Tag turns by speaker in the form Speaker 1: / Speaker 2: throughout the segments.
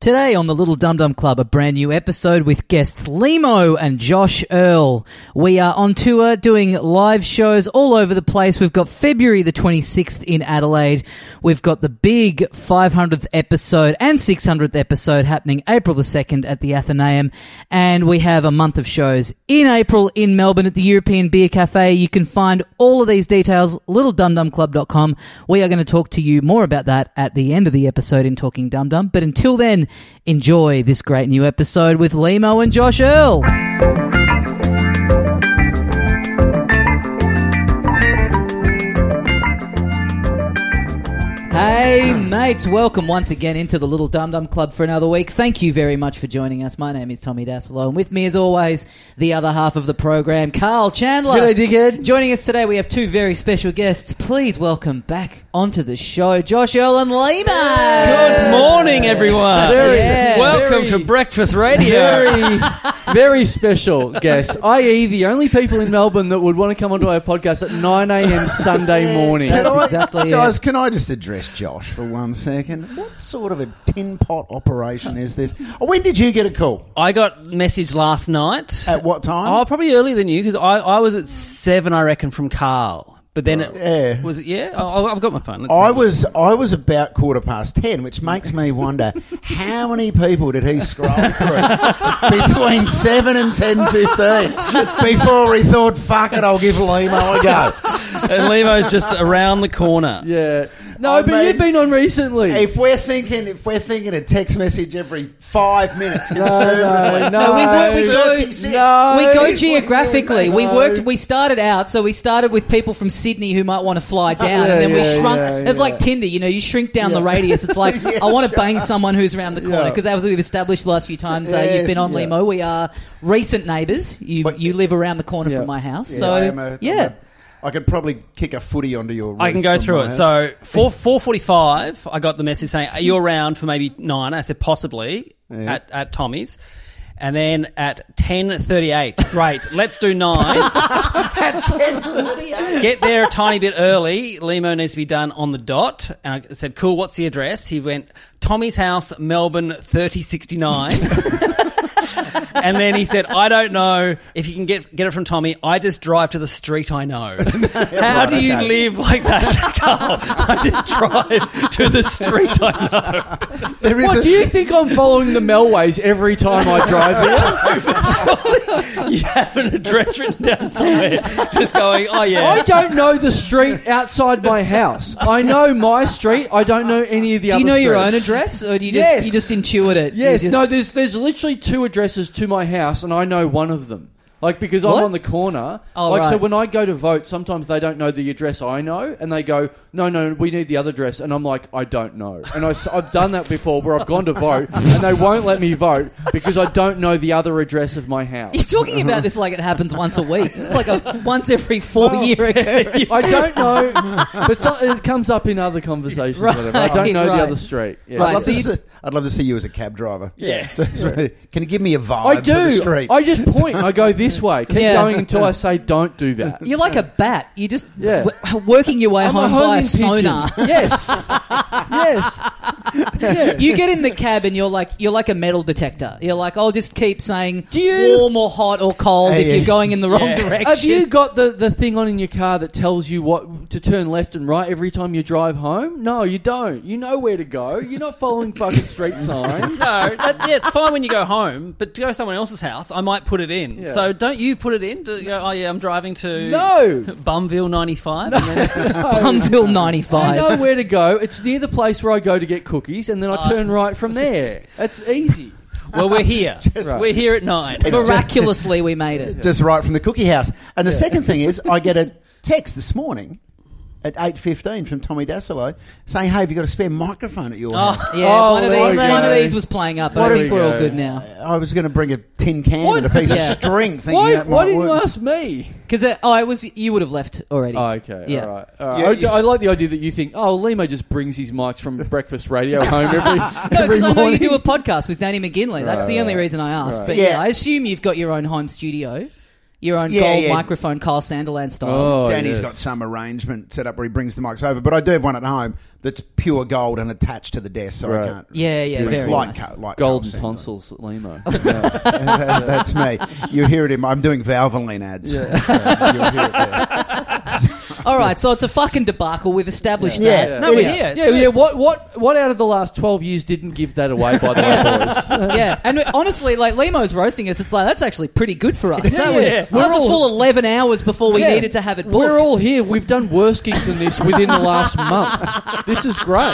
Speaker 1: Today on the Little Dum Dum Club, a brand new episode with guests Limo and Josh Earl. We are on tour doing live shows all over the place. We've got February the 26th in Adelaide. We've got the big 500th episode and 600th episode happening April the 2nd at the Athenaeum. And we have a month of shows in April in Melbourne at the European Beer Cafe. You can find all of these details, littledumdumclub.com. We are going to talk to you more about that at the end of the episode in Talking Dum Dum. But until then, enjoy this great new episode with Limo and Josh Earl. Hey, mates, welcome once again into the Little Dum Dum Club for another week. Thank you very much for joining us. My name is Tommy Dasilo, and with me, as always, the other half of the program, Carl Chandler.
Speaker 2: G'day, dickhead.
Speaker 1: Joining us today, we have two very special guests. Please welcome back onto the show, Josh Earl and Lima.
Speaker 2: Good
Speaker 3: Morning, everyone.
Speaker 2: Very-
Speaker 1: Yeah.
Speaker 3: Welcome
Speaker 2: very-
Speaker 3: to Breakfast Radio.
Speaker 2: Very, very special guest, i.e., the only people in Melbourne that would want to come onto our podcast at 9 a.m. Sunday morning.
Speaker 1: That's exactly
Speaker 4: Guys,
Speaker 1: it.
Speaker 4: can I just address Josh for one second? What sort of a tin pot operation is this? When did you get a call?
Speaker 3: I got message last night.
Speaker 4: At what time?
Speaker 3: Oh, probably earlier than you because I, I was at seven, I reckon, from Carl. But then it
Speaker 4: Yeah.
Speaker 3: was it. Yeah, I, I've got my phone. Let's
Speaker 4: I
Speaker 3: have a look.
Speaker 4: was I was about quarter past ten, which makes me wonder how many people did he scroll through between seven and ten fifteen before he thought, "Fuck it, I'll give Limo a go."
Speaker 3: and Lemo's just around the corner.
Speaker 2: Yeah. No,
Speaker 4: I
Speaker 2: but
Speaker 4: made-
Speaker 2: you've been on recently.
Speaker 4: If we're thinking, if we're thinking a text message every five minutes,
Speaker 2: no, no,
Speaker 4: conservatively,
Speaker 2: no,
Speaker 4: it's
Speaker 1: we- we-
Speaker 4: 36.
Speaker 2: no.
Speaker 1: We go
Speaker 2: Hey,
Speaker 1: geographically. We
Speaker 2: mate?
Speaker 1: worked. We started out, so we started with people from Sydney who might want to fly down,
Speaker 2: Yeah,
Speaker 1: and then we
Speaker 2: Oh, yeah,
Speaker 1: shrunk.
Speaker 2: yeah,
Speaker 1: it's
Speaker 2: yeah.
Speaker 1: like Tinder, you know. You shrink down the
Speaker 2: Yeah.
Speaker 1: radius. It's like I want to bang someone who's around the corner
Speaker 2: Yeah.
Speaker 1: because as we've established the last few times, uh, you've
Speaker 4: Yes,
Speaker 1: been on
Speaker 2: yeah.
Speaker 1: Limo. We are recent neighbours. You
Speaker 4: But-
Speaker 1: you live around the corner
Speaker 2: Yeah.
Speaker 1: from my house,
Speaker 4: Yeah,
Speaker 1: so
Speaker 4: I am a-
Speaker 1: yeah.
Speaker 4: I could probably kick a footy onto your. Roof
Speaker 3: I can go
Speaker 4: from
Speaker 3: through
Speaker 4: my
Speaker 3: it.
Speaker 4: house.
Speaker 3: So four four forty five, I got the message saying, "Are you around for maybe nine? I said, "Possibly
Speaker 4: Yeah.
Speaker 3: at at Tommy's." And then at ten thirty eight, great. Let's do nine. Get there a tiny bit early. Limo needs to be done on the dot. And I said, "Cool. What's the address?" He went, "Tommy's house, Melbourne, thirty sixty nine. And then he said, "I don't know if you can get get it from Tommy. I just drive to the street I know." How do you
Speaker 4: okay.
Speaker 3: live like that, Carl? I just drive to the street I know.
Speaker 4: There is
Speaker 2: what
Speaker 4: a-
Speaker 2: do you think I'm following the Melways every time I drive here?
Speaker 3: You have an address written down somewhere, just going, "Oh
Speaker 2: I
Speaker 3: yeah."
Speaker 2: don't know the street outside my house. I know my street. I don't know any of the
Speaker 1: Do
Speaker 2: other.
Speaker 1: you know your
Speaker 2: streets.
Speaker 1: own address, or do you just
Speaker 2: Yes.
Speaker 1: you just intuit it? You
Speaker 2: Yes,
Speaker 1: just-
Speaker 2: no, there's there's literally two addresses to my house, and I know one of them. Like because
Speaker 1: What?
Speaker 2: I'm on the corner.
Speaker 1: Oh,
Speaker 2: like so,
Speaker 1: right.
Speaker 2: when I go to vote, sometimes they don't know the address I know, and they go, "No, no, we need the other address," and I'm like, "I don't know." And I, have done that before, where I've gone to vote, and they won't let me vote because I don't know the other address of my house.
Speaker 1: You're talking about this like it happens once a week. It's like a once every four year occurrence.
Speaker 2: I don't know, but so, it comes up in other conversations.
Speaker 1: Right,
Speaker 2: whatever. I don't know
Speaker 1: right.
Speaker 2: the other street. Yeah.
Speaker 1: Right,
Speaker 4: I'd love,
Speaker 1: so
Speaker 4: to
Speaker 1: you-
Speaker 4: see, I'd love to see you as a cab driver.
Speaker 3: Yeah.
Speaker 4: Can you give me a vibe?
Speaker 2: I
Speaker 4: for the
Speaker 2: do.
Speaker 4: street?
Speaker 2: I just point. and I go this way. Keep
Speaker 1: Yeah.
Speaker 2: going until I say don't do that.
Speaker 1: You're like a bat. You're just
Speaker 2: Yeah.
Speaker 1: w- working your way
Speaker 2: I'm
Speaker 1: home
Speaker 2: a homing
Speaker 1: via
Speaker 2: pigeon.
Speaker 1: sonar.
Speaker 2: Yes. yes.
Speaker 1: you get in the cab and you're like you're like a metal detector. You're like, I'll just keep saying
Speaker 2: Do you-
Speaker 1: warm or hot or cold
Speaker 4: Hey,
Speaker 1: if
Speaker 4: yeah.
Speaker 1: you're going in the wrong
Speaker 3: Yeah.
Speaker 1: direction.
Speaker 2: Have you got the, the thing on in your car that tells you what to turn left and right every time you drive home? No, you don't. You know where to go. You're not following fucking street signs.
Speaker 3: No, that, yeah, it's fine when you go home, but to go to someone else's house, I might put it in.
Speaker 2: Yeah.
Speaker 3: So don't you put it in? Do you go, oh yeah, I'm driving to
Speaker 2: No.
Speaker 3: Bumville 95. And then,
Speaker 1: Bumville ninety
Speaker 2: I
Speaker 1: five? Oh.
Speaker 2: know where to go. It's near the place where I go to get cookies, and then I turn right from there. It's easy.
Speaker 3: well, we're here.
Speaker 2: Right.
Speaker 3: We're here at nine.
Speaker 4: It's just-
Speaker 1: Miraculously we made it.
Speaker 4: just right from the cookie house. And the second thing is, I get a text this morning at eight fifteen from Tommy Dasilo saying, "Hey, have you got a spare microphone at your house?"
Speaker 1: Yeah,
Speaker 2: Oh,
Speaker 1: one of
Speaker 2: there
Speaker 1: these
Speaker 2: we
Speaker 1: one of
Speaker 2: go.
Speaker 1: these was playing up, but
Speaker 2: What
Speaker 1: I
Speaker 2: a-
Speaker 1: think we're all
Speaker 2: go.
Speaker 1: good now.
Speaker 4: I was going to bring a tin can
Speaker 2: What?
Speaker 4: and a piece
Speaker 1: Yeah.
Speaker 4: of string, thinking
Speaker 2: Why,
Speaker 4: that might
Speaker 2: why didn't you
Speaker 4: work.
Speaker 2: ask me?
Speaker 1: Because oh, it was you would have left already.
Speaker 2: Oh, okay.
Speaker 1: Yeah.
Speaker 2: All right. All right.
Speaker 4: Yeah,
Speaker 2: I,
Speaker 4: you-
Speaker 2: I like the idea that you think, oh, Limo just brings his mics from breakfast radio home every,
Speaker 1: No,
Speaker 2: every
Speaker 1: because I
Speaker 2: morning.
Speaker 1: know you do a podcast with Danny McGinley. That's the only reason I asked.
Speaker 2: right.
Speaker 1: But yeah.
Speaker 4: Yeah.
Speaker 1: I assume you've got your own home studio. your own
Speaker 4: Yeah,
Speaker 1: gold
Speaker 4: yeah.
Speaker 1: microphone, Kyle Sanderland style.
Speaker 2: Oh,
Speaker 4: Danny's
Speaker 2: yes.
Speaker 4: got some arrangement set up where he brings the mics over, but I do have one at home that's pure gold and attached to the desk, so
Speaker 2: Right.
Speaker 4: I can't.
Speaker 1: Yeah, yeah, very
Speaker 4: like,
Speaker 1: nice.
Speaker 4: co- like
Speaker 2: golden
Speaker 4: Carl Sanders.
Speaker 2: tonsils at Limo. Yeah.
Speaker 4: That's me. You hear it in my, I'm doing Valvoline ads.
Speaker 2: Yeah.
Speaker 4: So you'll hear it there.
Speaker 1: All right, so it's a fucking debacle. We've established
Speaker 4: Yeah.
Speaker 1: that.
Speaker 4: Yeah.
Speaker 3: No,
Speaker 4: It
Speaker 3: we're
Speaker 4: is.
Speaker 3: here.
Speaker 2: Oh, yeah, yeah. What, what, what out of the last twelve years didn't give that away? By the way, boys.
Speaker 1: yeah, and honestly, like Limo's roasting us. It's like that's actually pretty good for us. That
Speaker 3: Yeah.
Speaker 1: was
Speaker 3: Yeah.
Speaker 1: that was a full eleven hours before we
Speaker 2: Yeah.
Speaker 1: needed to have it booked.
Speaker 2: We're all here. We've done worse gigs than this within the last month. This is great.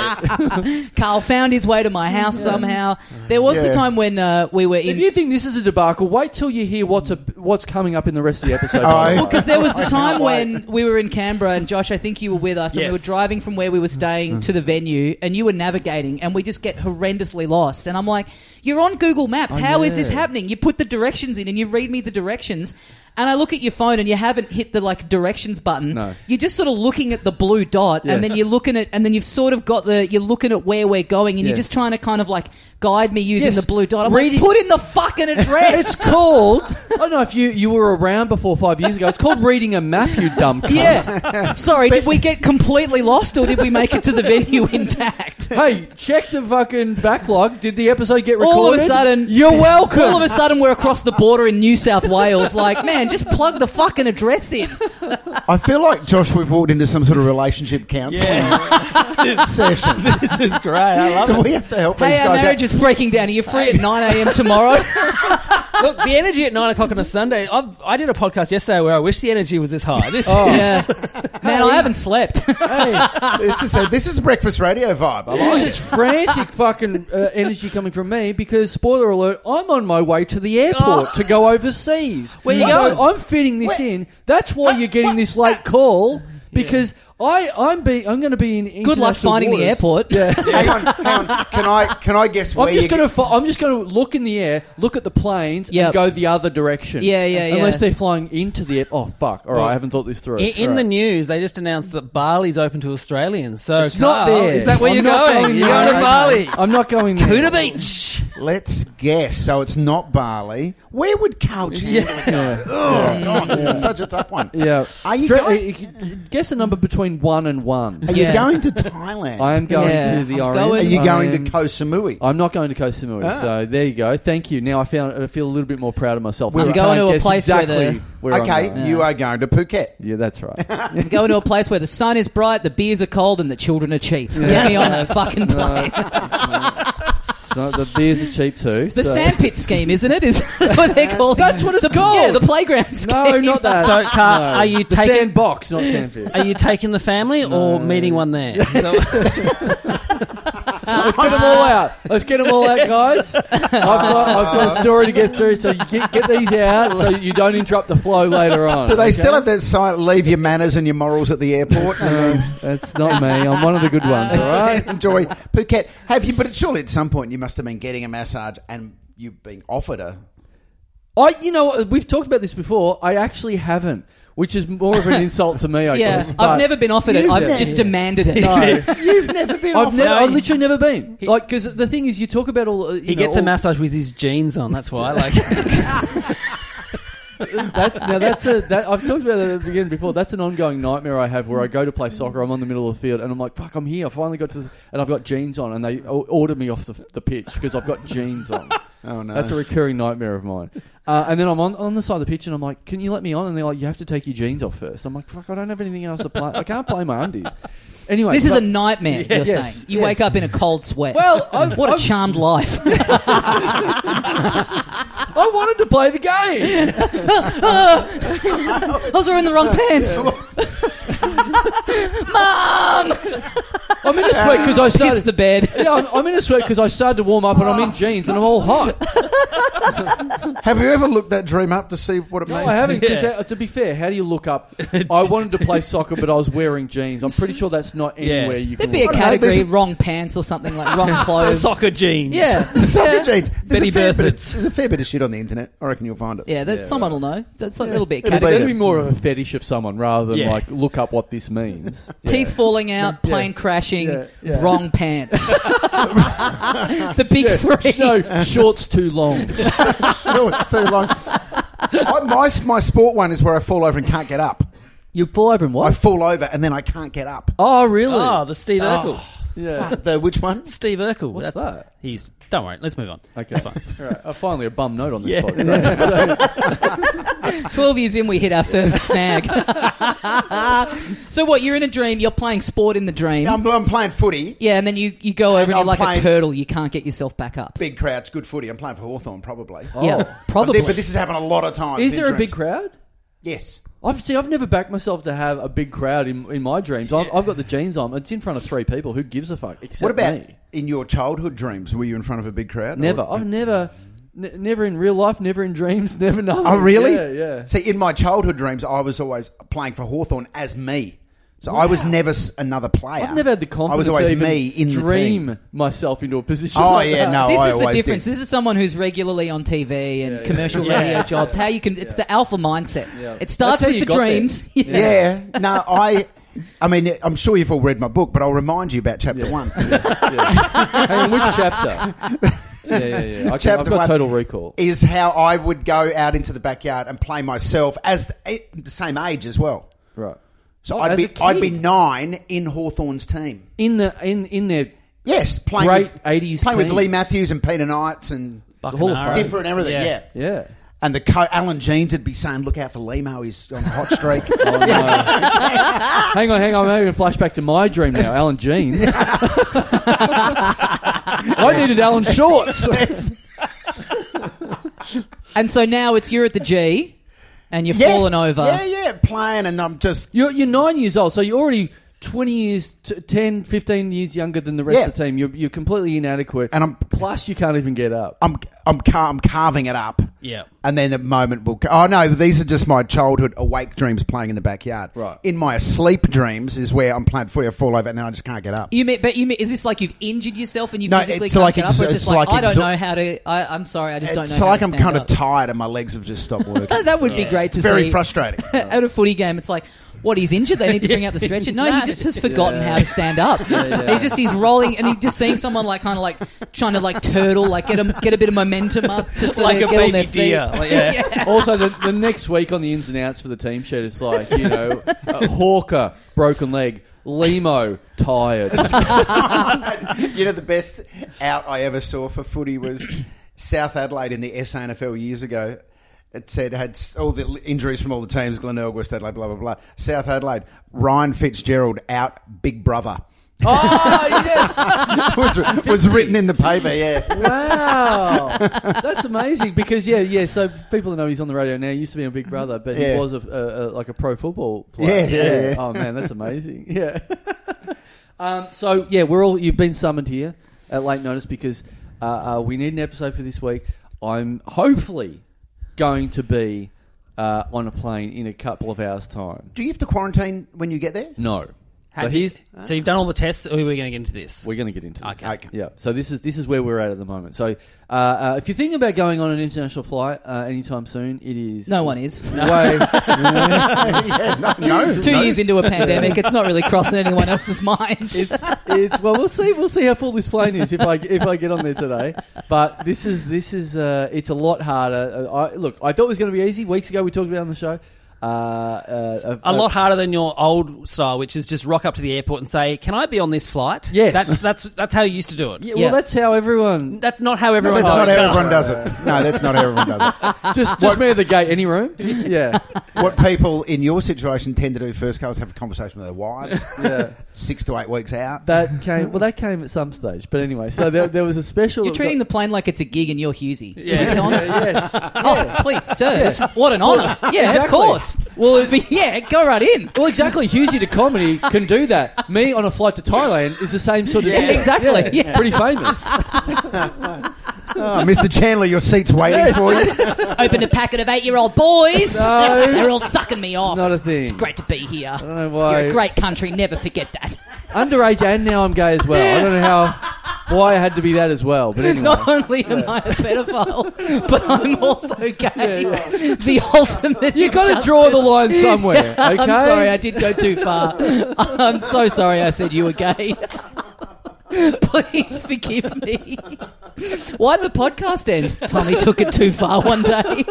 Speaker 1: Carl found his way to my house somehow. There was the
Speaker 4: Yeah.
Speaker 1: time when uh, we were in.
Speaker 2: If you think this is a debacle, wait till you hear what's a, what's coming up in the rest of the episode. by the
Speaker 4: Oh,
Speaker 1: Well,
Speaker 2: way.
Speaker 1: because there was the time
Speaker 3: can't wait.
Speaker 1: when we were in Canberra, and Josh, I think you were with us, and we
Speaker 3: Yes.
Speaker 1: were driving from where we were
Speaker 2: Mm.
Speaker 1: staying to the venue, and you were navigating, and we just get horrendously lost. And I'm like, You're on Google Maps. How is this
Speaker 2: yeah.
Speaker 1: happening? You put the directions in, and you read me the directions. And I look at your phone, and you haven't hit the like directions button.
Speaker 2: No.
Speaker 1: You're just sort of looking at the blue dot, and
Speaker 2: Yes.
Speaker 1: then you're looking at, and then you've sort of got the, you're looking at where we're going, and you're
Speaker 2: Yes.
Speaker 1: just trying to kind of like guide me using
Speaker 2: Yes.
Speaker 1: the blue dot. I'm
Speaker 2: Reading-
Speaker 1: like, put in the fucking
Speaker 2: it's
Speaker 1: address.
Speaker 2: called. I don't know if you you were around before five years ago. It's called reading a map. You dumb. Cunt.
Speaker 1: Yeah. Sorry, did we get completely lost or did we make it to the venue intact?
Speaker 2: Hey, check the fucking backlog. Did the episode get recorded?
Speaker 1: All of a sudden,
Speaker 2: you're welcome.
Speaker 1: All of a sudden, we're across the border in New South Wales. Like, man, just plug the fucking address in.
Speaker 4: I feel like, Josh, we've walked into some sort of relationship counselling session.
Speaker 3: this is great. I love it.
Speaker 4: Do we have to help these
Speaker 1: Hey, our
Speaker 4: guys
Speaker 1: marriage
Speaker 4: out?
Speaker 1: is breaking down. Are you free at nine a.m. tomorrow?
Speaker 3: Look, the energy at nine o'clock on a Sunday. I've, I did a podcast yesterday where I wish the energy was this high. This
Speaker 2: Oh.
Speaker 3: is
Speaker 1: yeah. Man, I haven't slept.
Speaker 4: This is, a, this is a breakfast radio vibe. I like
Speaker 2: This
Speaker 4: it.
Speaker 2: is frantic fucking uh, energy coming from me because spoiler alert, I'm on my way to the airport to go overseas.
Speaker 3: Where you
Speaker 2: So
Speaker 3: going?
Speaker 2: I'm fitting this in. That's
Speaker 1: Uh,
Speaker 2: why you're getting this late call because I I'm be I'm going to be in.
Speaker 1: Good luck
Speaker 2: international
Speaker 1: finding the airport.
Speaker 2: waters.
Speaker 4: Hang on, hang on. Can I, can I guess where
Speaker 2: I'm
Speaker 4: you
Speaker 2: just going to fi- I'm just going to look in the air, look at the planes,
Speaker 1: Yep.
Speaker 2: and go the other direction.
Speaker 1: Yeah, yeah, yeah.
Speaker 2: Unless they're flying into the air. Oh fuck! All right, I haven't thought this through.
Speaker 3: In, in
Speaker 2: All
Speaker 3: the
Speaker 2: right.
Speaker 3: news, they just announced that Bali's open to Australians. So
Speaker 2: It's not
Speaker 3: Carl,
Speaker 2: there.
Speaker 3: Is that where
Speaker 2: I'm
Speaker 3: you're
Speaker 2: not
Speaker 3: going?
Speaker 2: going
Speaker 3: You're
Speaker 2: there.
Speaker 3: going to Bali.
Speaker 2: I'm not going there.
Speaker 3: Kuna Beach.
Speaker 4: Let's guess. So it's not Bali. Where would Carl Chandler go? Oh, God, this is such a tough one.
Speaker 2: Yeah.
Speaker 4: Are you
Speaker 2: Dre-
Speaker 4: going-
Speaker 2: uh, uh, Guess a number between one and one.
Speaker 4: Are
Speaker 1: Yeah.
Speaker 4: you going to Thailand?
Speaker 2: I am going
Speaker 1: Yeah.
Speaker 2: to the
Speaker 1: I'm
Speaker 2: Orient.
Speaker 1: going-
Speaker 4: Are you
Speaker 2: I
Speaker 4: going
Speaker 2: am-
Speaker 4: to Koh Samui?
Speaker 2: I'm not going to Koh Samui,
Speaker 4: Ah.
Speaker 2: so there you go. Thank you. Now I found I feel a little bit more proud of myself.
Speaker 1: I'm
Speaker 2: I
Speaker 1: going
Speaker 2: can't
Speaker 1: to a
Speaker 2: guess
Speaker 1: place where
Speaker 2: exactly
Speaker 1: the-
Speaker 2: where I'm
Speaker 4: okay,
Speaker 2: going.
Speaker 4: you are going to Phuket.
Speaker 2: Yeah, that's right.
Speaker 1: I'm going to a place where the sun is bright, the beers are cold, and the children are cheap. Get me on that fucking plane.
Speaker 2: No, it's not. It's not- the beers are cheap too.
Speaker 1: The
Speaker 2: so-
Speaker 1: sandpit scheme, isn't it? Is that what they're called? That's what it's the, called. Yeah, the playground scheme.
Speaker 2: No, not that.
Speaker 3: So,
Speaker 1: uh,
Speaker 3: Carl, are you
Speaker 2: the
Speaker 3: taking-
Speaker 2: sandbox, not sandpit?
Speaker 3: Are you taking the family or meeting one there? So-
Speaker 2: Let's get them all out. Let's get them all out, guys. I've got, I've got a story to get through, so you get, get these out so you don't interrupt the flow later on.
Speaker 4: Do they
Speaker 2: okay? Uh,
Speaker 4: still have that sign, leave your manners and your morals at the airport?
Speaker 2: That's not me. I'm one of the good ones. All right.
Speaker 4: Enjoy Phuket. Have you, but surely at some point you must have been getting a massage and you've been offered a.
Speaker 2: I, you know, what, we've talked about this before. I actually haven't, which is more of an insult to me. I
Speaker 1: Yeah,
Speaker 2: guess. but
Speaker 1: I've never been offered it.
Speaker 2: You've
Speaker 1: I've
Speaker 2: never-
Speaker 1: just demanded it.
Speaker 4: You've never been
Speaker 2: I've never,
Speaker 3: No,
Speaker 2: I've
Speaker 3: he-
Speaker 2: literally never been. Like, because the thing is, you talk about all. uh, You
Speaker 3: he gets a
Speaker 2: all,
Speaker 3: massage with his jeans on. That's why. Like,
Speaker 2: That, now that's a. That, I've talked about that again before. That's an ongoing nightmare I have where I go to play soccer. I'm on the middle of the field and I'm like, "Fuck, I'm here. I finally got to." This, and I've got jeans on, and they o- ordered me off the, the pitch because I've got jeans on.
Speaker 4: Oh, no.
Speaker 2: That's a recurring nightmare of mine. Uh, and then I'm on, on the side of the pitch and I'm like, can you let me on? And they're like, you have to take your jeans off first. I'm like, fuck, I don't have anything else to play. I can't play my undies. Anyway,
Speaker 1: This is a
Speaker 2: but-
Speaker 1: nightmare, you're
Speaker 2: Yes,
Speaker 1: saying. You
Speaker 2: yes.
Speaker 1: wake up in a cold sweat.
Speaker 2: Well, I-
Speaker 1: what a
Speaker 2: I've-
Speaker 1: charmed life.
Speaker 2: I wanted to play the game.
Speaker 1: Those are in the wrong pants. Mom!
Speaker 2: I'm in a sweat because I
Speaker 1: Piss
Speaker 2: started.
Speaker 1: the bed.
Speaker 2: yeah, I'm, I'm in a sweat because I started to warm up and I'm in jeans and I'm all hot.
Speaker 4: Have you ever looked that dream up to see what it
Speaker 2: No,
Speaker 4: means?
Speaker 2: I haven't. Because
Speaker 3: Yeah.
Speaker 2: to be fair, how do you look up? I wanted to play soccer, but I was wearing jeans. I'm pretty sure that's not
Speaker 3: Yeah.
Speaker 2: anywhere you can.
Speaker 1: There'd be a
Speaker 2: look.
Speaker 4: know,
Speaker 1: category,
Speaker 4: there's a-
Speaker 1: wrong pants or something like wrong clothes.
Speaker 3: soccer jeans.
Speaker 1: Yeah.
Speaker 4: The soccer
Speaker 1: yeah.
Speaker 4: jeans. There's
Speaker 3: Betty
Speaker 4: a, fair bit
Speaker 3: Burford's.
Speaker 4: of, there's a fair bit of shit on the internet. I reckon you'll find it.
Speaker 1: Yeah, that,
Speaker 2: Yeah,
Speaker 1: someone will know. That's a little bit of
Speaker 4: It'll
Speaker 2: That'd
Speaker 4: be
Speaker 1: category.
Speaker 2: be more of a fetish of someone rather than
Speaker 3: Yeah.
Speaker 2: like look up what this means.
Speaker 1: Teeth falling out, plane crashing,
Speaker 2: Yeah, yeah.
Speaker 1: wrong pants. the big
Speaker 2: Yeah.
Speaker 1: three.
Speaker 2: No, shorts too long.
Speaker 4: No, it's too long. I, my, my sport one is where I fall over and can't get up.
Speaker 1: You pull over and
Speaker 4: I
Speaker 1: what?
Speaker 4: fall over and then I can't get up.
Speaker 1: oh, really?
Speaker 3: Oh, the Steve Urkel.
Speaker 2: Yeah.
Speaker 4: The which one?
Speaker 3: Steve Urkel.
Speaker 2: What's that?
Speaker 3: He's. Don't worry. Let's move on.
Speaker 2: Okay. All right. Uh, finally, a bum note on this
Speaker 3: Yeah.
Speaker 2: podcast.
Speaker 1: 12 years in, we hit our first snag. so, what? You're in a dream, you're playing sport in the dream.
Speaker 4: I'm, I'm playing footy.
Speaker 1: yeah, and then you, you go over and,
Speaker 4: And
Speaker 1: you're
Speaker 4: I'm
Speaker 1: like a
Speaker 4: playing-
Speaker 1: turtle, you can't get yourself back up.
Speaker 4: Big crowds, good footy. I'm playing for Hawthorn probably.
Speaker 1: Yeah,
Speaker 4: Oh. But,
Speaker 1: probably.
Speaker 4: thi- but this has happened a lot of times.
Speaker 2: Oh, Is
Speaker 4: in
Speaker 2: there a
Speaker 4: dreams.
Speaker 2: big crowd?
Speaker 4: Yes.
Speaker 2: I've, see, I've never backed myself to have a big crowd in, in my dreams. I've, I've got the jeans on. It's in front of three people. Who gives a fuck? Except
Speaker 4: What about
Speaker 2: me.
Speaker 4: in your childhood dreams? Were you in front of a big crowd?
Speaker 2: Never.
Speaker 4: Or-
Speaker 2: I've never, n- never in real life, never in dreams, never nothing.
Speaker 4: Oh, really?
Speaker 2: Yeah, yeah.
Speaker 4: See, in my childhood dreams, I was always playing for Hawthorn as me. So I was never s- another player.
Speaker 2: I've never had the confidence
Speaker 4: I was always
Speaker 2: to even
Speaker 4: me in
Speaker 2: dream
Speaker 4: the team.
Speaker 2: myself into a position.
Speaker 4: Oh,
Speaker 2: like
Speaker 4: yeah,
Speaker 2: that.
Speaker 4: no.
Speaker 1: this
Speaker 4: I
Speaker 1: is the
Speaker 4: always
Speaker 1: difference.
Speaker 4: did.
Speaker 1: This is someone who's regularly on TV and
Speaker 2: yeah.
Speaker 1: commercial
Speaker 3: Yeah.
Speaker 1: radio jobs. How you can? It's the alpha mindset.
Speaker 2: Yeah.
Speaker 1: It starts
Speaker 2: That's
Speaker 1: with
Speaker 2: how
Speaker 1: the
Speaker 2: you got there.
Speaker 1: dreams.
Speaker 2: Yeah.
Speaker 4: Yeah. No, I. I mean, I'm sure you've all read my book, but I'll remind you about chapter
Speaker 2: Yeah.
Speaker 4: one.
Speaker 2: Hang on, which chapter? yeah, yeah, yeah. I can,
Speaker 4: Chapter
Speaker 2: I've got
Speaker 4: one.
Speaker 2: total recall.
Speaker 4: Is how I would go out into the backyard and play myself as the, eh, the same age as well.
Speaker 2: Right.
Speaker 4: So
Speaker 2: Oh,
Speaker 4: I'd
Speaker 2: as
Speaker 4: be
Speaker 2: a kid.
Speaker 4: I'd be nine in Hawthorn's team.
Speaker 2: In the in in their
Speaker 4: Yes, playing
Speaker 2: Great
Speaker 4: with,
Speaker 2: 80s
Speaker 4: playing with
Speaker 2: team.
Speaker 4: Lee Matthews and Peter Knights and
Speaker 3: Buckinara.
Speaker 2: Hall of Fame.
Speaker 4: Dipper and everything. Yeah.
Speaker 2: yeah.
Speaker 4: And the co- Alan Jeans would be saying, "Look out for Limo, he's on a hot streak."
Speaker 2: Oh, no. hang on, Uh, hang on. I'm having a flashback to my dream now. Alan Jeans. I needed Alan Shorts.
Speaker 1: And so now it's you're at the G, and you're
Speaker 4: Yeah.
Speaker 1: falling over.
Speaker 4: Yeah, yeah, playing, and I'm just
Speaker 2: You're, you're nine years old, so you're already 20 years, t- 10, 15 years younger than the rest
Speaker 4: Yeah.
Speaker 2: of the team. You're, you're completely inadequate.
Speaker 4: And I'm-
Speaker 2: Plus, you can't even get up.
Speaker 4: I'm I'm car- I'm carving it up.
Speaker 3: Yeah.
Speaker 4: And then the moment will. Oh no, these are just my childhood awake dreams playing in the backyard.
Speaker 2: Right.
Speaker 4: In my sleep dreams is where I'm playing footy, I fall over, and then I just can't get up.
Speaker 1: You mean, but you mean, is this like you've injured yourself and you
Speaker 4: No,
Speaker 1: physically
Speaker 4: it's
Speaker 1: can't
Speaker 4: like
Speaker 1: get up? Or
Speaker 4: exa-
Speaker 1: is this
Speaker 4: it's
Speaker 1: like,
Speaker 4: like
Speaker 1: I don't
Speaker 4: exa-
Speaker 1: know how to? I, I'm sorry, I just don't know.
Speaker 4: It's
Speaker 1: how
Speaker 4: like
Speaker 1: to
Speaker 4: I'm
Speaker 1: stand
Speaker 4: kind of
Speaker 1: up.
Speaker 4: tired, and my legs have just stopped working.
Speaker 1: that would be great to
Speaker 4: Very
Speaker 1: see.
Speaker 4: frustrating.
Speaker 1: At a footy game, it's like, what? He's injured. They need to bring out the stretcher. No, he just has forgotten
Speaker 2: Yeah.
Speaker 1: how to stand up.
Speaker 2: yeah.
Speaker 1: He's just he's rolling and he's just seeing someone like kind of like trying to like turtle, like get a get a bit of momentum up to sort
Speaker 3: Like
Speaker 1: of
Speaker 3: a
Speaker 1: get on their
Speaker 3: baby
Speaker 1: feet.
Speaker 3: deer. Like, yeah.
Speaker 2: also, the, the next week on the ins and outs for the team sheet, it's like, you know, uh, Hawker, broken leg, Limo, tired.
Speaker 4: you know, the best out I ever saw for footy was South Adelaide in the SANFL years ago. It said had s- all the l- injuries from all the teams: Glenelg, West Adelaide, blah blah blah. South Adelaide, Ryan Fitzgerald out, Big Brother.
Speaker 2: oh, yes.
Speaker 4: was, was written in the paper, yeah.
Speaker 2: Wow, that's amazing. Because yeah, yeah. So people that know he's on the radio now. He used to be on Big Brother, but
Speaker 4: Yeah.
Speaker 2: he was a, a, a like a pro football player.
Speaker 4: Yeah, yeah, yeah.
Speaker 2: Oh man, that's amazing. Yeah. um, so yeah, we're all you've been summoned here at late notice because uh, uh, we need an episode for this week. I'm hopefully going to be uh, on a plane in a couple of hours' time.
Speaker 4: Do you have to quarantine when you get there?
Speaker 2: No. So
Speaker 3: Have
Speaker 2: here's
Speaker 3: you- so you've done all the tests. Or are we going to get into this?
Speaker 2: we're going to get into this.
Speaker 3: Okay.
Speaker 4: Okay.
Speaker 2: Yeah. So this is this is where we're at at the moment. So uh, uh, if you're thinking about going on an international flight uh, anytime soon, it is
Speaker 1: No one is.
Speaker 2: way.
Speaker 4: no, no.
Speaker 1: Two years into a pandemic, it's not really crossing anyone else's mind.
Speaker 2: it's it's well we'll see we'll see how full this plane is if I if I get on there today. But this is this is uh, it's a lot harder. Uh, I, look, I thought it was going to be easy. Weeks ago we talked about it on the show. Uh, uh,
Speaker 3: a lot harder than your old style, which is just rock up to the airport and say, "Can I be on this flight?"
Speaker 2: Yes.
Speaker 3: that's that's that's how you used to do it.
Speaker 2: Yeah, well,
Speaker 1: Yeah.
Speaker 2: that's how everyone.
Speaker 3: That's not how everyone.
Speaker 4: That's not
Speaker 3: Oh,
Speaker 4: how
Speaker 3: no.
Speaker 4: everyone does it. No, that's not how everyone does it.
Speaker 2: Just just me at the gate, any room. Yeah.
Speaker 4: What people in your situation tend to do first, Carl, is have a conversation with their wives
Speaker 2: Yeah.
Speaker 4: six to eight weeks out.
Speaker 2: That came well. That came at some stage, but anyway. So there, there was a special.
Speaker 1: You're
Speaker 2: that
Speaker 1: treating
Speaker 2: got-
Speaker 1: the plane like it's a gig and you're Husey.
Speaker 3: Yeah.
Speaker 1: Really on it?
Speaker 2: yes.
Speaker 1: Oh, please, sir. that's- What an honour. Yeah,
Speaker 2: exactly.
Speaker 1: of course. Well, yeah, go right in.
Speaker 2: Well, exactly. Husey to comedy can do that. Me on a flight to Thailand is the same sort of
Speaker 1: Yeah,
Speaker 2: deal.
Speaker 1: exactly. Yeah.
Speaker 2: Pretty famous.
Speaker 4: Oh, Mr. Chandler, your seat's waiting for you.
Speaker 1: Opened a packet of eight-year-old boys.
Speaker 2: No.
Speaker 1: They're all sucking me off.
Speaker 2: Not a thing.
Speaker 1: It's great to be here.
Speaker 2: Uh, I don't know
Speaker 1: You're
Speaker 2: why.
Speaker 1: a great country. Never forget that.
Speaker 2: Underage and now I'm gay as well. I don't know how why I had to be that as well. But anyway.
Speaker 1: Not only am I a pedophile, but I'm also gay. The ultimate.
Speaker 2: you got to draw the
Speaker 1: injustice.
Speaker 2: line somewhere, okay?
Speaker 1: I'm sorry, I did go too far. I'm so sorry I said you were gay. Please forgive me. Why'd the podcast end?
Speaker 5: Tommy took it too far one day.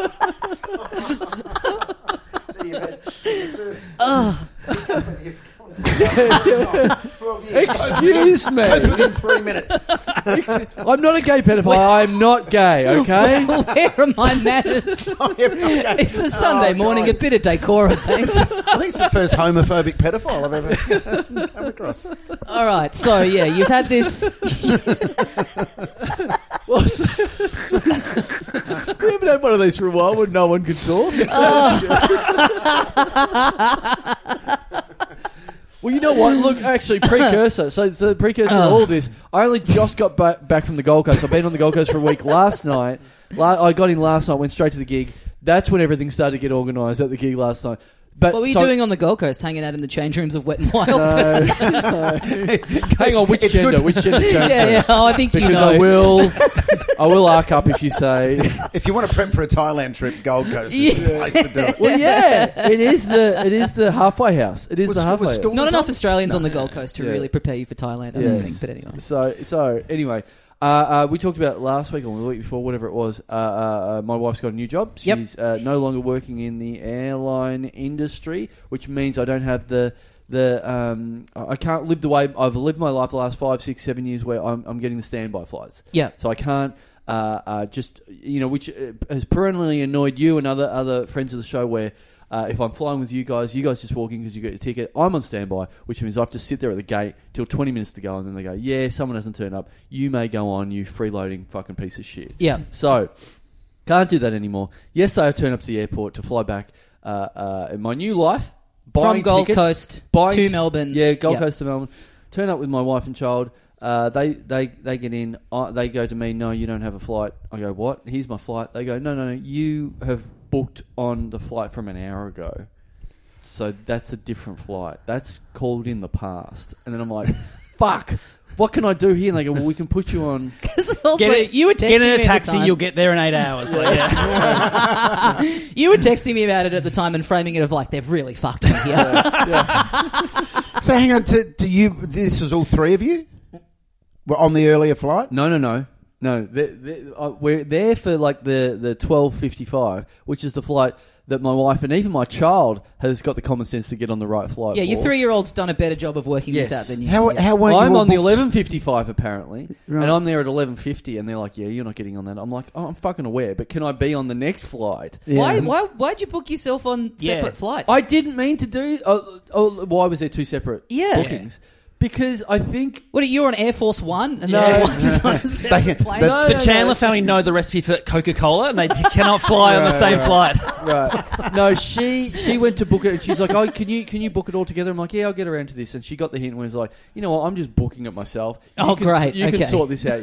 Speaker 2: Excuse me.
Speaker 4: Within three minutes.
Speaker 2: I'm not a gay pedophile. I'm not gay, okay?
Speaker 5: Where are my manners?
Speaker 4: I
Speaker 5: It's a Sunday
Speaker 4: Oh,
Speaker 5: morning,
Speaker 4: God.
Speaker 5: a bit of decorum, thanks.
Speaker 4: think it's the first homophobic pedophile I've ever come across.
Speaker 5: All right, so yeah, you've had this.
Speaker 2: Well, so- we haven't had one of these for a while when no one could talk. well, you know what? Look, actually, precursor. So, so the precursor to all this, I only just got back, back from the Gold Coast. I've been on the Gold Coast for a week last night. La- I got in last night, went straight to the gig. That's when everything started to get organised at the gig last night. But
Speaker 5: What were you
Speaker 2: so-
Speaker 5: doing on the Gold Coast? Hanging out in the change rooms of Wet and Wild?
Speaker 2: Uh, No, no. Hang on, which
Speaker 4: It's
Speaker 2: gender?
Speaker 4: good-
Speaker 2: Which gender changed
Speaker 5: yeah, yeah.
Speaker 2: first?
Speaker 5: Oh, I think
Speaker 2: Because
Speaker 5: you know.
Speaker 2: I will, I will arc up if you say.
Speaker 4: If you want to prep for a Thailand trip, Gold Coast is the place to do it.
Speaker 2: Well, yeah, it is the it is the halfway house. It is
Speaker 4: Was-
Speaker 2: the halfway
Speaker 4: was school-
Speaker 2: house.
Speaker 5: Not enough Australians on the Gold Coast to
Speaker 2: Yeah.
Speaker 5: really prepare you for Thailand. I don't
Speaker 2: Yes.
Speaker 5: think, but anyway.
Speaker 2: So so anyway, uh, uh, we talked about last week or the week before, whatever it was. Uh, uh, uh, my wife's got a new job.
Speaker 5: Yep.
Speaker 2: She's uh, no longer working in the airline industry, which means I don't have the. The um, I I can't live the way I've lived my life the last five, six, seven years, where I'm, I'm getting the standby flights.
Speaker 5: Yeah.
Speaker 2: So I can't uh, uh, just you know, which uh, has perennially annoyed you and other other friends of the show. Where uh, if I'm flying with you guys, you guys just walk in because you got your ticket. I'm on standby, which means I have to sit there at the gate till 20 minutes to go, and then they go, "Yeah, someone hasn't turned up. You may go on, you freeloading fucking piece of shit."
Speaker 5: Yeah.
Speaker 2: So can't do that anymore. Yes, I turn up to the airport to fly back. Uh, uh, in my new life, buying
Speaker 5: From Gold
Speaker 2: tickets,
Speaker 5: Coast
Speaker 2: buying
Speaker 5: to
Speaker 2: t-
Speaker 5: Melbourne.
Speaker 2: Yeah, Gold
Speaker 5: Yeah.
Speaker 2: Coast to Melbourne. Turn up with my wife and child. Uh, they, they they get in. I, they go to me. No, you don't have a flight. I go. What? Here's my flight. They go. No, no, no. You have booked on the flight from an hour ago. So that's a different flight. That's called in the past. And then I'm like, fuck. What can I do here? And they go. Well, we can put you on.
Speaker 5: also,
Speaker 3: Get it-
Speaker 5: you were texting
Speaker 3: Get
Speaker 5: me at
Speaker 3: in a
Speaker 5: the
Speaker 3: taxi,
Speaker 5: time.
Speaker 3: you'll get there in eight hours. Like, yeah.
Speaker 5: You were texting me about it at the time and framing it of like they've really fucked me here.
Speaker 4: So hang on, to, do you? This is all three of you. Were on the earlier flight.
Speaker 2: No, no, no, no. They, they, uh, we're there for like the the twelve fifty five, which is the flight that my wife and even my child has got the common sense to get on the right flight.
Speaker 5: yeah, your
Speaker 2: for.
Speaker 5: three year old's done a better job of working
Speaker 2: Yes.
Speaker 5: this out than you.
Speaker 4: How
Speaker 5: yeah.
Speaker 4: how weren't you
Speaker 2: I'm
Speaker 4: all
Speaker 2: on the
Speaker 4: booked?
Speaker 2: eleven fifty five apparently,
Speaker 4: Right.
Speaker 2: and I'm there at eleven fifty, and they're like, "Yeah, you're not getting on that." I'm like, "Oh, I'm fucking aware, but can I be on the next flight?"
Speaker 5: Why, why, why'd you book yourself on separate
Speaker 3: Yeah.
Speaker 5: flights?
Speaker 2: I didn't mean to do. Oh, oh, why was there two separate
Speaker 5: Yeah.
Speaker 2: bookings? Because I think
Speaker 5: what, you were on Air Force One and
Speaker 3: No.
Speaker 5: the Air Force is on a separate
Speaker 4: They-
Speaker 5: plane?
Speaker 4: they-
Speaker 2: No,
Speaker 3: The
Speaker 2: no, no.
Speaker 3: Chandler family know the recipe for Coca Cola, and they cannot fly on the
Speaker 2: Right,
Speaker 3: same
Speaker 2: right.
Speaker 3: flight.
Speaker 2: Right. No, she she went to book it and she's like, Oh, can you can you book it all together? I'm like, Yeah, I'll get around to this and she got the hint and was like, you know what, I'm just booking it myself. You
Speaker 5: Oh,
Speaker 2: can,
Speaker 5: great.
Speaker 2: You
Speaker 5: Okay.
Speaker 2: can sort this out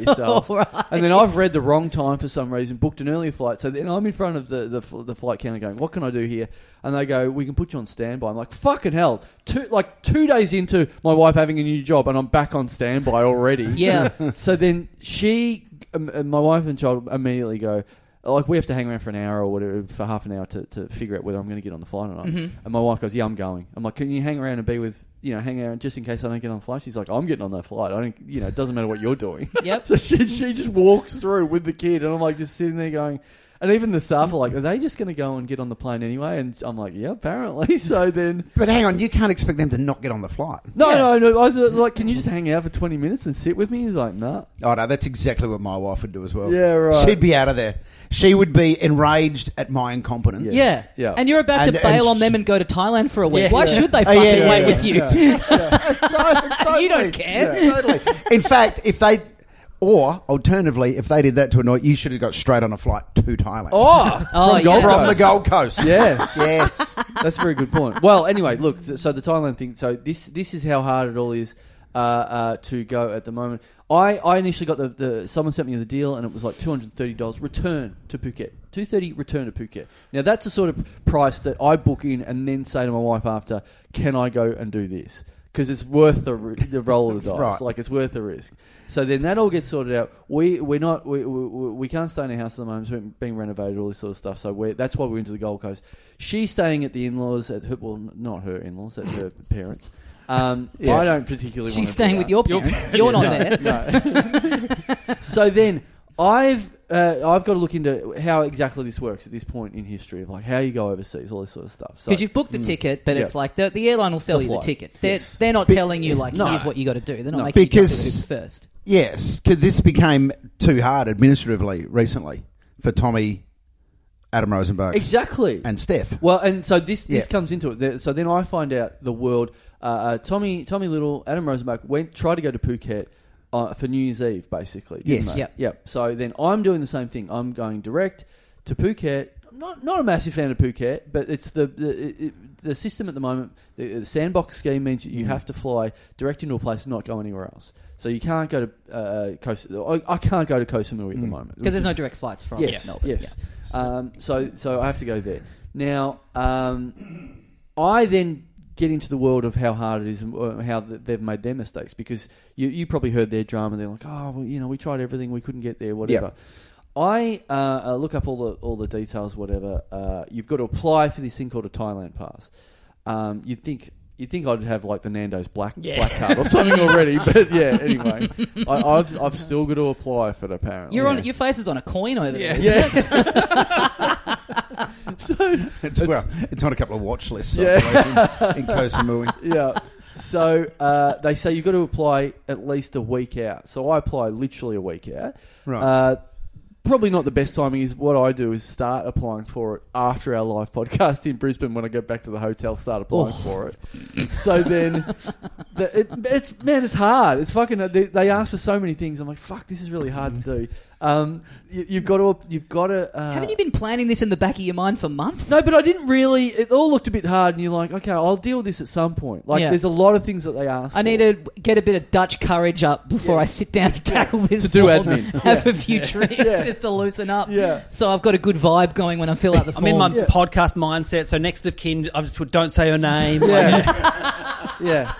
Speaker 2: yourself.
Speaker 5: All right.
Speaker 2: And then I've read the wrong time for some reason, booked an earlier flight. So then I'm in front of the, the fl- the flight counter going, What can I do here? And they go, We can put you on standby. I'm like, fucking hell. Two like two days into my wife having a new job and I'm back on standby already.
Speaker 5: Yeah.
Speaker 2: so then she, um, uh, my wife and child immediately go, like, we have to hang around for an hour or whatever, for half an hour to, to figure out whether I'm going to get on the flight or not. And my wife goes, yeah, I'm going. I'm like, can you hang around and be with, you know, hang around just in case I don't get on the flight? She's like, I'm getting on that flight. I don't, you know, it doesn't matter what you're doing.
Speaker 5: Yep.
Speaker 2: so she, she just walks through with the kid and I'm like just sitting there going, and even the staff are like, are they just going to go and get on the plane anyway? And I'm like, yeah, apparently. So then
Speaker 4: But hang on, you can't expect them to not get on the flight.
Speaker 2: no, no, no. I was uh, like, "Can you just hang out for twenty minutes and sit with me?" He's like, "Nah."
Speaker 4: Oh no, that's exactly what my wife would do as well.
Speaker 2: Yeah, right.
Speaker 4: She'd be out of there. She would be enraged at my incompetence.
Speaker 2: Yeah.
Speaker 5: yeah.
Speaker 2: Yeah.
Speaker 5: And you're about
Speaker 4: And-
Speaker 5: to bail
Speaker 4: and
Speaker 5: on them
Speaker 4: she-
Speaker 5: and go to Thailand for a week.
Speaker 3: Yeah.
Speaker 5: Why
Speaker 3: Yeah.
Speaker 5: should they
Speaker 4: Oh,
Speaker 5: fucking
Speaker 4: yeah, yeah,
Speaker 5: wait
Speaker 4: yeah.
Speaker 5: with you?
Speaker 4: totally.
Speaker 5: You don't care.
Speaker 4: Yeah, totally. In fact, if they, or alternatively, if they did that to annoy you, should have got straight on a flight to Thailand.
Speaker 2: Oh,
Speaker 5: Oh,
Speaker 2: from
Speaker 5: yeah.
Speaker 2: Gold
Speaker 4: from the
Speaker 2: Coast.
Speaker 4: Gold Coast.
Speaker 2: Yes.
Speaker 4: yes.
Speaker 2: That's a very good point. Well, anyway, look. So the Thailand thing. So this this is how hard it all is uh, uh, to go at the moment. I, I initially got the, the someone sent me the deal and it was like two hundred thirty dollars return to Phuket. Two thirty return to Phuket. Now that's the sort of price that I book in and then say to my wife after, "Can I go and do this?" Because it's worth the, ri- the roll of the dice.
Speaker 4: Right.
Speaker 2: Like it's worth the risk. So then that all gets sorted out. We we're not we, we, we can't stay in a house at the moment. It's being renovated, all this sort of stuff. So we're, that's why we went to the Gold Coast. She's staying at the in-laws at her well, n- not her in-laws at her parents. Um, I don't particularly. wanna
Speaker 5: She's
Speaker 2: do
Speaker 5: staying
Speaker 2: that.
Speaker 5: with your
Speaker 3: Your
Speaker 5: parents. You're
Speaker 3: parents.
Speaker 5: not
Speaker 2: No,
Speaker 5: there.
Speaker 2: no. so then I've uh, I've got to look into how exactly this works at this point in history of like how you go overseas, all this sort of stuff. So
Speaker 5: Because you've booked the ticket, but
Speaker 2: Mm. Yeah.
Speaker 5: it's like the, the airline will sell
Speaker 2: The
Speaker 5: you the
Speaker 2: flight.
Speaker 5: ticket. They're,
Speaker 2: Yes.
Speaker 5: they're not telling you like
Speaker 2: No.
Speaker 5: here's what you got to do. They're not
Speaker 2: No.
Speaker 5: making because
Speaker 4: Because-
Speaker 5: you go through this first.
Speaker 4: Yes, because this became too hard administratively recently for Tommy, Adam Rosenberg,
Speaker 2: exactly.
Speaker 4: and Steph.
Speaker 2: Well, and so this this
Speaker 4: Yeah.
Speaker 2: comes into it. There- So then I find out the world. Uh, uh, Tommy Tommy Little, Adam Rosenbach went tried to go to Phuket. Uh, for New Year's Eve, basically. didn't
Speaker 4: Yes.
Speaker 2: they?
Speaker 5: Yep.
Speaker 2: Yep. So then I'm doing the same thing. I'm going direct to Phuket. I'm not not a massive fan of Phuket, but it's the the, it, it- the system at the moment. The, the sandbox scheme means that you have to fly direct into a place and not go anywhere else. So you can't go to uh, Coast. I, I can't go to Koh Samui at the moment
Speaker 5: Because there's no direct flights from
Speaker 2: yes,
Speaker 5: Melbourne.
Speaker 2: Yes. Um, so so I have to go there. Now um, I then get into the world of how hard it is and uh, how th- they've made their mistakes because you you probably heard their drama. They're like, oh, well, you know, we tried everything, we couldn't get there, whatever. I uh, uh, look up all the all the details, whatever. Uh, you've got to apply for this thing called a Thailand pass. Um, you'd think you'd think I'd have like the Nando's black black card or something already, but yeah. Anyway, I, I've I've still got to apply for it apparently.
Speaker 5: You're on your face is on a coin over there. isn't it?
Speaker 2: Yeah. so
Speaker 4: It's, well, it's on a couple of watch lists I believe, in, in Koh Samui.
Speaker 2: yeah. So uh, they say you've got to apply at least a week out. So I apply literally a week out.
Speaker 4: Right.
Speaker 2: Uh, probably not the best timing is what I do is start applying for it after our live podcast in Brisbane when I go back to the hotel, start applying for it. So then, the, it, it's man, it's hard. It's fucking. They, they ask for so many things. I'm like, fuck, this is really hard to do. Um, you, you've got to. You've got to. Uh,
Speaker 5: Haven't you been planning this in the back of your mind for months?
Speaker 2: no, but I didn't really. It all looked a bit hard, and you're like, okay, I'll deal with this at some point. Like,
Speaker 5: Yeah.
Speaker 2: there's a lot of things that they ask.
Speaker 5: I
Speaker 2: for.
Speaker 5: need to get a bit of Dutch courage up before I sit down to tackle this.
Speaker 2: To do
Speaker 5: form,
Speaker 2: admin.
Speaker 5: have a few drinks
Speaker 2: Yeah.
Speaker 5: just to loosen up.
Speaker 2: Yeah.
Speaker 5: So I've got a good vibe going when I fill out the
Speaker 3: I'm
Speaker 5: form.
Speaker 3: in my
Speaker 2: Yeah.
Speaker 3: podcast mindset. So next of kin, I've just put don't say her name.
Speaker 2: Yeah. yeah.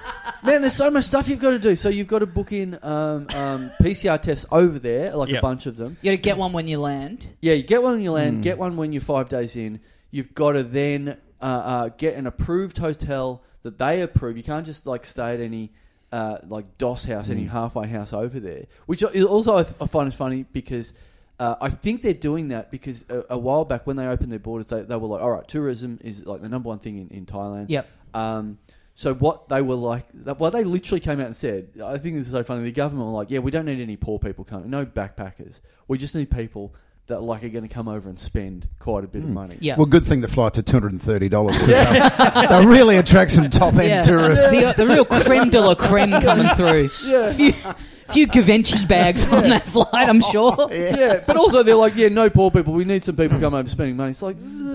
Speaker 2: Man, there's so much stuff you've got to do. So you've got to book in um, um, PCR tests over there, like
Speaker 3: Yeah.
Speaker 2: a bunch of them.
Speaker 5: you got to get one when you land.
Speaker 2: Yeah, you get one when you land, get one when you're five days in. You've got to then uh, uh, get an approved hotel that they approve. You can't just like stay at any uh, like DOS house, any halfway house over there. Which is also I, th- I find is funny because uh, I think they're doing that because a, a while back when they opened their borders, they, they were like, all right, tourism is like the number one thing in, in Thailand.
Speaker 5: Yep.
Speaker 2: Um, so what they were like, that- what they literally came out and said, I think this is so funny. The government were like, yeah, we don't need any poor people coming, no backpackers. We just need people that like are going to come over and spend quite a bit of money.
Speaker 5: Mm. Yeah.
Speaker 4: Well, good thing the flights are two hundred and thirty dollars. They really attract some top end
Speaker 5: Yeah.
Speaker 4: tourists.
Speaker 5: The, the real creme de la creme coming through.
Speaker 2: Yeah.
Speaker 5: Few, few Givenchy bags on that flight, I'm sure.
Speaker 2: Yeah, but also they're like, yeah, no poor people. We need some people come over spending money. It's like a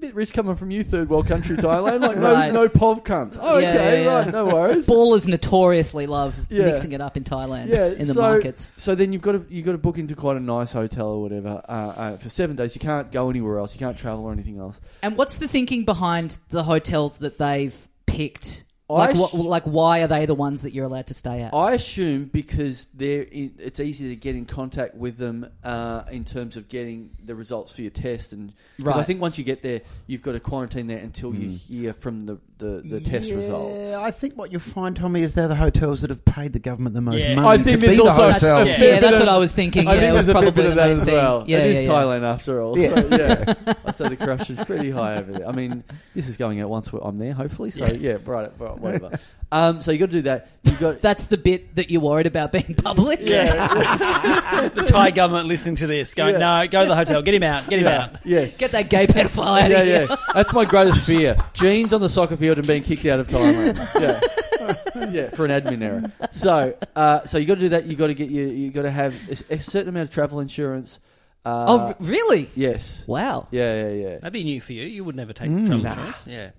Speaker 2: bit rich coming from you, third world country Thailand. Like no,
Speaker 5: Right.
Speaker 2: no pov cunts. Oh,
Speaker 5: Yeah,
Speaker 2: okay,
Speaker 5: yeah, yeah.
Speaker 2: right, no worries.
Speaker 5: Ballers notoriously love
Speaker 2: Yeah.
Speaker 5: mixing it up in Thailand
Speaker 2: yeah,
Speaker 5: in the
Speaker 2: so,
Speaker 5: markets.
Speaker 2: So then you've got to you've got to book into quite a nice hotel or whatever uh, uh, for seven days. You can't go anywhere else. You can't travel or anything else.
Speaker 5: And what's the thinking behind the hotels that they've picked?
Speaker 2: I
Speaker 5: Like,
Speaker 2: sh-
Speaker 5: what, like, why are they the ones that you're allowed to stay at?
Speaker 2: I assume because they're in, it's easy to get in contact with them uh, in terms of getting the results for your test, and 'cause I
Speaker 5: Right.
Speaker 2: think once you get there, you've got to quarantine there until you
Speaker 4: Mm.
Speaker 2: hear from the the, the test
Speaker 4: Yeah,
Speaker 2: results.
Speaker 4: I think what you'll find, Tommy, is they're the hotels that have paid the government the most
Speaker 3: Yeah.
Speaker 4: money
Speaker 2: I
Speaker 4: to
Speaker 2: think
Speaker 4: be
Speaker 2: there's
Speaker 4: the
Speaker 2: also-
Speaker 5: that's,
Speaker 4: hotel.
Speaker 2: a
Speaker 5: yeah,
Speaker 2: fair bit
Speaker 5: that's
Speaker 2: of-
Speaker 5: what I was thinking.
Speaker 2: I
Speaker 5: yeah,
Speaker 2: think
Speaker 5: it was
Speaker 2: there's a
Speaker 5: probably
Speaker 2: fair bit
Speaker 5: the
Speaker 2: of that
Speaker 5: main
Speaker 2: as
Speaker 5: thing.
Speaker 2: well.
Speaker 5: Yeah,
Speaker 2: it is
Speaker 5: yeah, yeah.
Speaker 2: Thailand after all.
Speaker 4: Yeah.
Speaker 2: So, yeah. I'd say the corruption's pretty high over there. I mean, this is going out once I'm there, hopefully. So, yeah, right, right whatever. Um, so you got to do that. you got.
Speaker 5: That's the bit that you're worried about being public.
Speaker 3: the Thai government listening to this, going,
Speaker 2: Yeah.
Speaker 3: no, go to the hotel, get him out, get him out.
Speaker 2: Yes.
Speaker 5: Get that gay pedophile out
Speaker 2: yeah,
Speaker 5: of here.
Speaker 2: yeah. That's my greatest fear: jeans on the soccer field and being kicked out of Thailand. Yeah, yeah, for an admin error. So, uh, so you got to do that. You got to get you. You got to have a, a certain amount of travel insurance. Uh,
Speaker 5: Oh, r- really?
Speaker 2: yes.
Speaker 5: Wow.
Speaker 2: Yeah, yeah, yeah.
Speaker 3: That'd be new for you. You would never
Speaker 2: Mm.
Speaker 3: take travel insurance. Yeah.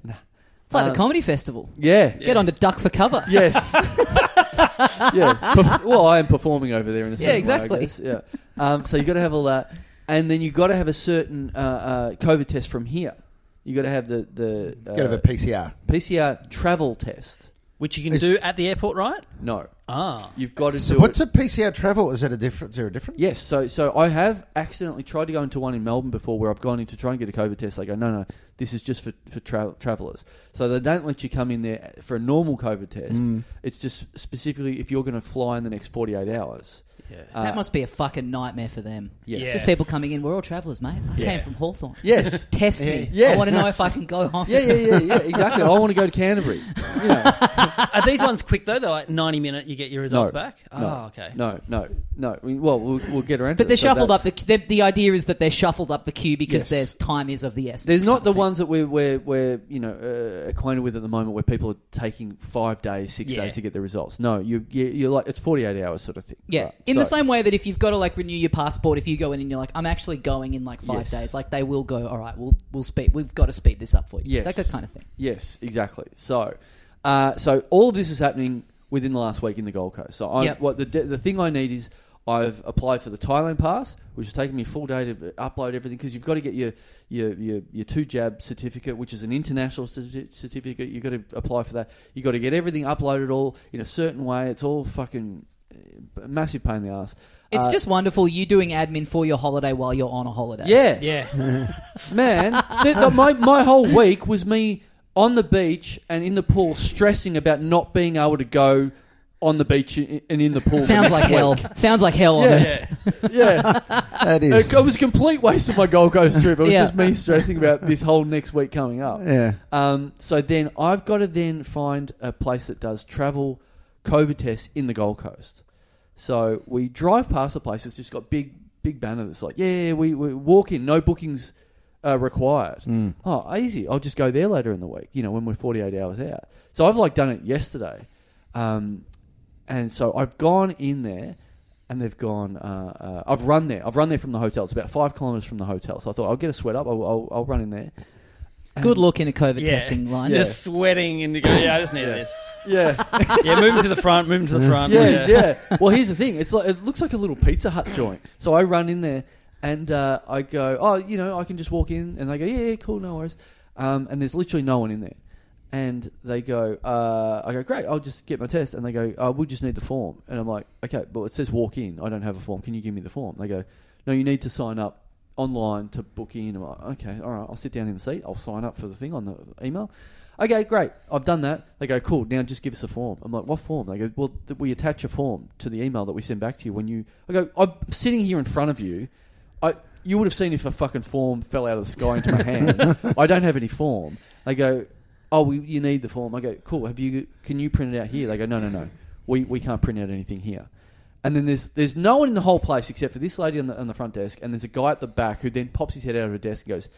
Speaker 5: It's like
Speaker 2: Um,
Speaker 5: the comedy festival.
Speaker 2: Yeah.
Speaker 5: Get on to Duck for cover.
Speaker 2: Yes. yeah. Perf- well, I am performing over there in a certain way, I
Speaker 5: exactly.
Speaker 2: guess. Yeah. Um, so you got to have all that, and then you got to have a certain uh, uh, COVID test from here. You got to have the the uh,
Speaker 4: Got to have a PCR.
Speaker 2: PCR travel test.
Speaker 3: Which you can do at the airport, right?
Speaker 2: No,
Speaker 3: Ah.
Speaker 2: you've got to
Speaker 4: So
Speaker 2: do
Speaker 4: what's
Speaker 2: it.
Speaker 4: a PCR travel? Is that a difference? Is there a difference?
Speaker 2: Yes, so so I have accidentally tried to go into one in Melbourne before where I've gone in to try and get a COVID test. They go, no, no, this is just for, for tra- travellers. So they don't let you come in there for a normal COVID test. It's just specifically if you're going to fly in the next 48 hours.
Speaker 5: that must be a fucking nightmare for them.
Speaker 2: Uh, Yes.
Speaker 5: Just people coming in. We're all travellers, mate. I
Speaker 3: Yeah.
Speaker 5: came from Hawthorne.
Speaker 2: Yes.
Speaker 5: Test me.
Speaker 2: Yes.
Speaker 5: I want to know if I can go home.
Speaker 2: Yeah, yeah, yeah, yeah. Exactly. I want to go to Canterbury. You know.
Speaker 3: Are these ones quick though? They're like ninety minute. You get your results back.
Speaker 2: No,
Speaker 3: Oh, okay.
Speaker 2: No, no, no. We- Well, we'll, we'll get around. to
Speaker 5: But they're
Speaker 2: it,
Speaker 5: shuffled up.
Speaker 2: that's-
Speaker 5: The, the, the idea is that they're shuffled up the queue because
Speaker 2: Yes.
Speaker 5: there's time is of the essence.
Speaker 2: There's
Speaker 5: kind
Speaker 2: not
Speaker 5: of
Speaker 2: the
Speaker 5: thing.
Speaker 2: ones that we're we're, we're you know uh, acquainted with at the moment where people are taking five days, six
Speaker 3: Yeah.
Speaker 2: days to get their results. No, you, you you're like it's 48 hours sort of thing.
Speaker 5: Yeah,
Speaker 2: Right,
Speaker 5: in the
Speaker 2: so-
Speaker 5: same way that if you've got to like renew your passport, if you go in and you're like, I'm actually going in like five
Speaker 2: Yes.
Speaker 5: days, like they will go. All right, we'll we'll speed. We've got to speed this up for you.
Speaker 2: Yes.
Speaker 5: that good kind of thing.
Speaker 2: Yes, exactly. So, uh, so all of this is happening within the last week in the Gold Coast. So, I'm,
Speaker 5: Yep.
Speaker 2: what the de- the thing I need is I've applied for the Thailand pass, which has taken me a full day to upload everything because you've got to get your your, your your two jab certificate, which is an international certi- certificate. You've got to apply for that. You've got to get everything uploaded all in a certain way. It's all fucking uh, massive pain in the ass.
Speaker 5: It's
Speaker 2: Uh,
Speaker 5: just wonderful you doing admin for your holiday while you're on a holiday.
Speaker 2: yeah,
Speaker 3: Yeah.
Speaker 2: Man, th- th- my, my whole week was me on the beach and in the pool stressing about not being able to go on the beach i- and in the pool.
Speaker 5: sounds like hell. Sounds like hell. on
Speaker 2: Yeah.
Speaker 5: earth.
Speaker 2: Yeah.
Speaker 4: That
Speaker 2: It,
Speaker 4: is.
Speaker 2: it was a complete waste of my Gold Coast trip. It was
Speaker 5: Yeah.
Speaker 2: just me stressing about this whole next week coming up.
Speaker 4: Yeah.
Speaker 2: Um, so then I've got to then find a place that does travel COVID tests in the Gold Coast. So we drive past a place that's just got big big banner that's like, yeah, we, we walk in, no bookings uh, required. Oh, easy. I'll just go there later in the week. You know, when we're forty eight hours out. So I've like done it yesterday, um, and so I've gone in there. And they've gone. Uh, uh, I've run there. I've run there from the hotel. It's about five kilometers from the hotel. So I thought I'll get a sweat up. I'll, I'll, I'll run in there.
Speaker 5: Good look in a COVID
Speaker 3: Yeah.
Speaker 5: testing line.
Speaker 3: Just sweating and you go. Yeah, I just need this.
Speaker 2: Yeah.
Speaker 3: Yeah, move him to the front. Move him to the front.
Speaker 2: yeah, yeah. Well, here's the thing. It's like it looks like a little Pizza Hut joint. So I run in there and uh, I go, oh, you know, I can just walk in, and they go, yeah, yeah, cool, no worries. Um, and there's literally no one in there. And they go, uh, I go, great, I'll just get my test. And they go, uh, we just need the form. And I'm like, okay, but it says walk in. I don't have a form. Can you give me the form? They go, no, you need to sign up online to book in. I'm like, okay, all right, I'll sit down in the seat. I'll sign up for the thing on the email. Okay, great. I've done that. They go, cool. Now just give us a form. I'm like, what form? They go, well, th- we attach a form to the email that we send back to you when you. I go, I'm sitting here in front of you. I you would have seen if a fucking form fell out of the sky into my hand. I don't have any form. They go, oh, we, you need the form. I go, cool. Have you? Can you print it out here? They go, no, no, no. We we can't print out anything here. And then there's there's no one in the whole place except for this lady on the on the front desk, and there's a guy at the back who then pops his head out of a desk and goes,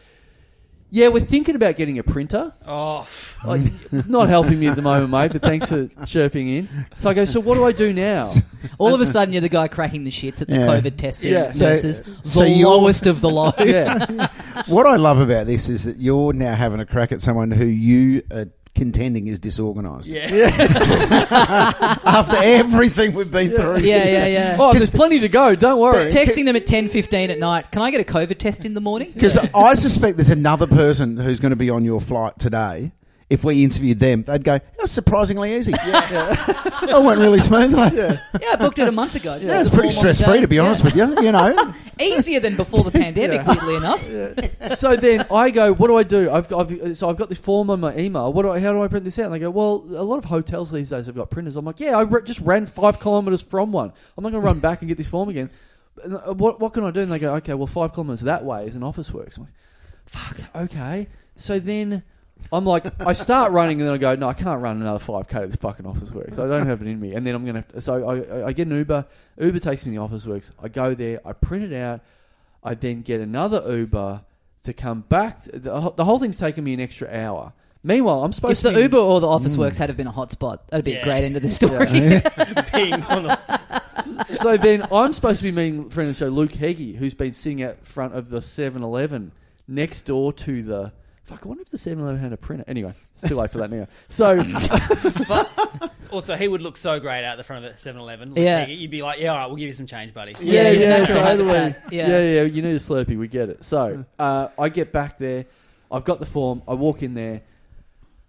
Speaker 2: yeah, we're thinking about getting a printer.
Speaker 3: Oh,
Speaker 2: Like, it's not helping me at the moment, mate, but thanks for chirping in. So I go, so what do I do now?
Speaker 5: All of a sudden, you're the guy cracking the shits at the
Speaker 4: Yeah.
Speaker 5: COVID testing
Speaker 2: Yeah.
Speaker 4: So-
Speaker 5: nurses. The
Speaker 4: so you're-
Speaker 5: lowest of the low.
Speaker 2: Yeah.
Speaker 4: What I love about this is that you're now having a crack at someone who you are contending is disorganised.
Speaker 3: yeah.
Speaker 4: After everything we've been through.
Speaker 5: Yeah, yeah, yeah.
Speaker 2: Oh, there's plenty to go, don't worry.
Speaker 5: Texting them at ten fifteen at night. Can I get a COVID test in the morning?
Speaker 4: Because I suspect there's another person who's going to be on your flight today. If we interviewed them, they'd go, that was surprisingly easy. I went really smoothly. Yeah,
Speaker 5: Yeah, I booked it a month ago. Just
Speaker 4: yeah it's
Speaker 5: the
Speaker 4: pretty
Speaker 5: form on the
Speaker 4: stress free,
Speaker 5: day.
Speaker 4: to be honest with you. You know,
Speaker 5: Easier than before the pandemic, weirdly enough.
Speaker 2: so then I go, what do I do? I've got, I've, so I've got this form on my email. What do I, how do I print this out? And they go, well, a lot of hotels these days have got printers. I'm like, yeah, I re- just ran five kilometres from one. I'm not going to run back and get this form again. And, uh, What, what can I do? And they go, okay, well, five kilometres that way is an office works. I'm like, fuck, okay. So then I'm like, I start running and then I go, no, I can't run another 5K to this fucking office works. I don't have it in me. And then I'm going to, so I, I- I get an Uber. Uber takes me to the office works. I go there, I print it out. I then get another Uber to come back. The, whole- the whole thing's taken me an extra hour. Meanwhile, I'm supposed
Speaker 5: If the
Speaker 2: to be
Speaker 5: Uber or the
Speaker 4: Mm.
Speaker 5: Office Works had have been a hotspot, that'd be
Speaker 3: Yeah.
Speaker 5: a great end of the story.
Speaker 3: Being on the
Speaker 2: so then I'm supposed to be meeting friend of the show Luke Heggie, who's been sitting out front of the 7-Eleven next door to the. Fuck, I wonder if the 7-Eleven had a printer. Anyway, it's too late for that now. So
Speaker 3: Also, he would look so great out the front of the 7 Eleven.
Speaker 5: Yeah.
Speaker 3: You'd be like, yeah, all right, we'll give you some change, buddy.
Speaker 5: Yeah, it's natural
Speaker 2: totally.
Speaker 5: habitat.
Speaker 2: Yeah.
Speaker 5: Yeah.
Speaker 2: yeah, You need a Slurpee. We get it. So uh, I get back there. I've got the form. I walk in there.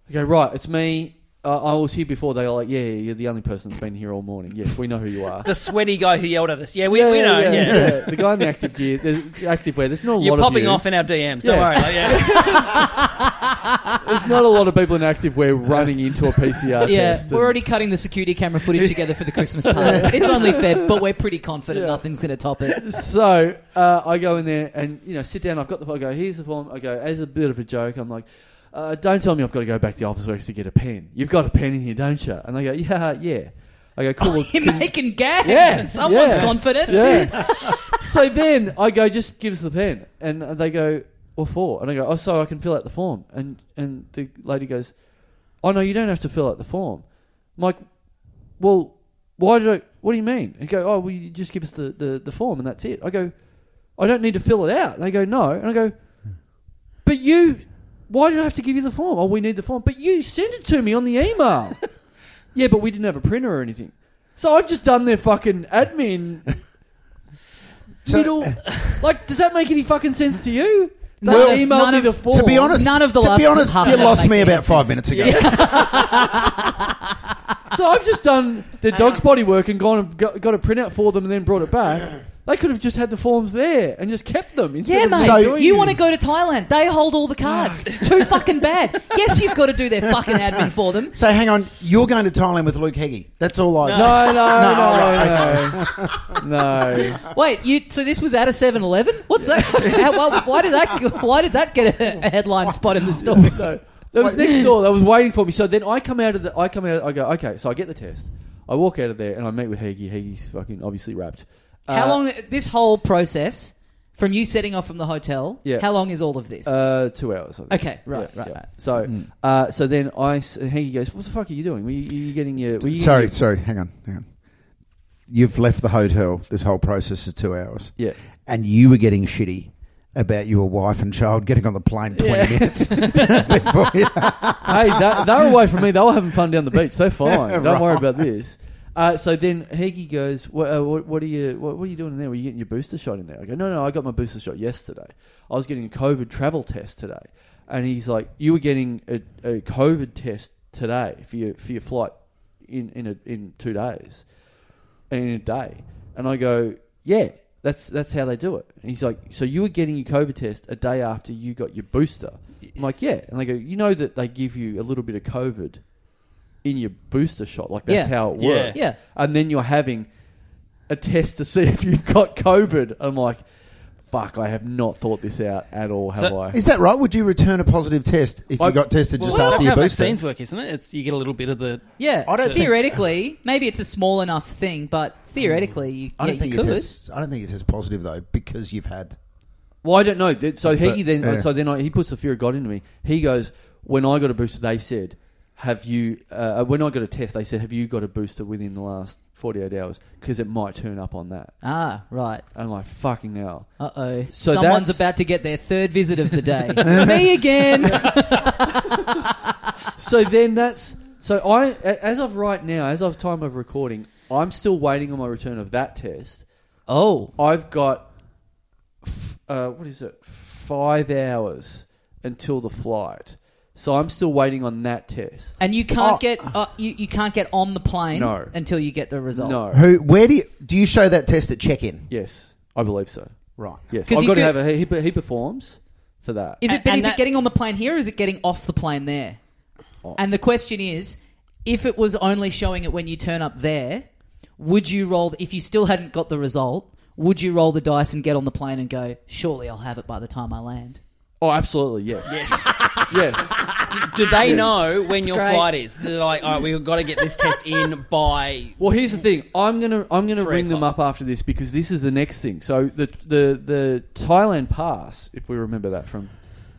Speaker 2: I go right. It's me. uh, I was here before. They were like, yeah, yeah, you're the only person that's been here all morning. Yes, we know who you are.
Speaker 3: The sweaty guy who yelled at us. Yeah, we, we know. Yeah,
Speaker 2: The guy in the active gear, the the active wear. There's not a
Speaker 3: You're
Speaker 2: lot
Speaker 3: popping
Speaker 2: of you.
Speaker 3: off in our DMs. Don't
Speaker 2: Yeah.
Speaker 3: worry. Like, yeah.
Speaker 2: There's not a lot of people in active wear running into a PCR
Speaker 1: Yeah,
Speaker 2: test.
Speaker 1: we're already cutting the security camera footage together for the Christmas party. It's only fair, but we're pretty confident
Speaker 2: Yeah.
Speaker 1: nothing's going to top it.
Speaker 2: so uh, I go in there and you know sit down. I've got the. I go here's the form. I go as a bit of a joke. I'm like, uh, don't tell me I've got to go back to the office works to get a pen. You've got a pen in here, don't you? And they go, yeah, yeah. I go, cool. well,
Speaker 1: You're
Speaker 2: can-
Speaker 1: making gags.
Speaker 2: Yeah,
Speaker 1: and Someone's
Speaker 2: yeah.
Speaker 1: confident.
Speaker 2: yeah. so then I go, just give us the pen, and they go, what for? And I go, oh, so I can fill out the form. And and the lady goes, oh no, you don't have to fill out the form. I'm like, well, why did I? What do you mean? And go, oh, well, you just give us the, the the form, and that's it. I go, I don't need to fill it out. And they go, no. And I go, but you, why did I have to give you the form? Oh, we need the form, but you sent it to me on the email. yeah, but we didn't have a printer or anything. So I've just done their fucking admin
Speaker 4: So-
Speaker 2: middle. like, does that make any fucking sense to you? They
Speaker 4: Well,
Speaker 2: emailed
Speaker 1: none
Speaker 2: me
Speaker 1: of-
Speaker 2: the
Speaker 1: to
Speaker 2: form.
Speaker 4: to be honest,
Speaker 1: None of the
Speaker 4: to
Speaker 1: last
Speaker 4: be honest,
Speaker 1: half
Speaker 4: you
Speaker 1: of that
Speaker 4: lost
Speaker 1: makes
Speaker 4: me
Speaker 1: any
Speaker 4: about five
Speaker 1: sense.
Speaker 4: minutes ago.
Speaker 2: so I've just done their dog's body work and gone and got, got a printout for them and then brought it back. They could have just had the forms there and just kept them instead
Speaker 1: Yeah,
Speaker 2: of
Speaker 1: mate.
Speaker 2: me
Speaker 4: So-
Speaker 2: doing
Speaker 1: you
Speaker 2: it.
Speaker 1: want to go to Thailand? They hold all the cards. Too fucking bad. Yes, you've got to do their fucking admin for them.
Speaker 4: So hang on, you're going to Thailand with Luke Heggie. That's all I
Speaker 2: No, no, no, no, no.
Speaker 1: Wait, you? So this was at a 7-Eleven? What's that? How, why, why did that? Why did that get a, a headline spot in the story?
Speaker 2: no. That was next door. That was waiting for me. So then I come out of the. I come out. I go. Okay. So I get the test. I walk out of there and I meet with Heggie. Heggie's fucking obviously wrapped.
Speaker 1: How
Speaker 2: Uh,
Speaker 1: long? This whole process from you setting off from the hotel.
Speaker 2: Yeah.
Speaker 1: How long is all of this?
Speaker 2: Uh, two hours. I think.
Speaker 1: okay, right,
Speaker 2: Yeah,
Speaker 1: right,
Speaker 2: yeah.
Speaker 1: right. Mm.
Speaker 2: So, uh, so then I s- and Hanky goes, "What the fuck are you doing? Were you, you getting your? Were you
Speaker 4: Sorry,
Speaker 2: getting
Speaker 4: sorry. Hang on, hang on. You've left the hotel. This whole process is two hours,
Speaker 2: your-" yeah."
Speaker 4: and you were getting shitty about your wife and child getting on the plane twenty minutes before you-
Speaker 2: hey, that, they were away from me. They were having fun down the beach. They're fine. Don't
Speaker 4: Right.
Speaker 2: worry about this. Uh, so then Heggie goes, what, uh, what, what are you? What, what are you doing in there? Were you getting your booster shot in there? I go, no, no, I got my booster shot yesterday. I was getting a COVID travel test today, and he's like, you were getting a, a COVID test today for your for your flight in in a, in two days, in a day. And I go, yeah, that's that's how they do it. And he's like, so you were getting your COVID test a day after you got your booster. I'm like, yeah. And they go, you know that they give you a little bit of COVID in your booster shot, like that's
Speaker 1: Yeah.
Speaker 2: how it
Speaker 3: Yeah.
Speaker 2: works.
Speaker 1: Yeah.
Speaker 2: And then you're having a test to see if you've got COVID. I'm like, fuck, I have not thought this out at all, have
Speaker 3: So-
Speaker 2: I?
Speaker 4: Is that right? Would you return a positive test if
Speaker 2: I-
Speaker 4: you got tested
Speaker 3: Well,
Speaker 4: just
Speaker 3: that's
Speaker 4: after
Speaker 3: how
Speaker 4: your
Speaker 2: eh?
Speaker 4: booster?
Speaker 3: vaccines work, isn't it? It's, you get a little bit of the.
Speaker 1: yeah.
Speaker 4: I don't think-
Speaker 1: theoretically, maybe it's a small enough thing, but theoretically, you,
Speaker 4: I
Speaker 1: yeah,
Speaker 4: don't think
Speaker 1: you
Speaker 4: it
Speaker 1: could.
Speaker 4: tests. I don't think it says positive though because you've had.
Speaker 2: Well, I don't know. Th- So he
Speaker 4: But,
Speaker 2: then,
Speaker 4: yeah.
Speaker 2: so then I, he puts the fear of God into me. He goes, when I got a booster, they said, have you? Uh, when I got a test, they said, have you got a booster within the last forty eight hours? Because it might turn up on that.
Speaker 1: Ah, right.
Speaker 2: And I'm like, fucking hell.
Speaker 1: Uh oh.
Speaker 2: So
Speaker 1: Someone's
Speaker 2: that's-
Speaker 1: about to get their third visit of the day. Me again.
Speaker 2: so then that's so I a- as of right now, as of time of recording, I'm still waiting on my return of that test.
Speaker 1: Oh,
Speaker 2: I've got f- uh, what is it? Five hours until the flight, so I'm still waiting on that test.
Speaker 1: and you can't
Speaker 4: Oh.
Speaker 1: get uh, you, you can't get on the plane
Speaker 2: No.
Speaker 1: until you get the result.
Speaker 2: No,
Speaker 4: Who? Where do you do you show that test at check-in?
Speaker 2: yes, I believe so.
Speaker 4: Right.
Speaker 2: Yes,
Speaker 1: 'Cause
Speaker 2: I've
Speaker 1: you
Speaker 2: got to
Speaker 1: could-
Speaker 2: have a he, he performs for that.
Speaker 1: Is it?
Speaker 3: And-
Speaker 1: but
Speaker 3: and
Speaker 1: is
Speaker 3: that-
Speaker 1: it getting on the plane here? or Is it getting off the plane there? And the question is, if it was only showing it when you turn up there, would you roll? If you still hadn't got the result, would you roll the dice and get on the plane and go? Surely I'll have it by the time I land.
Speaker 2: oh, absolutely, yes,
Speaker 3: Yes.
Speaker 2: yes.
Speaker 3: Do they know when your
Speaker 1: great.
Speaker 3: flight is? They're like, all right, we've got to get this test in by.
Speaker 2: Well, here's the thing. I'm gonna I'm gonna
Speaker 3: Three
Speaker 2: ring them
Speaker 3: o'clock.
Speaker 2: up after this because this is the next thing. So the the the Thailand pass, if we remember that from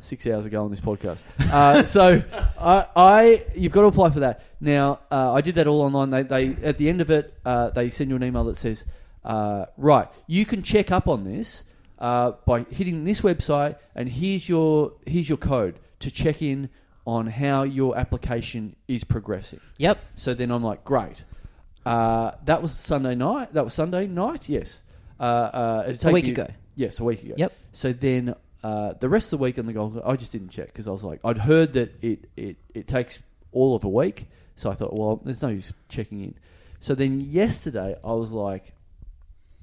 Speaker 2: six hours ago on this podcast. Uh, so I, I you've got to apply for that now. Uh, I did that all online. They, they at the end of it, uh, they send you an email that says, uh, "Right, you can check up on this uh, by hitting this website, and here's your here's your code to check in on how your application is progressing."
Speaker 1: Yep.
Speaker 2: So then I'm like, great. Uh, that was Sunday night. That was Sunday night. Yes. Uh, uh, it'd take
Speaker 1: week
Speaker 2: you-
Speaker 1: ago.
Speaker 2: Yes, a week ago.
Speaker 1: Yep.
Speaker 2: So then uh, the rest of the week on the Gold, Coast, I just didn't check because I was like, I'd heard that it, it, it takes all of a week So I thought, well, there's no use checking in. So then yesterday, I was like,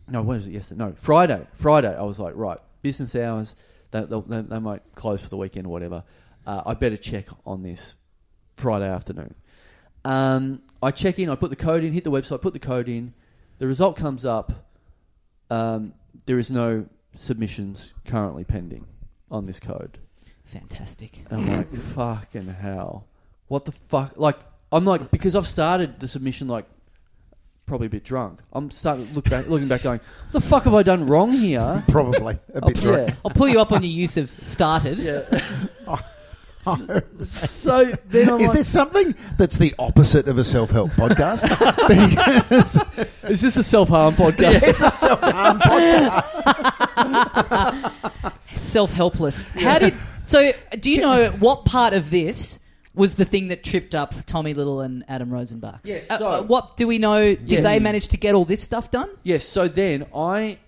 Speaker 2: no, when was it yesterday? No, Friday. Friday, I was like, right, business hours, they, they, they- they might close for the weekend or whatever. Uh, I better check on this Friday afternoon. Um, I check in, I put the code in, hit the website, put the code in. The result comes up. Um, there is no submissions currently pending on this code.
Speaker 1: Fantastic.
Speaker 2: And I'm like, fucking hell. What the fuck? Like, I'm like, because I've started the submission, like, probably a bit drunk. I'm starting to look back, looking back, going, what the fuck have I done wrong here?
Speaker 4: Probably a bit
Speaker 2: yeah.
Speaker 4: dry.
Speaker 1: I'll pull you up on your use of started.
Speaker 2: So then I'm
Speaker 4: Is
Speaker 2: like,
Speaker 4: there something that's the opposite of a self-help podcast? Because
Speaker 2: is this a self harm podcast?
Speaker 4: it's a self-harm podcast.
Speaker 1: Self helpless. How did. So, do you know what part of this was the thing that tripped up Tommy Little and Adam Rosenbach?
Speaker 2: Yes,
Speaker 1: Uh,
Speaker 2: so-
Speaker 1: uh, what do we know? Did
Speaker 2: Yes.
Speaker 1: they manage to get all this stuff done?
Speaker 2: Yes. So then I,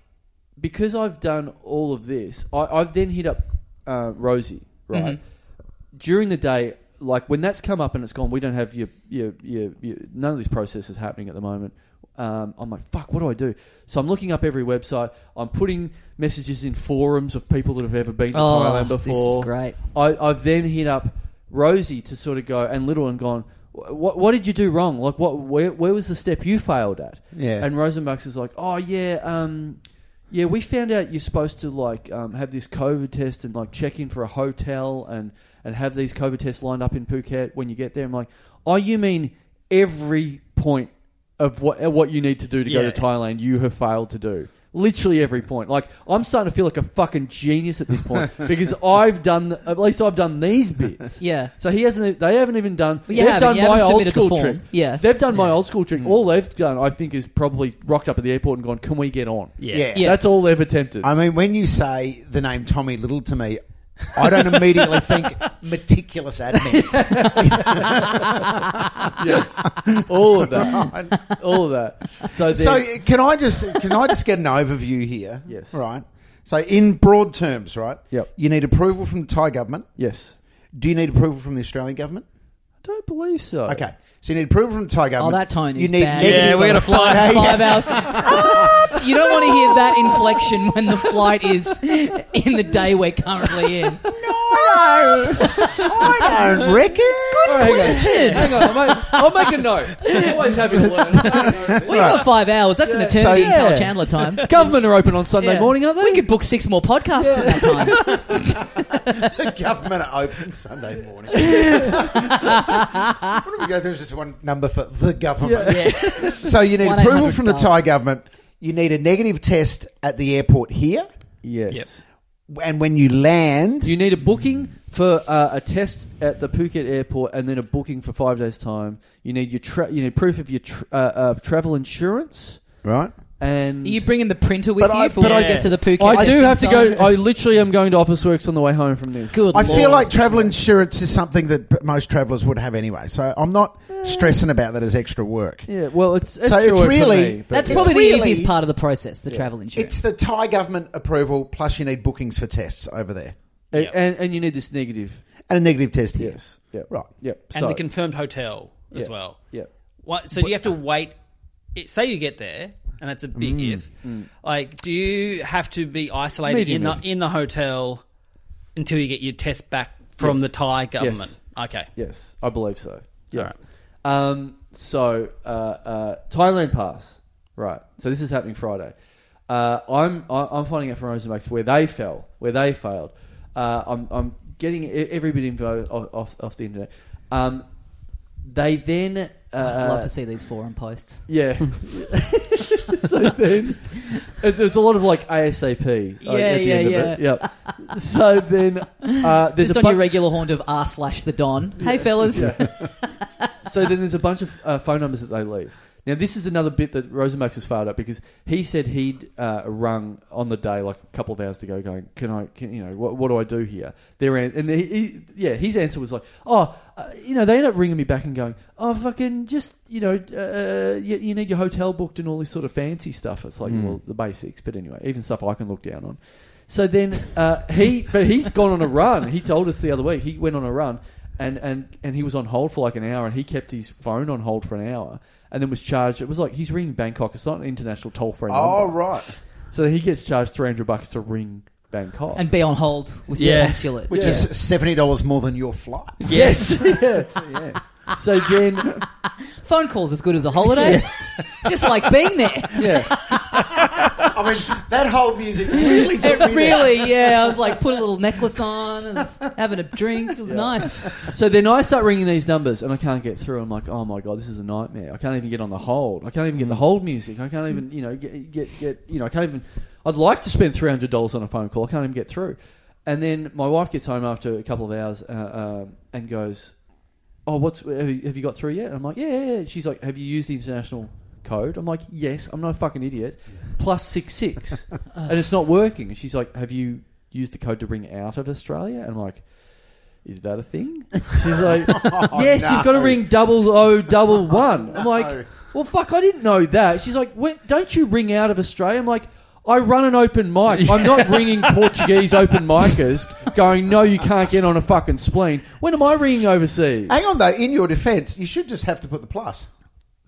Speaker 2: because I've done all of this, I, I've then hit up uh, Rosie right
Speaker 1: Mm-hmm.
Speaker 2: during the day. Like when that's come up and it's gone, we don't have your your your, your none of this process is happening at the moment. Um, I'm like, fuck, what do I do? So I'm looking up every website. I'm putting messages in forums of people that have ever been to
Speaker 1: Oh,
Speaker 2: Thailand
Speaker 1: this is
Speaker 2: before.
Speaker 1: great.
Speaker 2: I, I've then hit up Rosie to sort of go and Little and gone. What, what did you do wrong? Like, what? Where, where was the step you failed at?
Speaker 4: Yeah.
Speaker 2: And Rosenbach's is like, oh yeah, um, yeah. We found out you're supposed to like um, have this COVID test and like check in for a hotel and and have these COVID tests lined up in Phuket when you get there. I'm like, oh, you mean every point of what what you need to do to go
Speaker 3: Yeah.
Speaker 2: to Thailand, you have failed to do. Literally every point. Like I'm starting to feel like a fucking genius at this point because I've done at least I've done these bits.
Speaker 1: Yeah.
Speaker 2: So he hasn't. They haven't even done.
Speaker 1: Well, you
Speaker 2: they've
Speaker 1: haven't.
Speaker 2: done
Speaker 1: You
Speaker 2: my
Speaker 1: haven't
Speaker 2: old
Speaker 1: submitted the
Speaker 2: school
Speaker 1: form.
Speaker 2: trick.
Speaker 1: Yeah. Mm.
Speaker 2: They've done my old school trick. All they've done, I think, is probably rocked up at the airport and gone, "Can we get on?"
Speaker 3: Yeah.
Speaker 4: Yeah.
Speaker 1: Yeah.
Speaker 2: That's all they've attempted.
Speaker 4: I mean, when you say the name Tommy Little to me, I don't immediately think meticulous admin.
Speaker 2: yes. all of that. All of that. So, then,
Speaker 4: so can I just can I just get an overview here?
Speaker 2: Yes.
Speaker 4: Right. So in broad terms, right?
Speaker 2: Yep.
Speaker 4: You need approval from the Thai government.
Speaker 2: yes.
Speaker 4: Do you need approval from the Australian government?
Speaker 2: I don't believe so.
Speaker 4: Okay. So you need approval from the Thai government.
Speaker 1: Oh, that tone
Speaker 4: you
Speaker 1: is
Speaker 4: need
Speaker 1: bad.
Speaker 4: negative-
Speaker 3: Yeah, we're gonna fly.
Speaker 4: Yeah, yeah.
Speaker 1: Five hours. Ah, you don't want to hear that inflection when the flight is in the day we're currently in.
Speaker 4: I don't reckon.
Speaker 2: Oh, hang on. Hang on. I'll make, I'll make a note. I'm always happy to learn. I don't know.
Speaker 1: We've got five hours. That's an
Speaker 2: Yeah.
Speaker 1: eternity
Speaker 4: So-
Speaker 1: in Howard
Speaker 2: Yeah.
Speaker 1: Chandler time.
Speaker 2: Government are open on Sunday
Speaker 1: Yeah.
Speaker 2: morning, aren't they?
Speaker 1: We could book six more podcasts at that time.
Speaker 4: the government are open Sunday morning. what do we go? There's just one number for the government. So you need approval from the
Speaker 1: 1-800-GOV.
Speaker 4: Thai government. You need a negative test at the airport here,
Speaker 2: Yes.
Speaker 4: and when you land,
Speaker 2: Do you need a booking for uh, a test at the Phuket airport, and then a booking for five days' time? You need your tra- you need proof of your tr uh, uh, travel insurance,
Speaker 4: right?
Speaker 2: and
Speaker 1: Are you bringing the printer with
Speaker 4: But
Speaker 1: you
Speaker 4: I-
Speaker 1: for
Speaker 4: but
Speaker 1: when you
Speaker 3: I-
Speaker 1: get to the Phuket?
Speaker 2: I do
Speaker 1: testing
Speaker 2: have to go.
Speaker 1: site?
Speaker 2: I literally am going to Officeworks on the way home from this.
Speaker 1: Good
Speaker 4: I feel
Speaker 1: Lord.
Speaker 4: like travel insurance is something that p- most travellers would have anyway, so I'm not stressing about that as extra work.
Speaker 2: Yeah. Well, it's, it's
Speaker 4: So it's
Speaker 2: true for
Speaker 4: really-
Speaker 2: me, but-
Speaker 1: that's
Speaker 4: It's
Speaker 1: probably the
Speaker 4: really-
Speaker 1: easiest part of the process, the travel insurance.
Speaker 4: It's the Thai government approval, plus you need bookings for tests over there,
Speaker 2: and, and and you need this negative.
Speaker 4: and a negative test here.
Speaker 2: Yes. Yep.
Speaker 4: Right.
Speaker 2: Yep.
Speaker 3: And
Speaker 2: so,
Speaker 3: the confirmed hotel as
Speaker 2: Yeah.
Speaker 3: well.
Speaker 2: Yep.
Speaker 3: What, so do you have to wait? It, say you get there, and that's a big if. Like, do you have to be isolated in
Speaker 2: Medium
Speaker 3: the,
Speaker 2: if.
Speaker 3: in the hotel until you get your test back from
Speaker 2: Yes.
Speaker 3: the Thai government? Okay.
Speaker 2: Yes, I believe so. Yeah.
Speaker 3: Alright.
Speaker 2: Um, so uh, uh, Thailand pass, right? So this is happening Friday. Uh, I'm I- I'm finding out from Rosenbach's where they fell, where they failed. Uh, I'm I'm getting e- every bit info off off, off the internet. Um, they then uh,
Speaker 1: I'd love to see these forum posts.
Speaker 2: yeah. so then, it- there's a lot of like ASAP. like,
Speaker 1: Yeah,
Speaker 2: at the
Speaker 1: yeah,
Speaker 2: end Of it. Yep. So then, uh, there's
Speaker 1: Just
Speaker 2: a
Speaker 1: on
Speaker 2: bu-
Speaker 1: your regular haunt of r slash the don. Hey fellas,
Speaker 2: so then there's a bunch of uh, phone numbers that they leave. Now this is another bit that Rosenmax has fired up because he said he'd uh, rung on the day like a couple of hours to go, going, "Can I? Can you know what? What do I do here?" Their an- and he, he, yeah, his answer was like, "Oh, uh, you know, they end up ringing me back and going, oh fucking just you know, uh, you, you need your hotel booked and all this sort of fancy stuff." It's like well the basics, but anyway, even stuff I can look down on. So then uh, he, but he's gone on a run. He told us the other week he went on a run and and and he was on hold for like an hour, and he kept his phone on hold for an hour, and then was charged. It was like he's ringing Bangkok. It's not an international toll free.
Speaker 4: Oh,
Speaker 2: number.
Speaker 4: right.
Speaker 2: So he gets charged three hundred bucks to ring Bangkok.
Speaker 1: and be on hold with
Speaker 3: Yeah.
Speaker 1: the consulate.
Speaker 4: Which
Speaker 2: Yeah.
Speaker 4: is $70 more than your flight.
Speaker 3: Yes.
Speaker 2: so then,
Speaker 1: Phone calls as good as a holiday. It's just like being there.
Speaker 2: yeah,
Speaker 4: I mean, that whole music really took me
Speaker 1: It
Speaker 4: there.
Speaker 1: really, yeah. I was like, put a little necklace on and s- having a drink. It was nice.
Speaker 2: so then I start ringing these numbers, and I can't get through. I'm like, oh my god, this is a nightmare. I can't even get on the hold. I can't even get the hold music. I can't even, you know, get get, get you know, I can't even. I'd like to spend three hundred dollars on a phone call. I can't even get through. And then my wife gets home after a couple of hours uh, um, and goes, oh, what's have you, have you got through yet? And I'm like, yeah, yeah, yeah. And She's like, have you used the international code? I'm like, yes. I'm not a fucking idiot. Plus six six, and it's not working. And she's like, have you used the code to ring out of Australia? And I'm like. Is that a thing? She's like, yes,
Speaker 4: Oh, no.
Speaker 2: you've got to ring double o double one. I'm
Speaker 4: No.
Speaker 2: like, well, fuck, I didn't know that. She's like, when, don't you ring out of Australia? I'm like, I run an open mic. I'm not ringing Portuguese open micers going, no, you can't get on a fucking spleen. When am I ringing overseas?
Speaker 4: Hang on, though, in your defense, you should just have to put the plus.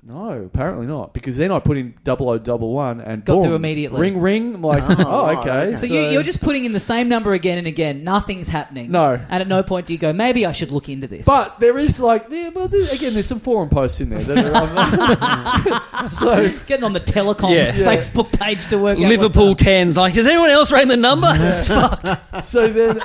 Speaker 2: No, apparently not. Because then I put in 0011
Speaker 1: Got
Speaker 2: and boom,
Speaker 1: through immediately.
Speaker 2: Ring, ring. I'm like, oh,
Speaker 4: right,
Speaker 2: okay.
Speaker 4: okay.
Speaker 1: So, you, you're just putting in the same number again and again. Nothing's happening.
Speaker 2: No.
Speaker 1: And at no point do you go, maybe I should look into this.
Speaker 2: But there is like, yeah, well, there, again, there's some forum posts in there that are. so
Speaker 1: Getting on the telecom
Speaker 3: Yeah. Yeah.
Speaker 1: Facebook page to work out what's
Speaker 3: Liverpool
Speaker 1: up.
Speaker 3: tens. Like, does anyone else rang the number? It's fucked.
Speaker 2: so then,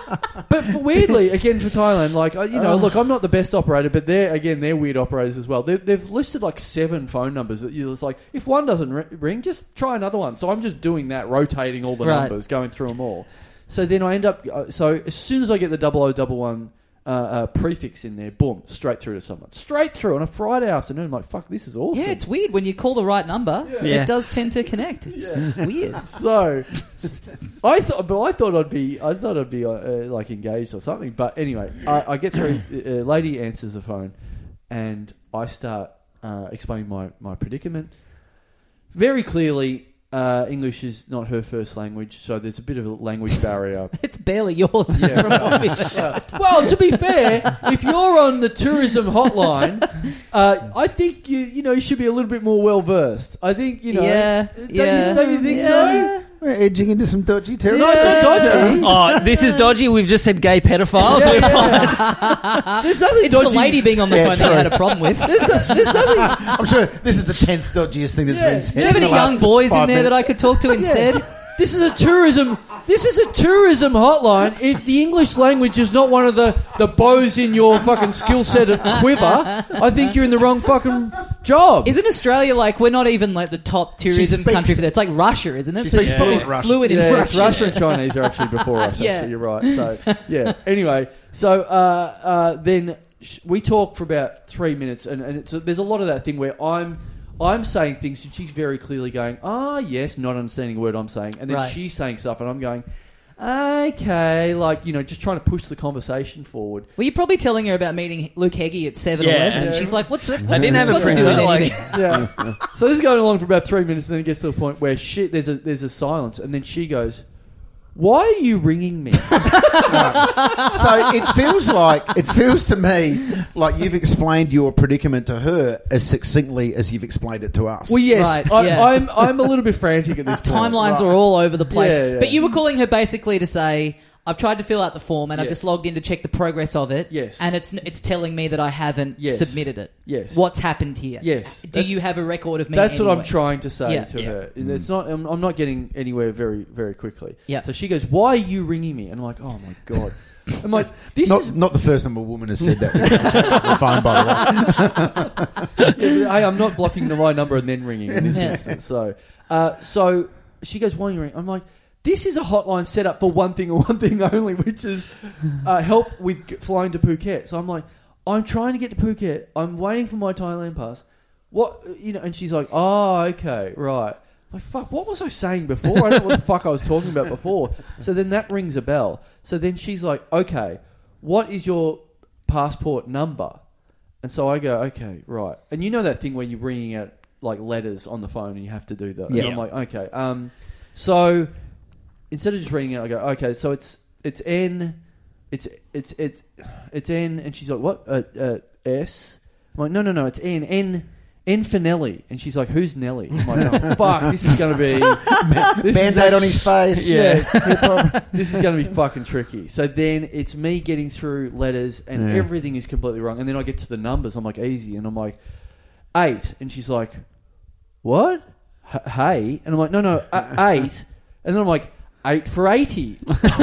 Speaker 2: but for weirdly, again for Thailand, like I- you know, look, I'm not the best operator, but they're again they're weird operators as well. They've, they've listed like seven phone numbers that you it's like if one doesn't ri- ring, just try another one. So I'm just doing that, rotating all the
Speaker 1: Right.
Speaker 2: numbers, going through them all. So then I end up. uh, So as soon as I get the 0011 uh, uh, prefix in there, boom, straight through to someone, straight through on a Friday afternoon. I'm like, fuck, this is awesome.
Speaker 1: Yeah, it's weird when you call the right number.
Speaker 3: Yeah.
Speaker 1: It does tend to connect. It's weird.
Speaker 2: So, I thought, but I thought I'd be, I thought I'd be uh, uh, like engaged or something. But anyway, I, I get through. Uh, lady answers the phone, and I start uh, explaining my my predicament. Very clearly, uh, English is not her first language, so there's a bit of a language barrier.
Speaker 1: It's barely yours. From what we
Speaker 2: well, to be fair, if you're on the tourism hotline, uh, I think you you know you should be a little bit more well versed. I think you know.
Speaker 1: Yeah,
Speaker 2: don't,
Speaker 1: yeah.
Speaker 2: You, don't you think so?
Speaker 1: Yeah.
Speaker 4: We're edging into some dodgy territory.
Speaker 2: No, it's not dodgy.
Speaker 3: Oh, this is dodgy. We've just said gay pedophiles.
Speaker 2: There's nothing
Speaker 1: It's
Speaker 2: dodgy.
Speaker 1: the lady being on the
Speaker 4: Yeah,
Speaker 1: phone that I
Speaker 4: true.
Speaker 1: had a problem with.
Speaker 2: There's, no- there's nothing.
Speaker 4: I'm sure this is the tenth dodgiest thing that's
Speaker 2: Yeah.
Speaker 4: been
Speaker 2: Do
Speaker 4: said.
Speaker 1: Do
Speaker 2: you
Speaker 1: you have
Speaker 4: in
Speaker 1: any
Speaker 4: the last
Speaker 1: young boys in
Speaker 4: five
Speaker 1: there that I
Speaker 4: minutes.
Speaker 1: could talk to instead?
Speaker 2: This is a tourism. This is a tourism hotline. If the English language is not one of the the bows in your fucking skill set of quiver, I think you're in the wrong fucking job.
Speaker 1: Isn't Australia like we're not even like the top tourism
Speaker 4: speaks-
Speaker 1: country for that? It's like Russia, isn't it?
Speaker 4: She
Speaker 1: so it's
Speaker 4: speaks
Speaker 1: probably
Speaker 4: fluent Russian.
Speaker 1: fluid in
Speaker 2: yeah, it's
Speaker 1: Russian.
Speaker 2: Russia and Chinese are actually before us.
Speaker 1: Yeah.
Speaker 2: Actually, you're right. So yeah. Anyway, so uh, uh, then sh- we talk for about three minutes, and, and it's, there's a lot of that thing where I'm. I'm saying things, and she's very clearly going, "Ah, yes," not understanding a word I'm saying, and then
Speaker 1: Right.
Speaker 2: she's saying stuff, and I'm going, "Okay," like you know, just trying to push the conversation forward.
Speaker 1: Well, you're probably telling her about meeting Luke Heggie at 7 Eleven, and
Speaker 3: Yeah.
Speaker 1: she's like, What's that?
Speaker 3: I didn't
Speaker 1: It's
Speaker 3: have a
Speaker 1: got to do
Speaker 3: printer.
Speaker 1: with
Speaker 3: like-
Speaker 1: anything.
Speaker 2: Yeah. so this is going along for about three minutes, and then it gets to the point where shit, there's a there's a silence, and then she goes, "Why are you ringing me?"
Speaker 4: So it feels like it feels to me like you've explained your predicament to her as succinctly as you've explained it to us.
Speaker 2: Well, yes,
Speaker 1: Right,
Speaker 2: I,
Speaker 1: yeah.
Speaker 2: I'm. I'm a little bit frantic at this point.
Speaker 1: Timelines are all over the place.
Speaker 2: Yeah, yeah.
Speaker 1: But you were calling her basically to say, I've tried to fill out the form and I've
Speaker 2: Yes.
Speaker 1: just logged in to check the progress of it.
Speaker 2: Yes.
Speaker 1: And it's it's telling me that I haven't
Speaker 2: Yes.
Speaker 1: submitted it.
Speaker 2: Yes.
Speaker 1: What's happened here?
Speaker 2: Yes.
Speaker 1: Do
Speaker 2: That's-
Speaker 1: you have a record of me?
Speaker 2: That's what I'm
Speaker 1: anyway?
Speaker 2: trying to say
Speaker 1: Yeah.
Speaker 2: to
Speaker 1: Yeah.
Speaker 2: her. It's not. I'm, I'm not getting anywhere very, very quickly.
Speaker 1: Yeah.
Speaker 2: So she goes, "Why are you ringing me?" And I'm like, "Oh my god." I'm like, "This
Speaker 4: not,
Speaker 2: is."
Speaker 4: not the first time a woman has said that. the phone, by the way.
Speaker 2: hey, I'm not blocking the right number and then ringing in this
Speaker 1: Yeah.
Speaker 2: instance. So, uh, so she goes, "Why are you ringing?" I'm like. This is a hotline set up for one thing and one thing only, which is uh, help with g- flying to Phuket. So I'm like, I'm trying to get to Phuket. I'm waiting for my Thailand pass. What you know? And she's like, "Oh, okay, right." I'm like, fuck, what was I saying before? I don't know what the fuck I was talking about before. So then that rings a bell. So then she's like, "Okay, what is your passport number?" And so I go, "Okay, right." And you know that thing where you're ringing out like letters on the phone and you have to do that.
Speaker 3: Yeah.
Speaker 2: And I'm like, "Okay." Um, so instead of just reading it, I go, "Okay, so it's it's N it's it's it's it's N, and she's like, what? Uh, uh, S? I'm like, no, no, no, it's N, N. N for Nelly, and she's like, "Who's Nelly?" I'm like, oh, "Fuck, this is gonna be this is
Speaker 4: Band-aid
Speaker 2: a-
Speaker 4: on his face.
Speaker 2: Yeah.
Speaker 4: Hip-hop.
Speaker 2: this is going to be fucking tricky. So then it's me getting through letters and
Speaker 4: Yeah.
Speaker 2: everything is completely wrong. And then I get to the numbers. I'm like, easy. And I'm like, eight. And she's like, what? H- hey. And I'm like, no, no, uh, eight. And then I'm like, eight for 80.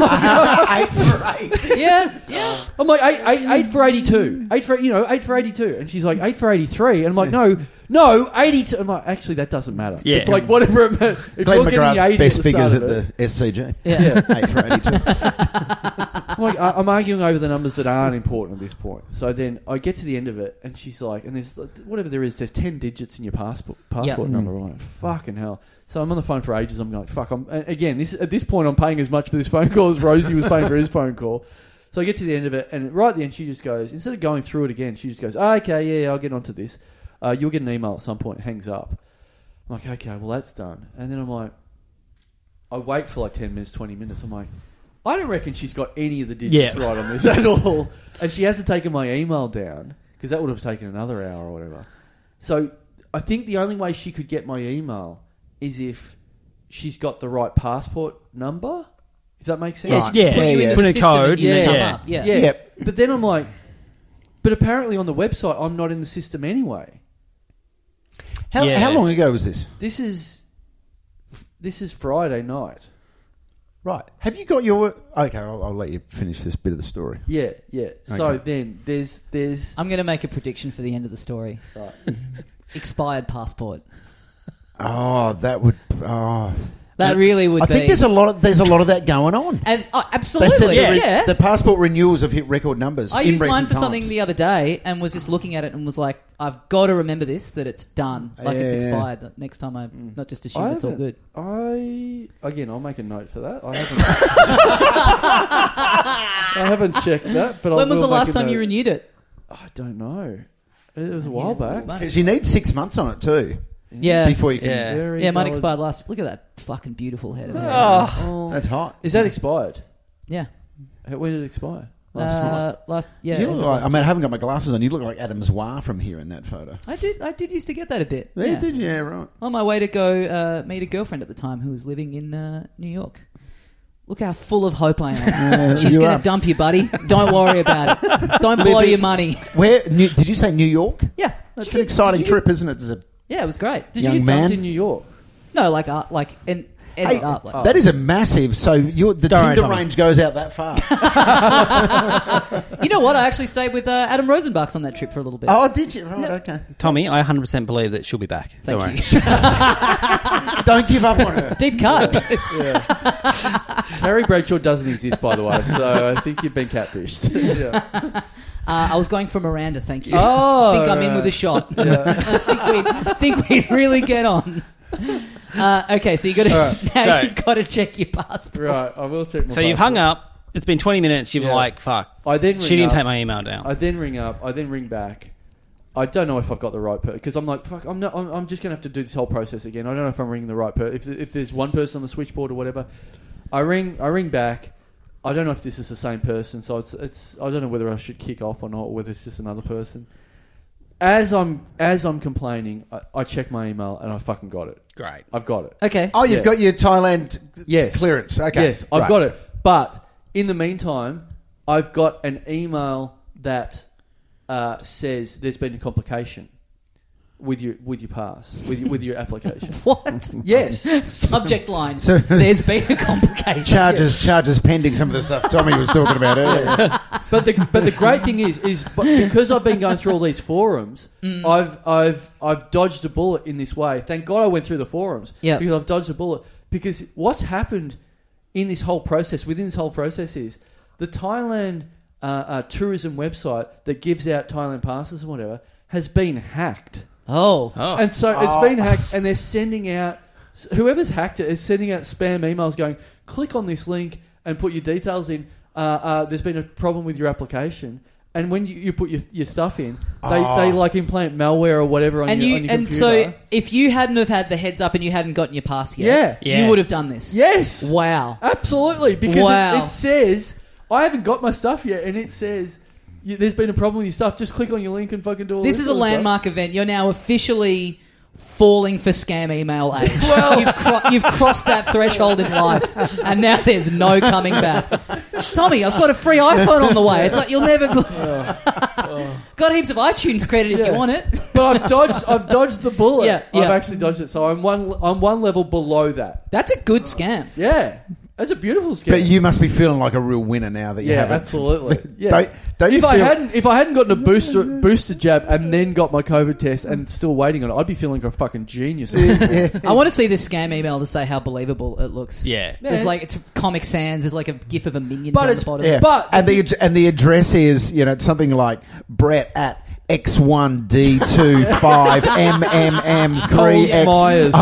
Speaker 4: eight for eight.
Speaker 1: Yeah, yeah.
Speaker 2: I'm like, eight, eight, eight for 82. Eight for, you know, eight for 82. And she's like, eight for 83. And I'm like, no, no, 82. I'm like, actually, that doesn't matter.
Speaker 3: Yeah.
Speaker 2: It's like, whatever it matters. If
Speaker 4: Glenn
Speaker 2: you're getting 80
Speaker 4: McGrath's
Speaker 2: at
Speaker 4: best
Speaker 2: the
Speaker 4: figures
Speaker 2: start
Speaker 4: at
Speaker 2: of it-
Speaker 4: the SCG.
Speaker 1: Yeah.
Speaker 2: Yeah.
Speaker 4: Eight for 82.
Speaker 2: I'm like, I- I'm arguing over the numbers that aren't important at this point. So then I get to the end of it, and she's like, and there's whatever there is, there's ten digits in your passport passport
Speaker 4: Yep.
Speaker 2: number. I'm like, fucking hell. So I'm on the phone for ages. I'm like, fuck. I'm and again. This at this point, I'm paying as much for this phone call as Rosie was paying for his phone call. So I get to the end of it, and right at the end, she just goes, instead of going through it again, she just goes, oh, okay, yeah, yeah, I'll get onto this. Uh, you'll get an email at some point. Hangs up. I'm like, okay, well that's done. And then I'm like, I wait for like ten minutes, twenty minutes. I'm like, I don't reckon she's got any of the digits
Speaker 3: Yeah.
Speaker 2: right on this at all, and she hasn't taken my email down because that would have taken another hour or whatever. So I think the only way she could get my email is if she's got the right passport number. If that makes sense,
Speaker 1: Yeah,
Speaker 4: Right.
Speaker 1: she just
Speaker 3: Yeah,
Speaker 1: put you in
Speaker 3: yeah.
Speaker 1: the
Speaker 3: Put in a
Speaker 1: system
Speaker 3: code,
Speaker 1: and you
Speaker 2: yeah.
Speaker 1: come
Speaker 3: Yeah.
Speaker 1: up. Yeah.
Speaker 2: yeah.
Speaker 4: Yep.
Speaker 2: But then I'm like, but apparently on the website I'm not in the system anyway.
Speaker 4: How,
Speaker 3: Yeah.
Speaker 4: how long ago was this?
Speaker 2: This is this is Friday night.
Speaker 4: Right. Have you got your. Okay, I'll, I'll let you finish this bit of the story.
Speaker 2: Yeah, yeah. So
Speaker 4: Okay.
Speaker 2: then there's there's
Speaker 1: I'm going to make a prediction for the end of the story.
Speaker 2: Right.
Speaker 1: Expired passport.
Speaker 4: Oh, that would. Oh.
Speaker 1: That really would
Speaker 4: I
Speaker 1: be.
Speaker 4: think there's a lot of there's a lot of that going on.
Speaker 1: As- oh,
Speaker 4: They said
Speaker 1: absolutely.
Speaker 4: the,
Speaker 1: Yeah.
Speaker 4: re- the passport renewals have hit record numbers.
Speaker 1: I
Speaker 4: in
Speaker 1: used mine
Speaker 4: recent
Speaker 1: for something
Speaker 4: times.
Speaker 1: the other day and was just looking at it and was like, I've got to remember this that it's done. Like it's
Speaker 4: Yeah, Mm. yeah.
Speaker 1: expired. Next time I not just assume
Speaker 2: I
Speaker 1: it's all
Speaker 2: haven't-
Speaker 1: good.
Speaker 2: I again, I'll make a note for that. I haven't. I haven't checked that. But I
Speaker 1: when was
Speaker 2: will
Speaker 1: the last
Speaker 2: make a
Speaker 1: time you
Speaker 2: note.
Speaker 1: renewed it?
Speaker 2: I don't know. It was a while back.
Speaker 1: Mate.
Speaker 4: 'Cause you need six months on it too
Speaker 1: Yeah.
Speaker 4: before you can.
Speaker 3: Yeah.
Speaker 2: Very
Speaker 1: yeah, mine
Speaker 2: valid-
Speaker 1: expired last. Look at that fucking beautiful head of hair.
Speaker 2: Oh.
Speaker 4: That's hot.
Speaker 2: Is that expired?
Speaker 1: yeah.
Speaker 2: When did it expire?
Speaker 1: Last, uh, last yeah.
Speaker 4: you
Speaker 1: end
Speaker 4: look
Speaker 1: of
Speaker 4: like,
Speaker 1: last-
Speaker 4: I mean, I haven't got my glasses on. You look like Adam Zwar from here in that photo.
Speaker 1: I did I did used to get that a bit.
Speaker 4: Yeah, did you? Yeah, right.
Speaker 1: On my way to go uh, meet a girlfriend at the time who was living in uh, New York. Look how full of hope I am.
Speaker 4: Yeah,
Speaker 1: She's
Speaker 4: you
Speaker 1: going
Speaker 4: are.
Speaker 1: to dump you, buddy. Don't worry about it. Don't blow
Speaker 4: Living-
Speaker 1: your money.
Speaker 4: Where new, did you say New York?
Speaker 1: Yeah.
Speaker 4: That's
Speaker 1: She
Speaker 4: an
Speaker 1: did-
Speaker 4: exciting
Speaker 1: did you-
Speaker 4: trip, isn't it? It's a-
Speaker 1: Yeah, it was great.
Speaker 2: Did
Speaker 4: Young
Speaker 2: you get
Speaker 4: man.
Speaker 2: dumped in New York?
Speaker 1: No, like uh, like and
Speaker 4: Hey,
Speaker 1: ended up like
Speaker 4: that is a massive. So your the
Speaker 3: Don't worry,
Speaker 4: Tinder
Speaker 3: Tommy.
Speaker 4: range goes out that far.
Speaker 1: you know what? I actually stayed with uh, Adam Rosenbach's on that trip for a little bit.
Speaker 4: oh, did you? Right, okay.
Speaker 3: Tommy, I 100% believe that she'll be back.
Speaker 1: Thank
Speaker 3: Don't worry.
Speaker 1: you.
Speaker 4: Don't give up on her.
Speaker 1: Deep cut. Uh,
Speaker 2: Harry Bradshaw doesn't exist, by the way. So I think you've been catfished. yeah.
Speaker 1: Uh, I was going for Miranda. Thank you.
Speaker 2: Oh,
Speaker 1: I think I'm in
Speaker 2: right.
Speaker 1: with a shot. I think we'd, think we'd really get on. Uh, okay, so you got to
Speaker 2: Alright,
Speaker 1: now
Speaker 3: so-
Speaker 1: you've got to check your passport.
Speaker 2: Right. I will check. My
Speaker 3: So you've hung
Speaker 2: passport.
Speaker 3: up. It's been 20 minutes. You've
Speaker 2: Yeah.
Speaker 3: been like, fuck.
Speaker 2: I then
Speaker 3: She
Speaker 2: ring
Speaker 3: didn't
Speaker 2: up.
Speaker 3: take my email down.
Speaker 2: I then ring up. I then ring back. I don't know if I've got the right person because I'm like, fuck, I'm not. I'm, I'm just gonna have to do this whole process again. I don't know if I'm ringing the right person. If, th- if there's one person on the switchboard or whatever, I ring. I ring back. I don't know if this is the same person, so it's. It's. I don't know whether I should kick off or not, or whether it's just another person. As I'm as I'm complaining, I, I check my email and I fucking got it.
Speaker 3: Great.
Speaker 2: I've got it.
Speaker 1: Okay.
Speaker 4: Oh, you've
Speaker 2: Yeah.
Speaker 4: got your Thailand
Speaker 2: Yes.
Speaker 4: clearance. Okay.
Speaker 2: Yes, I've
Speaker 4: Right.
Speaker 2: got it. But in the meantime, I've got an email that uh, says there's been a complication with your with your pass with your, with your application.
Speaker 1: What?
Speaker 2: yes.
Speaker 1: Subject line.
Speaker 4: So-
Speaker 1: There's been a complication.
Speaker 4: Charges, charges pending. Some of the stuff Tommy was talking about earlier.
Speaker 2: But the but the great thing is is b- because I've been going through all these forums, I've I've I've dodged a bullet in this way. Thank God I went through the forums.
Speaker 1: Yeah.
Speaker 2: Because I've dodged a bullet. Because what's happened in this whole process, within this whole process, is the Thailand uh, uh, tourism website that gives out Thailand passes and whatever has been hacked.
Speaker 1: Oh.
Speaker 3: Oh.
Speaker 2: And so it's
Speaker 4: Oh.
Speaker 2: been hacked, and they're sending out whoever's hacked it is sending out spam emails going, click on this link and put your details in. Uh, uh, there's been a problem with your application, and when you, you put your, your stuff in, they,
Speaker 4: Oh.
Speaker 2: they like implant malware or whatever on
Speaker 1: And
Speaker 2: your,
Speaker 1: you
Speaker 2: on your
Speaker 1: and
Speaker 2: computer.
Speaker 1: so if you hadn't have had the heads up and you hadn't gotten your pass yet,
Speaker 2: Yeah.
Speaker 1: you
Speaker 3: Yeah.
Speaker 1: would have done this.
Speaker 2: yes,
Speaker 1: Wow.
Speaker 2: absolutely, because it-
Speaker 1: Wow.
Speaker 2: it, says I haven't got my stuff yet, and it says "You- there's been a problem with your stuff. Just click on your link and fucking do all this.
Speaker 1: This is a
Speaker 2: sort of stuff."
Speaker 1: landmark event. You're now officially falling for scam email age. you've, cro- you've crossed that threshold in life, and now there's no coming back. Tommy, I've got a free iPhone on the way. It's like you'll never. got heaps of iTunes credit if
Speaker 2: Oh, Yeah.
Speaker 1: you want it.
Speaker 2: But I've dodged. I've dodged the bullet.
Speaker 1: Yeah,
Speaker 2: I've
Speaker 1: yeah.
Speaker 2: actually dodged it. So I'm one. I'm one level below that.
Speaker 1: That's a good scam.
Speaker 2: Yeah, that's a beautiful scam.
Speaker 4: But you must be feeling like a real winner now that you
Speaker 2: yeah,
Speaker 4: have it.
Speaker 2: absolutely. Yeah.
Speaker 4: Don't, don't
Speaker 2: if
Speaker 4: you
Speaker 2: I
Speaker 4: feel-
Speaker 2: hadn't, if I hadn't gotten a booster booster jab and then got my COVID test and still waiting on it, I'd be feeling like a fucking genius.
Speaker 1: I want to see this scam email to say how believable it looks.
Speaker 3: Yeah.
Speaker 1: It's like it's Comic Sans. There's like a gif of a minion
Speaker 2: But
Speaker 1: down
Speaker 2: it's-
Speaker 1: the bottom.
Speaker 4: Yeah.
Speaker 2: But-
Speaker 4: and the ad- and the address is you know it's something like Brett at x one d 25 mmm 3 x
Speaker 2: Myers.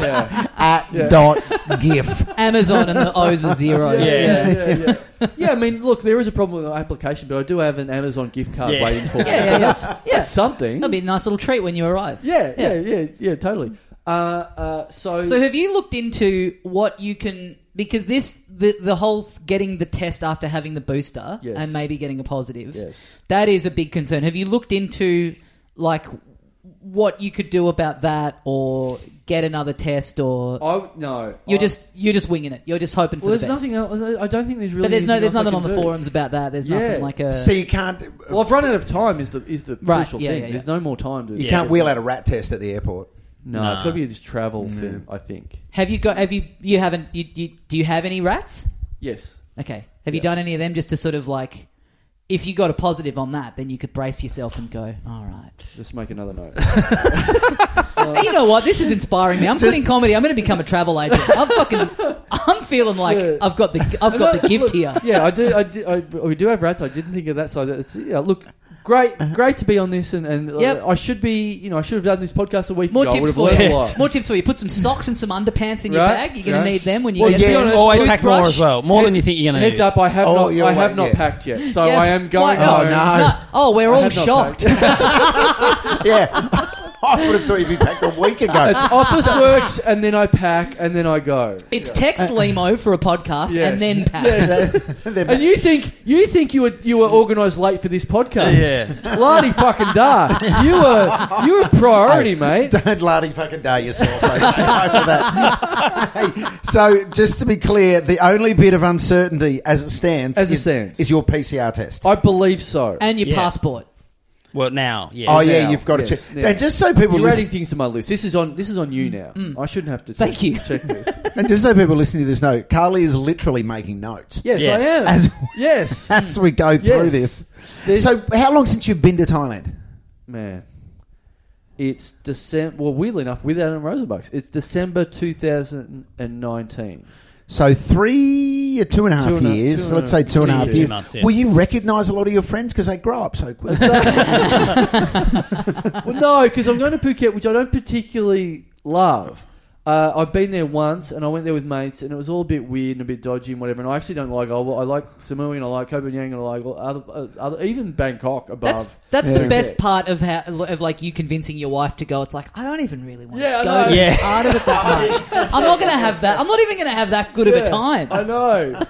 Speaker 2: Yeah.
Speaker 4: at
Speaker 2: Yeah.
Speaker 4: dot gif.
Speaker 1: Amazon and the O's are zero.
Speaker 2: Yeah,
Speaker 3: Yeah.
Speaker 2: yeah, yeah, yeah. Yeah, I mean, look, there is a problem with the application, but I do have an Amazon gift card
Speaker 3: Yeah.
Speaker 2: waiting for me.
Speaker 1: Yeah,
Speaker 2: so
Speaker 1: yeah,
Speaker 2: That's,
Speaker 1: yeah.
Speaker 2: that's something.
Speaker 1: That'll be a nice little treat when you arrive.
Speaker 2: yeah, yeah, yeah, yeah, totally. Uh, uh, so,
Speaker 1: So have you looked into what you can because this the the whole th- getting the test after having the booster
Speaker 2: Yes.
Speaker 1: and maybe getting a positive.
Speaker 2: yes.
Speaker 1: That is a big concern. Have you looked into like what you could do about that or get another test or
Speaker 2: I no.
Speaker 1: you're
Speaker 2: I-
Speaker 1: just you're just winging it. You're just hoping for
Speaker 2: well.
Speaker 1: the
Speaker 2: There's
Speaker 1: best.
Speaker 2: nothing else. I don't think there's really.
Speaker 1: but there's no
Speaker 2: anything
Speaker 1: there's
Speaker 2: else I
Speaker 1: nothing on
Speaker 2: can
Speaker 1: the
Speaker 2: do.
Speaker 1: forums about that. There's
Speaker 2: Yeah.
Speaker 1: nothing like a
Speaker 4: So you can't
Speaker 2: Well, I've run out of time. Is the is the
Speaker 1: Right,
Speaker 2: crucial
Speaker 1: yeah,
Speaker 2: thing?
Speaker 1: yeah, yeah.
Speaker 2: There's no more time to.
Speaker 4: you
Speaker 2: Yeah.
Speaker 4: can't wheel out a rat test at the airport.
Speaker 2: No,
Speaker 3: Nah.
Speaker 2: it's got to be this travel thing. I think.
Speaker 1: Have you got have you you haven't you, you do you have any rats?
Speaker 2: Yes.
Speaker 1: Okay. Have you done any of them just to sort of like if you got a positive on that, then you could brace yourself and go, all right.
Speaker 2: Just make another note.
Speaker 1: Hey, you know what? This is inspiring me. I'm
Speaker 4: Just-
Speaker 1: quitting comedy. I'm going to become a travel agent. I'm fucking. I'm feeling like
Speaker 2: Yeah.
Speaker 1: I've got the I've got the gift here.
Speaker 2: yeah, I do. I, do, I we do have rats. I didn't think of that side. It's, yeah, look, great, great to be on this, and, and uh,
Speaker 1: Yep.
Speaker 2: I should be. You know, I should have done this podcast a week
Speaker 1: More
Speaker 2: ago.
Speaker 1: tips
Speaker 2: I would
Speaker 1: for
Speaker 2: have
Speaker 1: you.
Speaker 2: learned a lot.
Speaker 1: More tips for you. Put some socks and some underpants in your
Speaker 2: Right,
Speaker 1: bag. You're going
Speaker 2: right.
Speaker 1: to need them when you
Speaker 2: Well,
Speaker 1: get
Speaker 2: yeah,
Speaker 1: there.
Speaker 2: honest,
Speaker 3: Always Oh, pack more
Speaker 1: toothbrush.
Speaker 3: as well. More than you think you're going to
Speaker 2: Heads
Speaker 3: use.
Speaker 2: up, I have
Speaker 4: Oh,
Speaker 2: not.
Speaker 4: you're
Speaker 2: I have
Speaker 4: right,
Speaker 2: not
Speaker 4: yeah.
Speaker 2: packed yet, so
Speaker 1: Yeah.
Speaker 2: I am going.
Speaker 1: Why-
Speaker 2: home.
Speaker 4: no.
Speaker 1: Oh, we're
Speaker 2: I
Speaker 1: all
Speaker 2: have not
Speaker 1: shocked.
Speaker 4: Yeah, I would have thought you'd be back a week ago.
Speaker 2: It's office works, and then I pack, and then I go.
Speaker 1: It's text limo for a podcast
Speaker 2: Yes.
Speaker 1: and then pack.
Speaker 4: They're-
Speaker 2: And you think you think you were you were organised late for this podcast?
Speaker 3: Yeah.
Speaker 2: Lardy fucking da. You were you were priority, mate.
Speaker 4: Don't lardy fucking day yourself. mate. Don't go for that. Hey, so, just to be clear, the only bit of uncertainty as it stands,
Speaker 2: As it
Speaker 4: is,
Speaker 2: stands.
Speaker 4: is your PCR test.
Speaker 2: I believe so.
Speaker 1: And your
Speaker 3: Yeah.
Speaker 1: passport.
Speaker 3: Well, now, yeah.
Speaker 4: oh yeah,
Speaker 2: now.
Speaker 4: you've got to
Speaker 2: Yes,
Speaker 4: check.
Speaker 2: now.
Speaker 4: And just so people
Speaker 2: You're adding
Speaker 4: listen,
Speaker 2: things to my list. This is on this is on you now. I shouldn't have to. Check,
Speaker 1: Thank you.
Speaker 2: Check this.
Speaker 4: and just so people listening to this know, Carly is literally making notes
Speaker 2: Yes,
Speaker 3: Yes.
Speaker 2: I am.
Speaker 4: As-
Speaker 2: yes,
Speaker 4: as we go through
Speaker 2: Yes.
Speaker 4: this.
Speaker 2: There's-
Speaker 4: So, how long since you've been to Thailand?
Speaker 2: man. It's December. Well, weirdly enough, with Adam Rosenbucks, it's December 2019.
Speaker 4: So three, uh, two and a half
Speaker 2: Two and a-
Speaker 4: years.
Speaker 2: two
Speaker 4: so
Speaker 2: and
Speaker 4: let's
Speaker 2: a-
Speaker 4: say two and a
Speaker 3: two
Speaker 4: half
Speaker 3: years,
Speaker 4: years.
Speaker 3: two months, yeah.
Speaker 4: Will you recognise a lot of your friends because they grow up so quick?
Speaker 2: well, no, because I'm going to Phuket, which I don't particularly love. Uh, I've been there once, and I went there with mates, and it was all a bit weird and a bit dodgy and whatever. And I actually don't like. Oh, well, I like Samui, and I like Copenhagen, and I like all other, uh, other even Bangkok above.
Speaker 1: That's that's
Speaker 4: Yeah.
Speaker 1: the best part of how of like you convincing your wife to go. It's like I don't even really want
Speaker 2: Yeah, I
Speaker 1: to go
Speaker 2: know.
Speaker 1: to
Speaker 3: Yeah.
Speaker 1: this part of it that much. I'm not going to have that. I'm not even going to have that good of
Speaker 2: Yeah,
Speaker 1: a time.
Speaker 2: I know.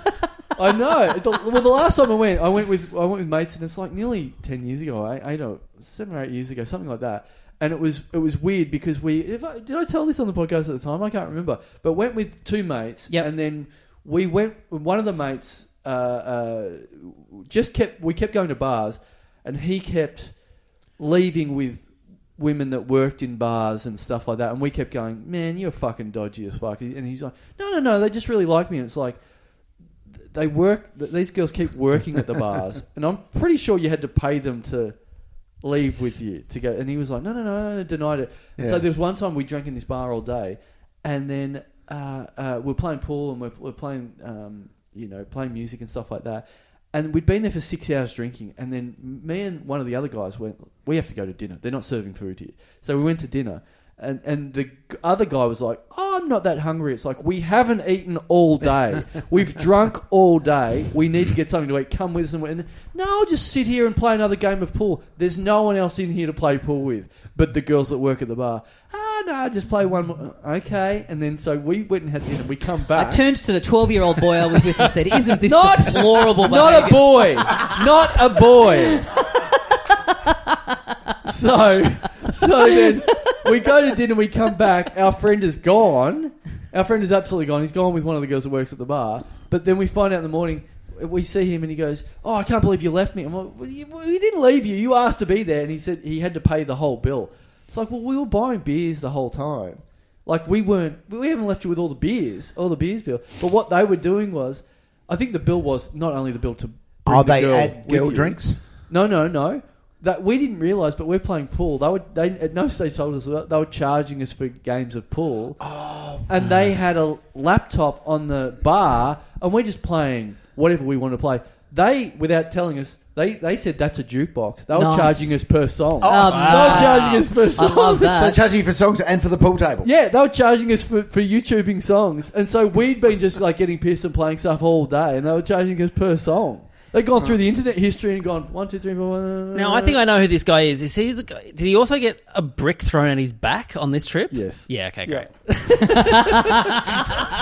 Speaker 2: I know. The, well, the last time I went, I went with I went with mates, and it's like nearly ten years ago. I, I know seven or eight years ago, something like that. And it was it was weird because we if I, did I tell this on the podcast at the time? I can't remember. But went with two mates,
Speaker 1: Yep.
Speaker 2: and then we went. One of the mates uh, uh, just kept we kept going to bars, and he kept leaving with women that worked in bars and stuff like that. And we kept going, man, you're fucking dodgy as fuck. And he's like, no, no, no, they just really like me. And it's like, th- they work, th- these girls keep working at the bars. And I'm pretty sure you had to pay them to leave with you to go. And he was like, no, no, no, no denied it. And
Speaker 4: Yeah.
Speaker 2: So there was one time we drank in this bar all day. And then uh, uh, we're playing pool and we're, we're playing, um, you know, playing music and stuff like that. And we'd been there for six hours drinking, and then me and one of the other guys went. We have to go to dinner. They're not serving food here, so we went to dinner. and and the other guy was like, "Oh, I'm not that hungry." It's like we haven't eaten all day. We've drunk all day. We need to get something to eat. Come with us, and, we- and no, I'll just sit here and play another game of pool. There's no one else in here to play pool with, but the girls that work at the bar. Ah, no, just play one. More. Okay, and then so we went and had dinner. We come back.
Speaker 1: I turned to the 12 year old boy I was with and said, Isn't this
Speaker 2: Not-
Speaker 1: deplorable?
Speaker 2: Not a
Speaker 1: behaviour?"
Speaker 2: boy. Not a boy. so, so then we go to dinner. We come back. Our friend is gone. Our friend is absolutely gone. He's gone with one of the girls that works at the bar. But then we find out in the morning. We see him and he goes, "Oh, I can't believe you left me." I'm like, well, you- well, "We didn't leave you. You asked to be there." And he said he had to pay the whole bill. It's like, well, we were buying beers the whole time. Like we weren't. We haven't left you with all the beers, all the beers bill. But what they were doing was, I think the bill was not only the bill to. Bring
Speaker 4: Oh,
Speaker 2: the
Speaker 4: they
Speaker 2: girl
Speaker 4: add
Speaker 2: with
Speaker 4: girl
Speaker 2: you.
Speaker 4: drinks?
Speaker 2: No, no, no. That we didn't realize, but we're playing pool. They would. They at no stage told us that they were charging us for games of pool. Oh, and they had a laptop on the bar, and we're just playing whatever we want to play. They, without telling us, they they said that's a jukebox. They were
Speaker 1: Nice.
Speaker 2: charging us per song.
Speaker 1: Oh,
Speaker 2: they
Speaker 1: nice.
Speaker 2: were charging us per
Speaker 1: I
Speaker 2: song.
Speaker 1: love that.
Speaker 4: so they charge you for songs and for the pool table.
Speaker 2: Yeah, they were charging us for, for YouTubing songs, and so we'd been just like getting pissed and playing stuff all day, and they were charging us per song. They'd gone through the internet history and gone one, two, three, four.
Speaker 3: Now I think I know who this guy is. Is he the guy? Did he also get a brick thrown at his back on this trip?
Speaker 2: Yes.
Speaker 3: Yeah. Okay. Great.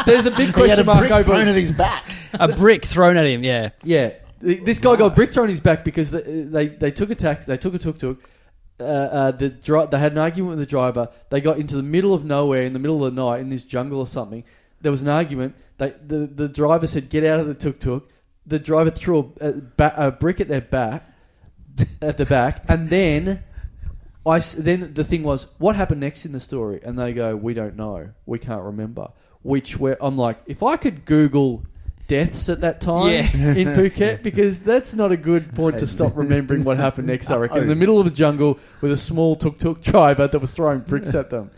Speaker 2: there's a big
Speaker 4: He had a
Speaker 2: question mark
Speaker 4: brick thrown at
Speaker 2: over.
Speaker 4: his back.
Speaker 3: A brick thrown at him. Yeah.
Speaker 2: Yeah, Th- this guy got brick thrown in his back because they they, they took a tax, they took a tuk tuk. Uh, uh, the dri- they had an argument with the driver. They got into the middle of nowhere in the middle of the night in this jungle or something. There was an argument. They, the the driver said, "Get out of the tuk tuk." The driver threw a, a, ba- a brick at their back, at the back, and then I s- then the thing was, what happened next in the story? And they go, we don't know, we can't remember. Which where I'm like, if I could Google deaths at that time
Speaker 3: Yeah.
Speaker 2: in Phuket, because that's not a good point to stop remembering what happened next. I reckon in the middle of the jungle with a small tuk tuk driver that was throwing bricks at them.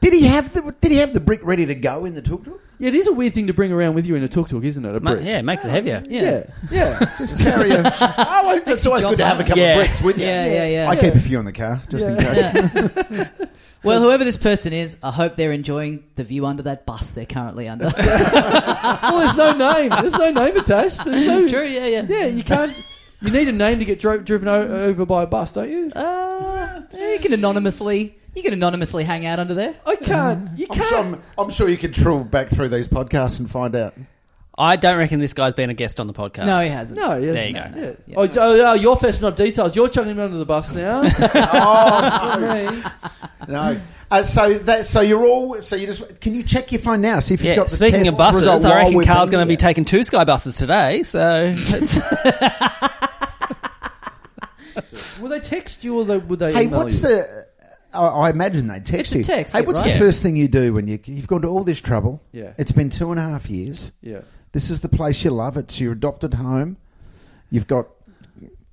Speaker 4: Did he have the Did he have the brick ready to go in the tuk tuk?
Speaker 2: Yeah, it is a weird thing to bring around with you in a tuk tuk, isn't it? A
Speaker 3: Ma-
Speaker 2: brick.
Speaker 3: yeah. It makes it heavier.
Speaker 2: yeah, yeah. Oh,
Speaker 4: Just carry him. it's always
Speaker 1: job
Speaker 4: good to have a couple
Speaker 3: Yeah.
Speaker 4: of bricks with you.
Speaker 1: Yeah, yeah, yeah.
Speaker 4: I keep a few in the car just in case.
Speaker 1: well, whoever this person is, I hope they're enjoying the view under that bus they're currently under.
Speaker 2: well, there's no name. There's no name attached. There's no,
Speaker 1: True, yeah, yeah.
Speaker 2: Yeah, you can't. You need a name to get dro- driven o- over by a bus, don't you?
Speaker 1: Uh, yeah, you can anonymously, you can anonymously hang out under there.
Speaker 2: I can't. You
Speaker 4: Mm. I'm, sure,
Speaker 2: can't.
Speaker 4: I'm, I'm sure you could trawl back through these podcasts and find out.
Speaker 3: I don't reckon this guy's been a guest on the podcast.
Speaker 1: No, he hasn't.
Speaker 2: No, yeah,
Speaker 3: There you go.
Speaker 2: Yeah.
Speaker 1: Yeah.
Speaker 2: Oh, oh, oh, you're fessing up details. You're chucking him under the bus now.
Speaker 4: Oh
Speaker 2: Me.
Speaker 4: no, no. Uh, so that so you're all so you just can you check your phone now see if you've
Speaker 3: Yeah,
Speaker 4: got the
Speaker 3: speaking
Speaker 4: test
Speaker 3: of buses,
Speaker 4: result
Speaker 3: I
Speaker 4: while
Speaker 3: reckon
Speaker 4: we've
Speaker 3: Carl's
Speaker 4: been
Speaker 3: going to be
Speaker 4: here?
Speaker 3: taking two Sky buses today. So it's-
Speaker 2: Will they text you or they, would they?
Speaker 4: Hey,
Speaker 2: email
Speaker 4: what's
Speaker 2: you?
Speaker 4: the? I, I imagine they
Speaker 1: It's
Speaker 4: text
Speaker 1: a
Speaker 4: you.
Speaker 1: text,
Speaker 4: hey,
Speaker 1: yeah,
Speaker 4: what's
Speaker 3: right?
Speaker 4: the first thing you do when you you've gone to all this trouble?
Speaker 2: Yeah.
Speaker 4: it's been two and a half years.
Speaker 2: Yeah.
Speaker 4: This is the place you love. It's your adopted home. You've got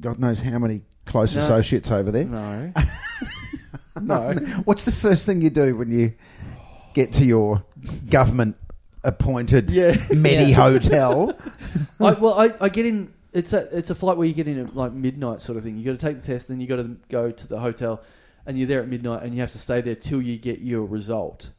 Speaker 4: God knows how many close
Speaker 2: No.
Speaker 4: associates over there.
Speaker 2: No. no.
Speaker 4: What's the first thing you do when you get to your government appointed
Speaker 2: Yeah.
Speaker 4: medi
Speaker 1: Yeah.
Speaker 4: hotel?
Speaker 2: I, well, I, I get in. It's a it's a flight where you get in at like midnight sort of thing. You got to take the test, then you got to go to the hotel, and you're there at midnight, and you have to stay there till you get your result.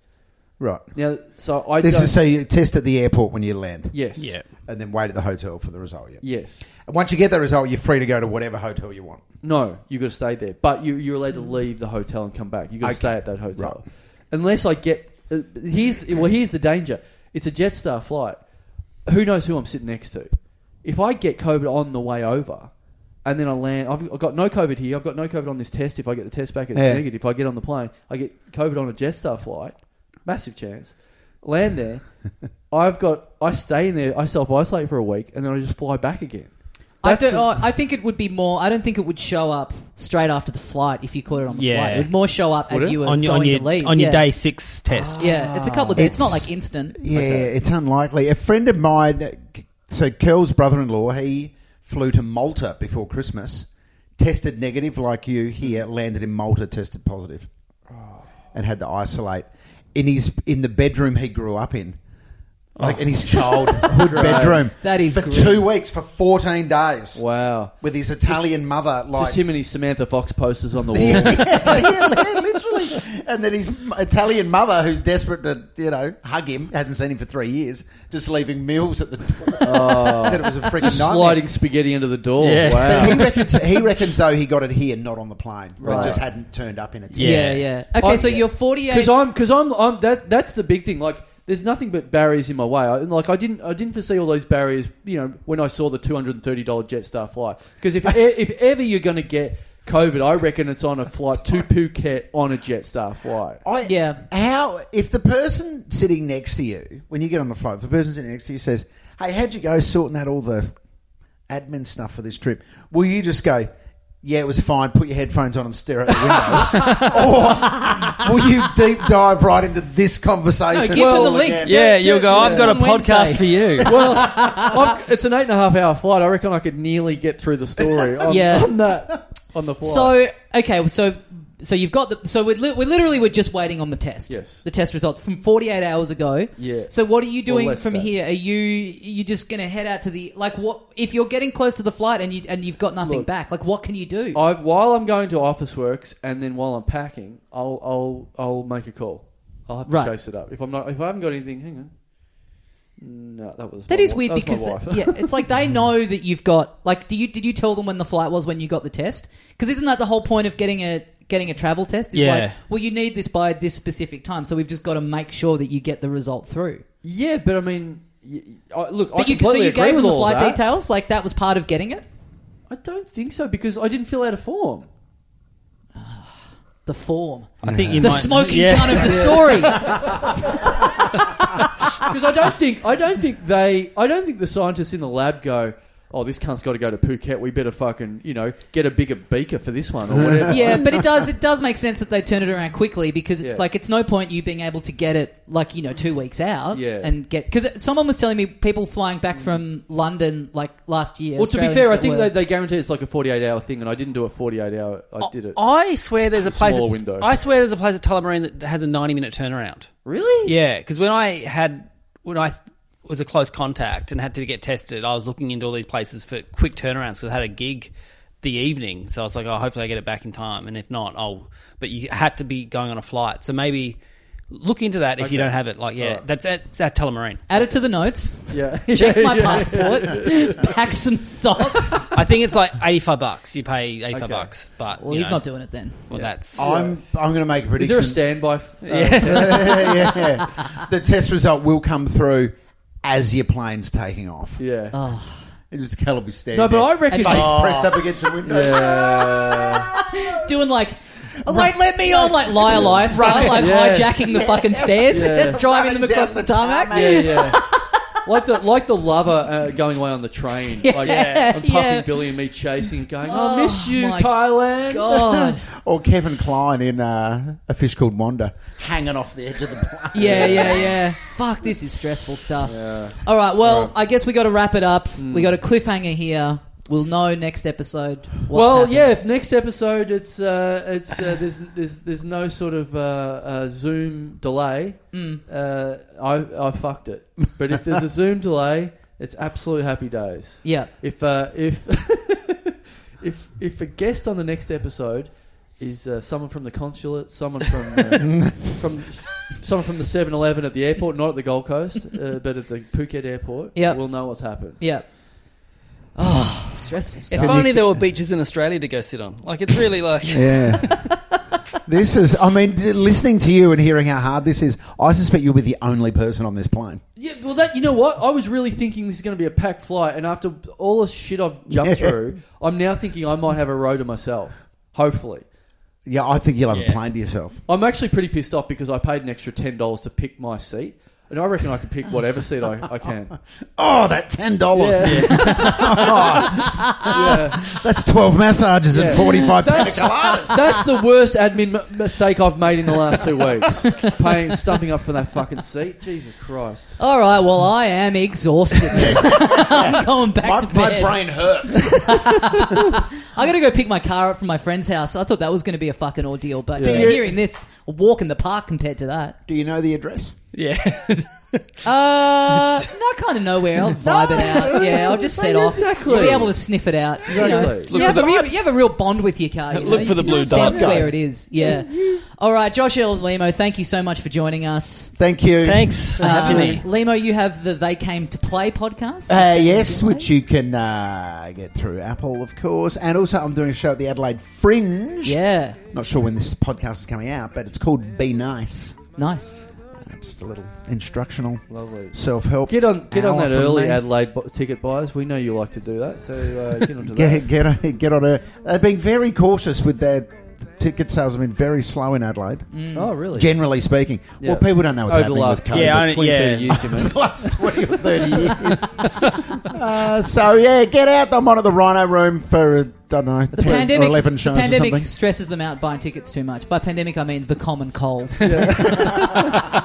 Speaker 4: Right.
Speaker 2: Now, so I
Speaker 4: this
Speaker 2: don't-
Speaker 4: is so you test at the airport when you land.
Speaker 2: yes,
Speaker 3: yeah.
Speaker 4: And then wait at the hotel for the result. Yeah.
Speaker 2: yes.
Speaker 4: And once you get the result, you're free to go to whatever hotel you want.
Speaker 2: No, you got to stay there. But you, you're allowed to leave the hotel and come back. You got to
Speaker 4: Okay.
Speaker 2: stay at that hotel, unless I get. Uh, here's well, here's the danger. It's a Jetstar flight. Who knows who I'm sitting next to? If I get COVID on the way over, and then I land, I've, I've got no COVID here. I've got no COVID on this test. If I get the test back, it's
Speaker 4: Yeah.
Speaker 2: negative. If I get on the plane, I get COVID on a Jetstar flight. Massive chance. Land there. I've got. I stay in there. I self isolate for a week, and then I just fly back again.
Speaker 1: I, don't,
Speaker 2: That's
Speaker 1: oh,
Speaker 2: the-
Speaker 1: I think it would be more. I don't think it would show up straight after the flight if you caught it on the
Speaker 3: Yeah.
Speaker 1: flight. It would more show up
Speaker 2: Would
Speaker 1: as
Speaker 2: it?
Speaker 1: you were
Speaker 3: On your
Speaker 1: going
Speaker 3: on your,
Speaker 1: to leave
Speaker 3: on your
Speaker 1: yeah.
Speaker 3: day six test.
Speaker 1: Yeah, it's a couple of days. It's, not
Speaker 4: It's-
Speaker 1: like instant.
Speaker 4: Yeah, it's unlikely. A friend of mine, so Curl's brother-in-law, he flew to Malta before Christmas, tested negative like you here, landed in Malta, tested positive,
Speaker 2: Oh.
Speaker 4: and had to isolate in his in the bedroom he grew up in. like in his
Speaker 2: Oh.
Speaker 4: childhood bedroom.
Speaker 1: That is
Speaker 4: for
Speaker 1: great.
Speaker 4: two weeks for fourteen days
Speaker 2: Wow.
Speaker 4: with his Italian mother. Like
Speaker 2: Just him and his Samantha Fox posters on the
Speaker 4: yeah,
Speaker 2: wall.
Speaker 4: yeah, literally. And then his m- Italian mother, who's desperate to, you know, hug him, hasn't seen him for three years, just leaving meals at the door. Said it was a freaking nightmare.
Speaker 2: Sliding spaghetti under the door.
Speaker 3: Yeah.
Speaker 4: But he
Speaker 2: Wow.
Speaker 4: reckons, he reckons though he got it here, not on the plane,
Speaker 2: Right.
Speaker 4: but just hadn't turned up in a test.
Speaker 3: Yeah.
Speaker 1: Yeah, yeah. Okay,
Speaker 2: I-
Speaker 1: so you're
Speaker 2: Because
Speaker 1: 48.
Speaker 2: I'm, because I'm, I'm. That that's the big thing. Like, there's nothing but barriers in my way. I, like, I didn't, I didn't foresee all those barriers. You know, when I saw the two hundred and thirty dollar Jetstar flight. Because if e- if ever you're going to get COVID, I reckon it's on a flight to Phuket on a Jetstar flight.
Speaker 4: I,
Speaker 1: Yeah.
Speaker 4: How if the person sitting next to you when you get on the flight, if the person sitting next to you says, "Hey, how'd you go sorting out all the admin stuff for this trip?" Will you just go? Yeah, it was fine. Put your headphones on and stare at the window. or will you deep dive right into this conversation?
Speaker 1: give them the link.
Speaker 4: again?
Speaker 1: Yeah,
Speaker 3: Yeah, you'll go. I've got a
Speaker 1: on Wednesday."
Speaker 3: podcast for you.
Speaker 2: Well, I've, it's an eight and a half hour flight. I reckon I could nearly get through the story on,
Speaker 1: Yeah.
Speaker 2: on that on the flight.
Speaker 1: So okay, so so you've got the so we're, li- we're literally we're just waiting on the test.
Speaker 2: Yes.
Speaker 1: The test results from 48 hours ago.
Speaker 2: Yeah.
Speaker 1: So what are you doing
Speaker 2: less
Speaker 1: from
Speaker 2: than.
Speaker 1: here? Are you you just going to head out to the like what if you're getting close to the flight and you and you've got nothing
Speaker 2: Look,
Speaker 1: back? Like what can you do?
Speaker 2: I've, while I'm going to Office Works and then while I'm packing, I'll I'll I'll make a call. I'll have to
Speaker 1: Right.
Speaker 2: chase it up if I'm not if I haven't got anything. Hang on. No, that was
Speaker 1: that
Speaker 2: my
Speaker 1: is
Speaker 2: wi-
Speaker 1: weird
Speaker 2: that was
Speaker 1: because
Speaker 2: my
Speaker 1: the-
Speaker 2: wife.
Speaker 1: yeah, it's like they know that you've got like do you did you tell them when the flight was when you got the test? Because isn't that the whole point of getting a getting a travel test? Is
Speaker 3: Yeah.
Speaker 1: like well you need this by this specific time, so we've just got to make sure that you get the result through.
Speaker 2: yeah, but I mean, y- I, look, I
Speaker 1: But you, so
Speaker 2: completely
Speaker 1: you
Speaker 2: agree
Speaker 1: gave
Speaker 2: with
Speaker 1: them the
Speaker 2: all
Speaker 1: flight
Speaker 2: that.
Speaker 1: details, like that was part of getting it.
Speaker 2: I don't think so because I didn't fill out a form.
Speaker 1: The form,
Speaker 3: I think you
Speaker 1: the
Speaker 3: might-
Speaker 1: smoking
Speaker 3: yeah.
Speaker 1: gun of the story.
Speaker 2: Because I don't think I don't think they I don't think the scientists in the lab go, oh, this cunt's got to go to Phuket. We better fucking you know get a bigger beaker for this one or whatever.
Speaker 1: yeah, but it does it does make sense that they turn it around quickly because it's
Speaker 2: Yeah. Mm.
Speaker 1: like it's no point you being able to get it like you know two weeks out
Speaker 2: Yeah. Mm.
Speaker 1: and get because someone was telling me people flying back from London like last year.
Speaker 2: Well, to be
Speaker 1: Australians
Speaker 2: fair, I
Speaker 1: that
Speaker 2: think
Speaker 1: were-
Speaker 2: they, they guarantee it's like a 48 hour thing, and I didn't do a 48 hour.
Speaker 3: Oh,
Speaker 2: I did it.
Speaker 3: I swear there's a place.
Speaker 2: Smaller window.
Speaker 3: I swear there's a place at Tullamarine that has a 90 minute turnaround.
Speaker 2: Really?
Speaker 3: Yeah, because when I had when I was a close contact and had to get tested, I was looking into all these places for quick turnarounds because I had a gig the evening, so I was like, oh, hopefully I get it back in time, and if not, I'll. But you had to be going on a flight, so maybe look into that if you
Speaker 2: Okay.
Speaker 3: don't have it. Like, yeah,
Speaker 2: Alright.
Speaker 3: that's at, it's at Tullamarine.
Speaker 1: add it to the notes.
Speaker 2: Yeah.
Speaker 1: Check my
Speaker 2: Yeah.
Speaker 1: passport. pack some socks.
Speaker 3: I think it's like 85 bucks. You pay 85
Speaker 2: Okay.
Speaker 3: bucks, but
Speaker 1: Well,
Speaker 3: you
Speaker 1: he's
Speaker 3: know,
Speaker 1: not doing it then.
Speaker 3: Well, that's
Speaker 4: I'm I'm going to make a
Speaker 2: Is
Speaker 4: prediction.
Speaker 2: there a standby? f- uh,
Speaker 4: yeah. The test result will come through as your plane's taking off.
Speaker 2: Yeah.
Speaker 1: Oh,
Speaker 4: It just Caleb will be standing.
Speaker 2: No, but I
Speaker 4: there,
Speaker 2: reckon-
Speaker 4: face
Speaker 2: Oh.
Speaker 4: pressed up against the window.
Speaker 1: doing like. Wait, let me on! Like liar, liar style, like
Speaker 2: Yes.
Speaker 1: hijacking the fucking stairs,
Speaker 2: Yeah.
Speaker 1: driving them
Speaker 4: Running
Speaker 1: across
Speaker 4: down
Speaker 1: the
Speaker 4: the
Speaker 1: tarmac.
Speaker 4: tarmac.
Speaker 2: yeah, yeah. Like the like the lover uh, going away on the train. Like,
Speaker 1: Yeah.
Speaker 2: I'm puffing
Speaker 1: Yeah.
Speaker 2: Billy and me chasing, going,
Speaker 1: Oh,
Speaker 2: I miss you,
Speaker 1: my
Speaker 2: Thailand.
Speaker 1: God,
Speaker 4: Or Kevin Klein in uh, A Fish Called Wanda. Hanging off the edge of the plane.
Speaker 1: yeah, yeah, yeah. Fuck, this is stressful stuff. All right, well, I guess we got to wrap it up. We got a cliffhanger here. We'll know next episode. What's
Speaker 2: well,
Speaker 1: happened.
Speaker 2: yeah. If next episode it's uh, it's uh, there's there's there's no sort of uh, uh, Zoom delay,
Speaker 1: Mm.
Speaker 2: uh, I I fucked it. But if there's a Zoom delay, it's absolute happy days.
Speaker 1: yeah.
Speaker 2: If uh, if if if a guest on the next episode is uh, someone from the consulate, someone from uh, from someone from the 7-Eleven at the airport, not at the Gold Coast, uh, but at the Phuket airport,
Speaker 1: Yep.
Speaker 2: we'll know what's happened.
Speaker 1: yeah. Oh, stressful
Speaker 3: if
Speaker 1: stuff.
Speaker 3: only there were beaches in Australia to go sit on. Like, it's really like
Speaker 4: Yeah. this is, I mean, d- listening to you and hearing how hard this is, I suspect you'll be the only person on this plane.
Speaker 2: Yeah, well, that you know what? I was really thinking this is going to be a packed flight, and after all the shit I've jumped
Speaker 4: Yeah.
Speaker 2: through, I'm now thinking I might have a row to myself. Hopefully,
Speaker 4: Yeah, I think you'll have
Speaker 3: Yeah.
Speaker 4: a plane to yourself.
Speaker 2: I'm actually pretty pissed off because I paid an extra ten dollars to pick my seat, and I reckon I can pick whatever seat I, I can.
Speaker 4: Oh, that ten dollars!
Speaker 2: Yeah. Yeah.
Speaker 4: That's twelve massages
Speaker 2: Yeah.
Speaker 4: and forty-five pina
Speaker 2: That's-
Speaker 4: coladas.
Speaker 6: Uh,
Speaker 2: That's the worst admin m- mistake I've made in the last two weeks. Paying, stumping up for that fucking seat. Jesus Christ.
Speaker 1: All right, well, I am exhausted. I'm going back
Speaker 4: My,
Speaker 1: to
Speaker 4: my
Speaker 1: bed.
Speaker 4: brain hurts.
Speaker 1: I got to go pick my car up from my friend's house. I thought that was going to be a fucking ordeal, but
Speaker 2: Do
Speaker 1: yeah,
Speaker 4: you-
Speaker 1: hearing this, a walk in the park compared to that.
Speaker 4: Do you know the address?
Speaker 3: yeah.
Speaker 1: Uh, no, kind of nowhere. I'll vibe it out. Yeah, I'll just set off.
Speaker 6: Exactly.
Speaker 1: You'll be able to sniff it out. You, know.
Speaker 6: Exactly.
Speaker 1: You
Speaker 3: Look
Speaker 1: have,
Speaker 3: for the-
Speaker 1: you have- you have a real bond with your car. You know?
Speaker 3: Look for
Speaker 1: You
Speaker 3: the
Speaker 1: can
Speaker 3: blue
Speaker 1: just
Speaker 3: dot.
Speaker 1: Sense where it is. Yeah. All right, Josh L. Limo, thank you so much for joining us.
Speaker 4: Thank you.
Speaker 3: Thanks for having me.
Speaker 1: Uh, Limo, you have the They Came to Play podcast.
Speaker 4: Uh, yes, which you can uh, get through Apple, of course. And also, I'm doing a show at the Adelaide Fringe.
Speaker 1: yeah,
Speaker 4: Not sure when this podcast is coming out, but it's called Be Nice.
Speaker 1: nice.
Speaker 4: Uh, Just a little instructional
Speaker 6: Lovely.
Speaker 4: self help.
Speaker 6: Get on, get on that early
Speaker 4: Adelaide.
Speaker 6: Adelaide bu- ticket buyers. We know you like to do that, so uh, get onto that.
Speaker 4: Get get on, get on a. They've been very cautious with their the ticket sales. Have been very slow in Adelaide,
Speaker 6: Oh, really?
Speaker 4: generally speaking.
Speaker 6: Yeah.
Speaker 4: Well, people don't know what's
Speaker 6: Over the
Speaker 4: happening
Speaker 6: last
Speaker 4: with COVID.
Speaker 3: Yeah, I- only-
Speaker 6: 20, 30
Speaker 3: yeah.
Speaker 6: years, you mean?
Speaker 4: the last 20 or 30 years. uh, so, yeah, get out. I'm on at the Rhino Room for, uh, don't know, 10 or 11 shows
Speaker 1: the
Speaker 4: or
Speaker 1: pandemic
Speaker 4: something.
Speaker 1: stresses them out buying tickets too much. By pandemic, I mean the common cold.
Speaker 6: Yeah.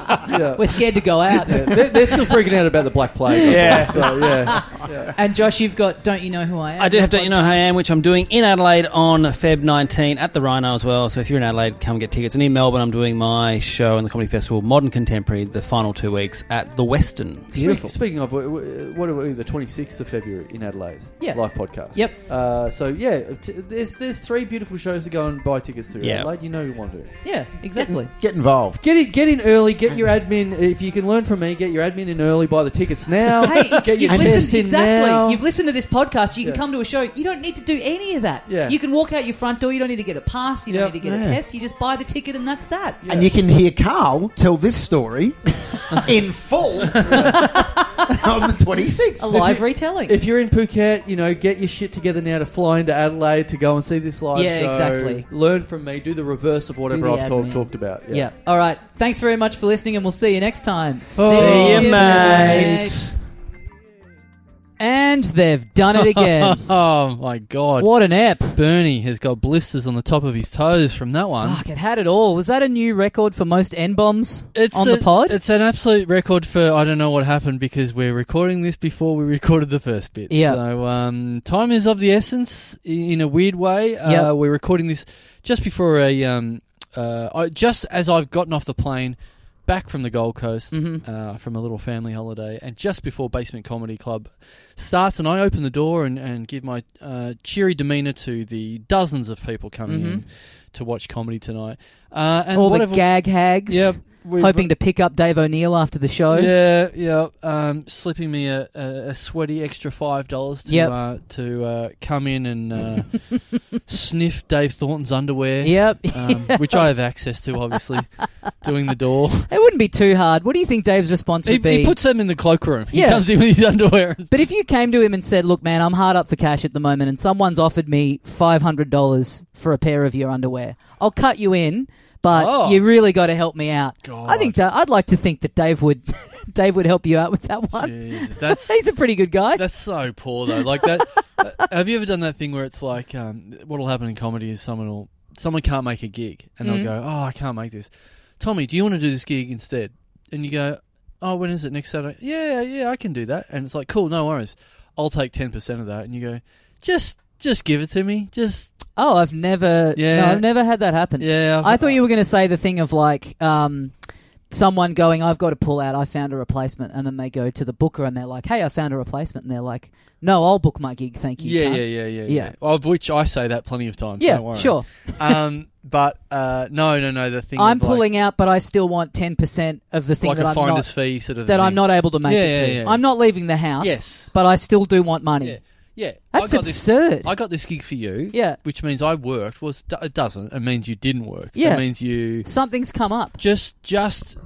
Speaker 1: We're scared to go out.
Speaker 6: Yeah, They're, they're still freaking out about the Black Plague.
Speaker 3: Yeah.
Speaker 6: Yeah. So, yeah.
Speaker 1: And Josh, you've got Don't You Know Who I Am?
Speaker 3: I do have Don't You Know Who I Am, which I'm doing in Adelaide on Feb 19 at the Rhino as well. So if you're in Adelaide, come get tickets. And in Melbourne, I'm doing my show in the Comedy Festival, Modern Contemporary, the final two weeks at the Western.
Speaker 6: Speaking, speaking of, w- w- what are we, the 26th of February in Adelaide?
Speaker 1: Yeah.
Speaker 6: Live podcast.
Speaker 1: Yep.
Speaker 6: Uh, so, yeah, t- there's there's three beautiful shows to go and buy tickets to. in
Speaker 3: Yeah.
Speaker 6: Adelaide, you know you want to.
Speaker 1: Yeah, exactly.
Speaker 4: Get involved.
Speaker 6: Get in, get in early. Get your admin. uh, If you can learn from me, get your admin in early. Buy the tickets now.
Speaker 1: Oh, Hey,
Speaker 6: get your
Speaker 1: you've
Speaker 6: test
Speaker 1: listened
Speaker 6: in
Speaker 1: exactly.
Speaker 6: now.
Speaker 1: You've listened to this podcast. You can
Speaker 6: Yeah.
Speaker 1: come to a show. You don't need to do any of that.
Speaker 6: Yeah.
Speaker 1: You can walk out your front door. You don't need to get a pass. You don't
Speaker 6: Yep.
Speaker 1: need to get a
Speaker 4: Yeah.
Speaker 1: test. You just buy the ticket, and that's that.
Speaker 6: Yeah.
Speaker 4: And you can hear Carl tell this story in full on the 26th.
Speaker 1: A live
Speaker 6: you-
Speaker 1: retelling.
Speaker 6: if you're in Phuket, you know, get your shit together now to fly into Adelaide to go and see this live
Speaker 1: Yeah,
Speaker 6: show.
Speaker 1: exactly.
Speaker 6: Learn from me. Do the reverse of whatever
Speaker 1: the
Speaker 6: I've talk,
Speaker 1: admin.
Speaker 6: talked about.
Speaker 1: yeah. All right. Thanks very much for listening, and we'll see you next time.
Speaker 3: See you,
Speaker 1: you,
Speaker 3: mates.
Speaker 1: And they've done it again.
Speaker 2: oh my god.
Speaker 1: what an ep.
Speaker 2: Bernie has got blisters on the top of his toes from that one.
Speaker 1: Fuck, it had it all. Was that a new record for most N bombs on
Speaker 2: a-
Speaker 1: the pod?
Speaker 2: It's an absolute record for I don't know what happened because we're recording this before we recorded the first bit.
Speaker 1: Yeah.
Speaker 2: So um, time is of the essence i- in a weird way.
Speaker 1: Yeah.
Speaker 2: Uh, we're recording this just before a um, uh, I, just as I've gotten off the plane back from the Gold Coast
Speaker 1: Mm-hmm.
Speaker 2: uh, from a little family holiday, and just before Basement Comedy Club starts, and I open the door and, and give my uh, cheery demeanour to the dozens of people coming in to watch comedy tonight. Uh, and
Speaker 1: Mm-hmm. all the
Speaker 2: whatever,
Speaker 1: gag hags.
Speaker 2: Yep. we-
Speaker 1: Hoping to pick up Dave O'Neill after the show.
Speaker 2: yeah, yeah. Um, slipping me a, a, a sweaty extra five dollars to
Speaker 1: Yep.
Speaker 2: uh, to uh, come in and uh, sniff Dave Thornton's underwear.
Speaker 1: Yep.
Speaker 2: Um, which I have access to, obviously, doing the door.
Speaker 1: It wouldn't be too hard. What do you think Dave's response
Speaker 2: He,
Speaker 1: would be?
Speaker 2: he puts them in the cloakroom. He
Speaker 1: Yeah.
Speaker 2: comes in with his underwear.
Speaker 1: but if you came to him and said, "Look, man, I'm hard up for cash at the moment, and someone's offered me five hundred dollars for a pair of your underwear, I'll cut you in, but
Speaker 2: Oh.
Speaker 1: you really got to help me out."
Speaker 2: God.
Speaker 1: I think da- I'd like to think that Dave would, Dave would help you out with that one.
Speaker 2: Jesus, that's
Speaker 1: He's a pretty good guy.
Speaker 2: That's so poor though. Like that. uh, have you ever done that thing where it's like, um, what'll happen in comedy is someone will someone can't make a gig and
Speaker 1: Mm.
Speaker 2: they'll go, oh, I can't make this. Tommy, do you want to do this gig instead? And you go, oh, when is it next Saturday? Yeah, yeah, I can do that. And it's like, cool, no worries. I'll take ten percent of that. And you go, just, just give it to me. Just,
Speaker 1: Oh, I've never.
Speaker 2: Yeah.
Speaker 1: no, I've never had that happen.
Speaker 2: yeah.
Speaker 1: I thought you were going to say the thing of like um, someone going, I've got to pull out, I found a replacement. And then they go to the booker and they're like, hey, I found a replacement. And they're like, no, I'll book my gig, thank you.
Speaker 2: Yeah,
Speaker 1: cunt."
Speaker 2: yeah, yeah, yeah,
Speaker 1: Yeah.
Speaker 2: yeah. Of which I say that plenty of times.
Speaker 1: Yeah,
Speaker 2: don't worry.
Speaker 1: sure.
Speaker 2: Um, but uh, no, no, no. The thing
Speaker 1: I'm
Speaker 2: of, like-
Speaker 1: pulling out, but I still want 10% of the thing
Speaker 2: like
Speaker 1: that,
Speaker 2: a
Speaker 1: I'm
Speaker 2: finder's
Speaker 1: not,
Speaker 2: fee sort of
Speaker 1: that
Speaker 2: thing.
Speaker 1: I'm not able to make
Speaker 2: Yeah,
Speaker 1: it to.
Speaker 2: yeah, yeah.
Speaker 1: I'm not leaving the house,
Speaker 2: Yes.
Speaker 1: but I still do want money.
Speaker 2: Yeah, yeah.
Speaker 1: That's
Speaker 2: I got This,
Speaker 1: absurd.
Speaker 2: I got this gig for you.
Speaker 1: Yeah.
Speaker 2: Which means I worked. Was d- it doesn't. It means you didn't work.
Speaker 1: Yeah.
Speaker 2: It means you
Speaker 1: Something's come up.
Speaker 2: just just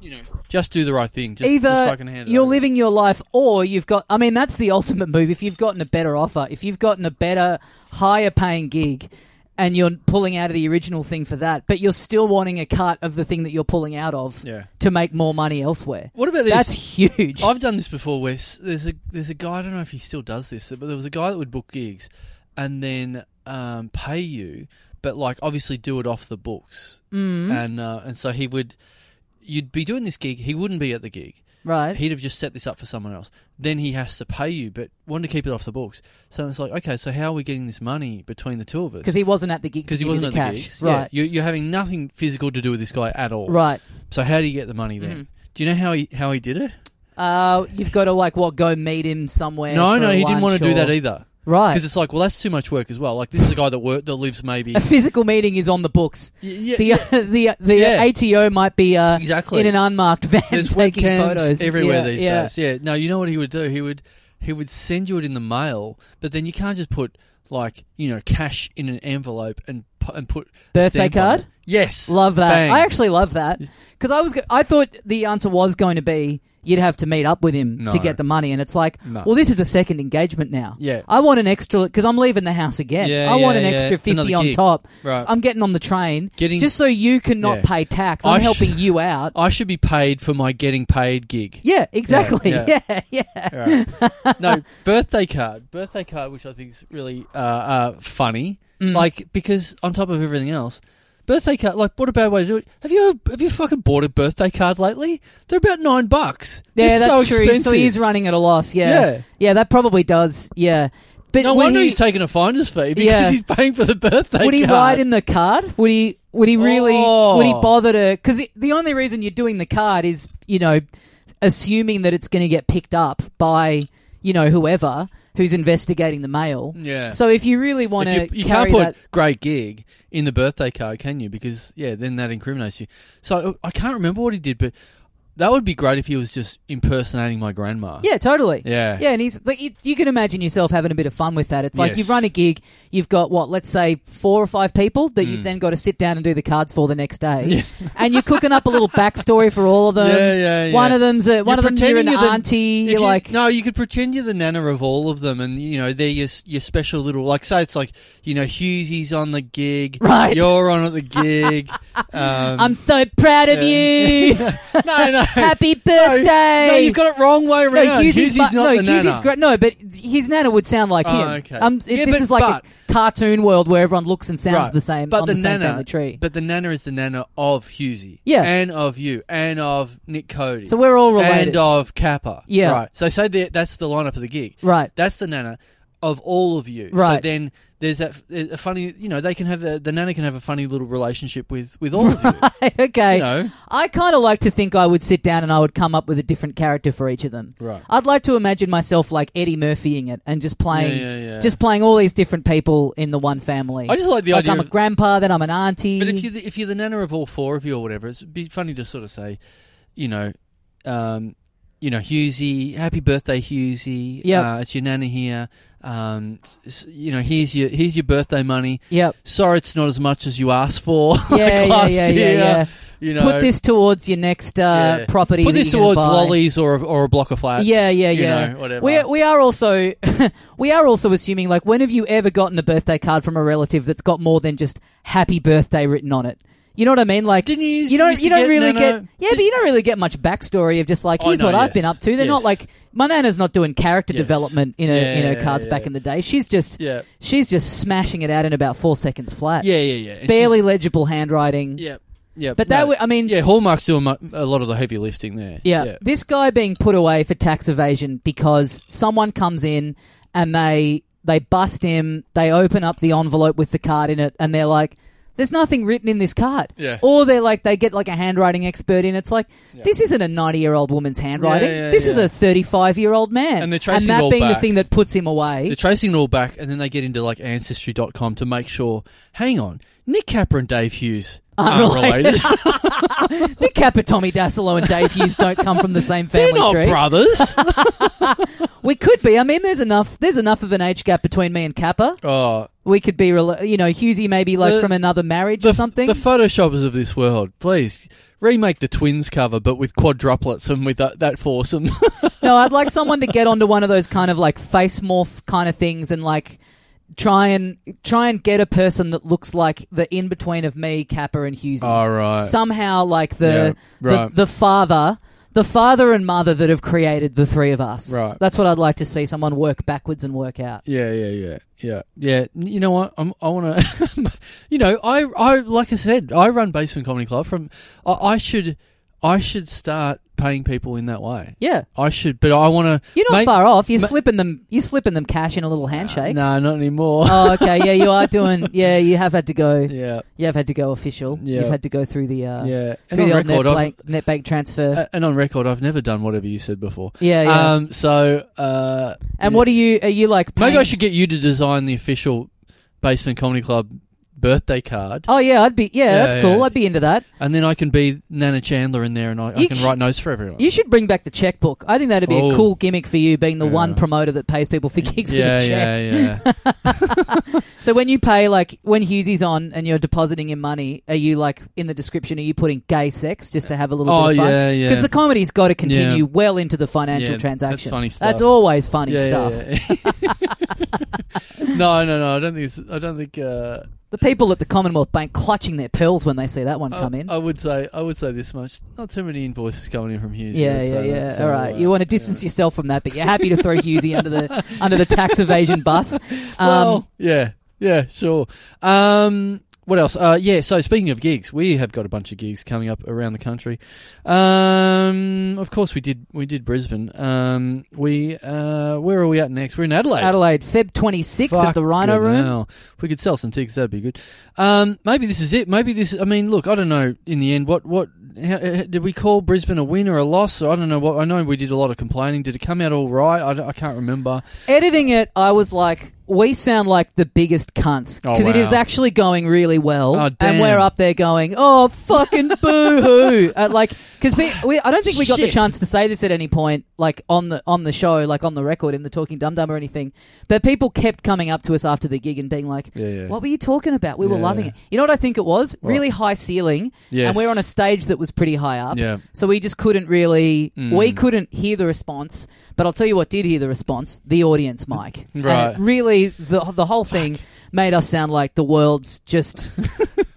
Speaker 2: you know just do the right thing. Just,
Speaker 1: Either
Speaker 2: just fucking hand it
Speaker 1: you're
Speaker 2: over.
Speaker 1: living your life, or you've got. I mean, that's the ultimate move. If you've gotten a better offer, if you've gotten a better, higher paying gig, and you're pulling out of the original thing for that, but you're still wanting a cut of the thing that you're pulling out of
Speaker 2: Yeah.
Speaker 1: to make more money elsewhere.
Speaker 2: What about this?
Speaker 1: That's huge.
Speaker 2: I've done this before. Where s- there's a there's a guy. I don't know if he still does this, but there was a guy that would book gigs and then um, pay you, but like obviously do it off the books. Mm. And uh, and so he would. You'd be doing this gig. He wouldn't be at the gig.
Speaker 1: right?
Speaker 2: he'd have just set this up for someone else. Then he has to pay you, but wanted to keep it off the books. So it's like, okay, so how are we getting this money between the two of us?
Speaker 1: Because he wasn't at the gig. Because
Speaker 2: Because he wasn't at
Speaker 1: the
Speaker 2: the
Speaker 1: cash.
Speaker 2: gigs.
Speaker 1: Right.
Speaker 2: Yeah, you're, you're having nothing physical to do with this guy at all.
Speaker 1: Right. Mm-hmm.
Speaker 2: So how do you get the money then? Do you know how he how he did it?
Speaker 1: Uh, you've got to like what go meet him somewhere.
Speaker 2: no,
Speaker 1: for
Speaker 2: no,
Speaker 1: a
Speaker 2: he didn't want to
Speaker 1: lunch
Speaker 2: do that
Speaker 1: or-
Speaker 2: either.
Speaker 1: Right,
Speaker 2: Because it's like, well, that's too much work as well. Like this is a guy that work that lives maybe.
Speaker 1: a physical meeting is on the books.
Speaker 2: Yeah,
Speaker 1: The
Speaker 2: yeah,
Speaker 1: the the
Speaker 2: Yeah.
Speaker 1: ATO might be uh,
Speaker 2: exactly.
Speaker 1: in an unmarked van
Speaker 2: There's
Speaker 1: taking
Speaker 2: webcams
Speaker 1: photos
Speaker 2: everywhere
Speaker 1: Yeah,
Speaker 2: these
Speaker 1: yeah.
Speaker 2: days. Yeah. No, you know what he would do? He would he would send you it in the mail, but then you can't just put like you know cash in an envelope and pu- and put a
Speaker 1: Birthday
Speaker 2: stamp on it.
Speaker 1: card?
Speaker 2: Yes,
Speaker 1: Love that.
Speaker 2: Bang.
Speaker 1: I actually love that because I was go- I thought the answer was going to be you'd have to meet up with him
Speaker 2: No.
Speaker 1: to get the money, and it's like,
Speaker 2: No.
Speaker 1: well, this is a second engagement now.
Speaker 2: Yeah.
Speaker 1: I want an extra because I'm leaving the house again.
Speaker 2: Yeah,
Speaker 1: I want
Speaker 2: yeah,
Speaker 1: an
Speaker 2: yeah.
Speaker 1: extra
Speaker 2: It's another
Speaker 1: fifty on
Speaker 2: gig.
Speaker 1: top.
Speaker 2: Right.
Speaker 1: I'm getting on the train
Speaker 2: Getting-
Speaker 1: just so you cannot
Speaker 2: Yeah.
Speaker 1: pay tax. I'm
Speaker 2: I sh-
Speaker 1: helping you out.
Speaker 2: I should be paid for my getting paid gig.
Speaker 1: yeah, exactly.
Speaker 2: yeah.
Speaker 1: Yeah, yeah.
Speaker 2: Alright. no, birthday card. Birthday card, which I think is really uh, uh, funny.
Speaker 1: Mm.
Speaker 2: Like, because on top of everything else, birthday card, like, what a bad way to do it. Have you have you fucking bought a birthday card lately? They're about nine bucks.
Speaker 1: Yeah,
Speaker 2: They're
Speaker 1: that's
Speaker 2: so
Speaker 1: true.
Speaker 2: Expensive.
Speaker 1: So he's running at a loss. Yeah.
Speaker 2: Yeah.
Speaker 1: yeah, that probably does. Yeah, but
Speaker 2: no
Speaker 1: when
Speaker 2: wonder
Speaker 1: he,
Speaker 2: he's taking a finder's fee because
Speaker 1: Yeah.
Speaker 2: he's paying for the birthday
Speaker 1: would he
Speaker 2: card.
Speaker 1: ride in the card? Would he? Would he really?
Speaker 2: Oh.
Speaker 1: Would he bother to? Because the only reason you're doing the card is you know, assuming that it's going to get picked up by you know whoever who's investigating the mail.
Speaker 2: yeah.
Speaker 1: So if you really want to,
Speaker 2: If you, you can't put great gig in the birthday card, can you? Because yeah, then that incriminates you. So I can't remember what he did, but that would be great if he was just impersonating my grandma.
Speaker 1: Yeah, totally.
Speaker 2: Yeah.
Speaker 1: Yeah, and he's like, you, you can imagine yourself having a bit of fun with that. It's like
Speaker 2: Yes.
Speaker 1: you run a gig, you've got what, let's say four or five people that
Speaker 2: Mm.
Speaker 1: you've then got to sit down and do the cards for the next day, and you're cooking up a little backstory for all of them.
Speaker 2: Yeah, yeah, yeah.
Speaker 1: One of them's a, one
Speaker 2: You're
Speaker 1: of them you're an
Speaker 2: pretending you're the-
Speaker 1: auntie.
Speaker 2: If
Speaker 1: You're
Speaker 2: you-
Speaker 1: like,
Speaker 2: no, you could pretend you're the nana of all of them, and you know they're your your special little like. Say it's like you know Hughesy's on the gig,
Speaker 1: Right.
Speaker 2: You're on at the gig. um,
Speaker 1: I'm so proud of
Speaker 2: Yeah.
Speaker 1: you.
Speaker 2: no, no,
Speaker 1: Happy
Speaker 2: no,
Speaker 1: birthday.
Speaker 2: no, you've got it wrong way
Speaker 1: No,
Speaker 2: around.
Speaker 1: Hughesy's,
Speaker 2: Hughesy's not
Speaker 1: bu- no,
Speaker 2: the nana.
Speaker 1: Hughesy's great. No, but his nana would sound like
Speaker 2: Oh,
Speaker 1: him.
Speaker 2: okay.
Speaker 1: Um, it-
Speaker 2: Yeah,
Speaker 1: this
Speaker 2: but-
Speaker 1: is like a cartoon world where everyone looks and sounds
Speaker 2: Right.
Speaker 1: the same
Speaker 2: But
Speaker 1: on
Speaker 2: the,
Speaker 1: the, same
Speaker 2: nana,
Speaker 1: family tree.
Speaker 2: but the nana is the nana of Husey,
Speaker 1: Yeah.
Speaker 2: and of you, and of Nick Cody,
Speaker 1: so we're all related.
Speaker 2: and of Kappa,
Speaker 1: Yeah.
Speaker 2: Right. So say that that's the lineup of the gig,
Speaker 1: Right.
Speaker 2: That's the nana of all of you. So
Speaker 1: Right.
Speaker 2: then there's that there's a funny, you know, they can have a, the nana can have a funny little relationship with with all of you.
Speaker 1: okay.
Speaker 2: You know,
Speaker 1: I kind of like to think I would sit down and I would come up with a different character for each of them.
Speaker 2: Right.
Speaker 1: I'd like to imagine myself like Eddie Murphying it and just playing,
Speaker 2: Yeah, yeah, yeah.
Speaker 1: just playing all these different people in the one family.
Speaker 2: I just like the idea
Speaker 1: I'm a
Speaker 2: of-
Speaker 1: grandpa, then I'm an auntie.
Speaker 2: but if you if you're the nana of all four of you or whatever, it'd be funny to sort of say, you know, um, you know, Husey, happy birthday, Husey.
Speaker 1: Yep.
Speaker 2: uh, it's your nana here. Um, s- s- you know, here's your here's your birthday money.
Speaker 1: yep.
Speaker 2: Sorry, it's not as much as you asked for.
Speaker 1: Yeah,
Speaker 2: like
Speaker 1: yeah,
Speaker 2: last
Speaker 1: yeah, yeah,
Speaker 2: year.
Speaker 1: yeah.
Speaker 2: You know,
Speaker 1: Put this towards your next uh,
Speaker 2: Yeah.
Speaker 1: property.
Speaker 2: put
Speaker 1: that
Speaker 2: this
Speaker 1: you're gonna
Speaker 2: towards
Speaker 1: buy.
Speaker 2: lollies or a, or a block of flats.
Speaker 1: Yeah, yeah,
Speaker 2: you
Speaker 1: yeah.
Speaker 2: know, whatever.
Speaker 1: We we are also we are also assuming like when have you ever gotten a birthday card from a relative that's got more than just happy birthday written on it? You know what I mean? Like
Speaker 2: Didn't you used
Speaker 1: you
Speaker 2: to-
Speaker 1: don't
Speaker 2: used to
Speaker 1: you don't
Speaker 2: get-
Speaker 1: really
Speaker 2: no,
Speaker 1: get
Speaker 2: no.
Speaker 1: yeah, but you don't really get much backstory of just like
Speaker 2: Oh,
Speaker 1: here's
Speaker 2: no,
Speaker 1: what I've been
Speaker 2: yes.
Speaker 1: up to. They're not
Speaker 2: Yes.
Speaker 1: like my nana's not doing character
Speaker 2: Yes.
Speaker 1: development in her in
Speaker 2: Yeah,
Speaker 1: her
Speaker 2: yeah,
Speaker 1: cards
Speaker 2: yeah.
Speaker 1: back in the day. She's just
Speaker 2: yeah,
Speaker 1: she's just smashing it out in about four seconds flat.
Speaker 2: yeah, yeah, yeah. And
Speaker 1: barely
Speaker 2: she's-
Speaker 1: legible handwriting.
Speaker 2: Yeah, yeah.
Speaker 1: But that
Speaker 2: no.
Speaker 1: would I mean
Speaker 2: yeah, Hallmark's doing mu- a lot of the heavy lifting there.
Speaker 1: Yeah. This guy being put away for tax evasion because someone comes in and they they bust him, they open up the envelope with the card in it and they're like there's nothing written in this card.
Speaker 2: Yeah.
Speaker 1: Or they're like they get like a handwriting expert in. It's like this isn't a 90-year-old woman's handwriting.
Speaker 2: yeah,
Speaker 1: this is
Speaker 2: yeah.
Speaker 1: a 35-year-old man.
Speaker 2: And they're tracing
Speaker 1: that
Speaker 2: it all
Speaker 1: being the
Speaker 2: back.
Speaker 1: thing that puts him away.
Speaker 2: They're tracing it all back, and then they get into like ancestry.com to make sure. Hang on, Nick Capper and Dave Hughes aren't related.
Speaker 1: Nick Capper, Tommy Dasilo and Dave Hughes don't come from the same
Speaker 2: They're
Speaker 1: family
Speaker 2: not
Speaker 1: tree.
Speaker 2: brothers.
Speaker 1: we could be. I mean, there's enough there's enough of an age gap between me and Capper.
Speaker 2: oh,
Speaker 1: We could be, rela- you know, Husey maybe like
Speaker 2: The-
Speaker 1: from another marriage
Speaker 2: the,
Speaker 1: or something.
Speaker 2: The photoshoppers of this world, please remake the twins cover, but with quadruplets and with that, that foursome.
Speaker 1: no, I'd like someone to get onto one of those kind of like face morph kind of things and like try and try and get a person that looks like the in between of me, Kappa, and Husey.
Speaker 2: All right.
Speaker 1: Somehow, like the,
Speaker 2: Uh, Yeah, right.
Speaker 1: the the father, the father and mother that have created the three of us.
Speaker 2: Right.
Speaker 1: That's what I'd like to see someone work backwards and work out.
Speaker 2: Yeah, yeah, yeah, yeah, yeah. N- You know what? I'm, I want to. you know, I, I, like I said, I run Basement Comedy Club. From, I, I should, I should start paying people in that way.
Speaker 1: Yeah.
Speaker 2: I should, but I want to.
Speaker 1: You're not
Speaker 2: Mate-
Speaker 1: far off. You're
Speaker 2: ma-
Speaker 1: slipping them. You're slipping them cash in a little handshake.
Speaker 2: No, not anymore.
Speaker 1: Oh, okay. Yeah, you are doing. Yeah, you have had to go.
Speaker 2: yeah,
Speaker 1: You have had to go official.
Speaker 2: Yeah.
Speaker 1: You've had to go through the uh,
Speaker 2: yeah. And
Speaker 1: through
Speaker 2: on
Speaker 1: the old
Speaker 2: record,
Speaker 1: net,
Speaker 2: I've,
Speaker 1: bank, net bank transfer.
Speaker 2: uh, and on record, I've never done whatever you said before.
Speaker 1: yeah, yeah.
Speaker 2: Um. So, uh,
Speaker 1: and what are you? Are you like?
Speaker 2: maybe
Speaker 1: paying-
Speaker 2: I should get you to design the official Basement Comedy Club birthday card,
Speaker 1: Oh yeah, I'd be. Yeah,
Speaker 2: Yeah,
Speaker 1: that's cool.
Speaker 2: yeah.
Speaker 1: I'd be into that.
Speaker 2: and then I can be Nana Chandler in there, and I, I
Speaker 1: You
Speaker 2: can
Speaker 1: sh-
Speaker 2: write notes for everyone.
Speaker 1: You should bring back the checkbook. I think that'd be a
Speaker 2: Oh.
Speaker 1: cool gimmick for you, being the
Speaker 2: Yeah.
Speaker 1: one promoter that pays people for gigs
Speaker 2: yeah,
Speaker 1: with a check.
Speaker 2: yeah, yeah.
Speaker 1: So when you pay, like when Hughesy's on and you're depositing your money, are you like in the description? Are you putting gay sex just to have a little
Speaker 2: oh,
Speaker 1: bit of fun?
Speaker 2: yeah, yeah.
Speaker 1: Because the comedy's got to continue
Speaker 2: Yeah.
Speaker 1: well into the financial
Speaker 2: Yeah,
Speaker 1: transaction.
Speaker 2: That's funny stuff.
Speaker 1: That's always funny stuff.
Speaker 2: yeah. no, no, no. I don't think. It's, I don't think. Uh,
Speaker 1: The people at the Commonwealth Bank clutching their pearls when they see that one
Speaker 2: I-
Speaker 1: come in.
Speaker 2: I, would say. I would say this much. Not too many invoices coming in from Hughes. I
Speaker 1: yeah,
Speaker 2: would
Speaker 1: yeah,
Speaker 2: say that.
Speaker 1: yeah.
Speaker 2: So,
Speaker 1: All right,
Speaker 2: uh,
Speaker 1: you want to distance yourself from that, but you're happy to throw Husey under the under the tax evasion bus. Um,
Speaker 2: Well, yeah, yeah, sure. Um, what else? Uh, yeah. So speaking of gigs, we have got a bunch of gigs coming up around the country. Um, of course, we did. We did Brisbane. Um, we. Uh, where are we at next? We're in Adelaide.
Speaker 1: Adelaide, Feb 26 at the Rhino
Speaker 2: Fucking
Speaker 1: Room.
Speaker 2: hell. If we could sell some tickets, that'd be good. Um, maybe this is it. Maybe this. I mean, look, I don't know. In the end, what what how, uh, did we call Brisbane a win or a loss? I don't know. What I know, we did a lot of complaining. Did it come out all right? I, don't- I can't remember.
Speaker 1: Editing it, I was like, we sound like the biggest cunts
Speaker 2: Oh,
Speaker 1: because it is
Speaker 2: wow.
Speaker 1: actually going really well,
Speaker 2: Oh,
Speaker 1: and
Speaker 2: damn.
Speaker 1: we're up there going, "Oh, fucking boo hoo!" uh, like, because we, we, I don't think we got the
Speaker 2: Shit.
Speaker 1: chance to say this at any point, like on the on the show, like on the record in the Talking Dum Dum or anything. But people kept coming up to us after the gig and being like,
Speaker 2: Yeah, yeah.
Speaker 1: "What were you talking about? We were
Speaker 2: Yeah.
Speaker 1: loving it." You know what I think it was?
Speaker 2: What?
Speaker 1: Really high ceiling,
Speaker 2: Yes.
Speaker 1: and we're on a stage that was pretty high up.
Speaker 2: Yeah.
Speaker 1: So we just couldn't really,
Speaker 2: Mm.
Speaker 1: we couldn't hear the response. But I'll tell you what did hear the response: the audience mic. And it
Speaker 2: Right.
Speaker 1: really, the the whole thing made us sound like the world's just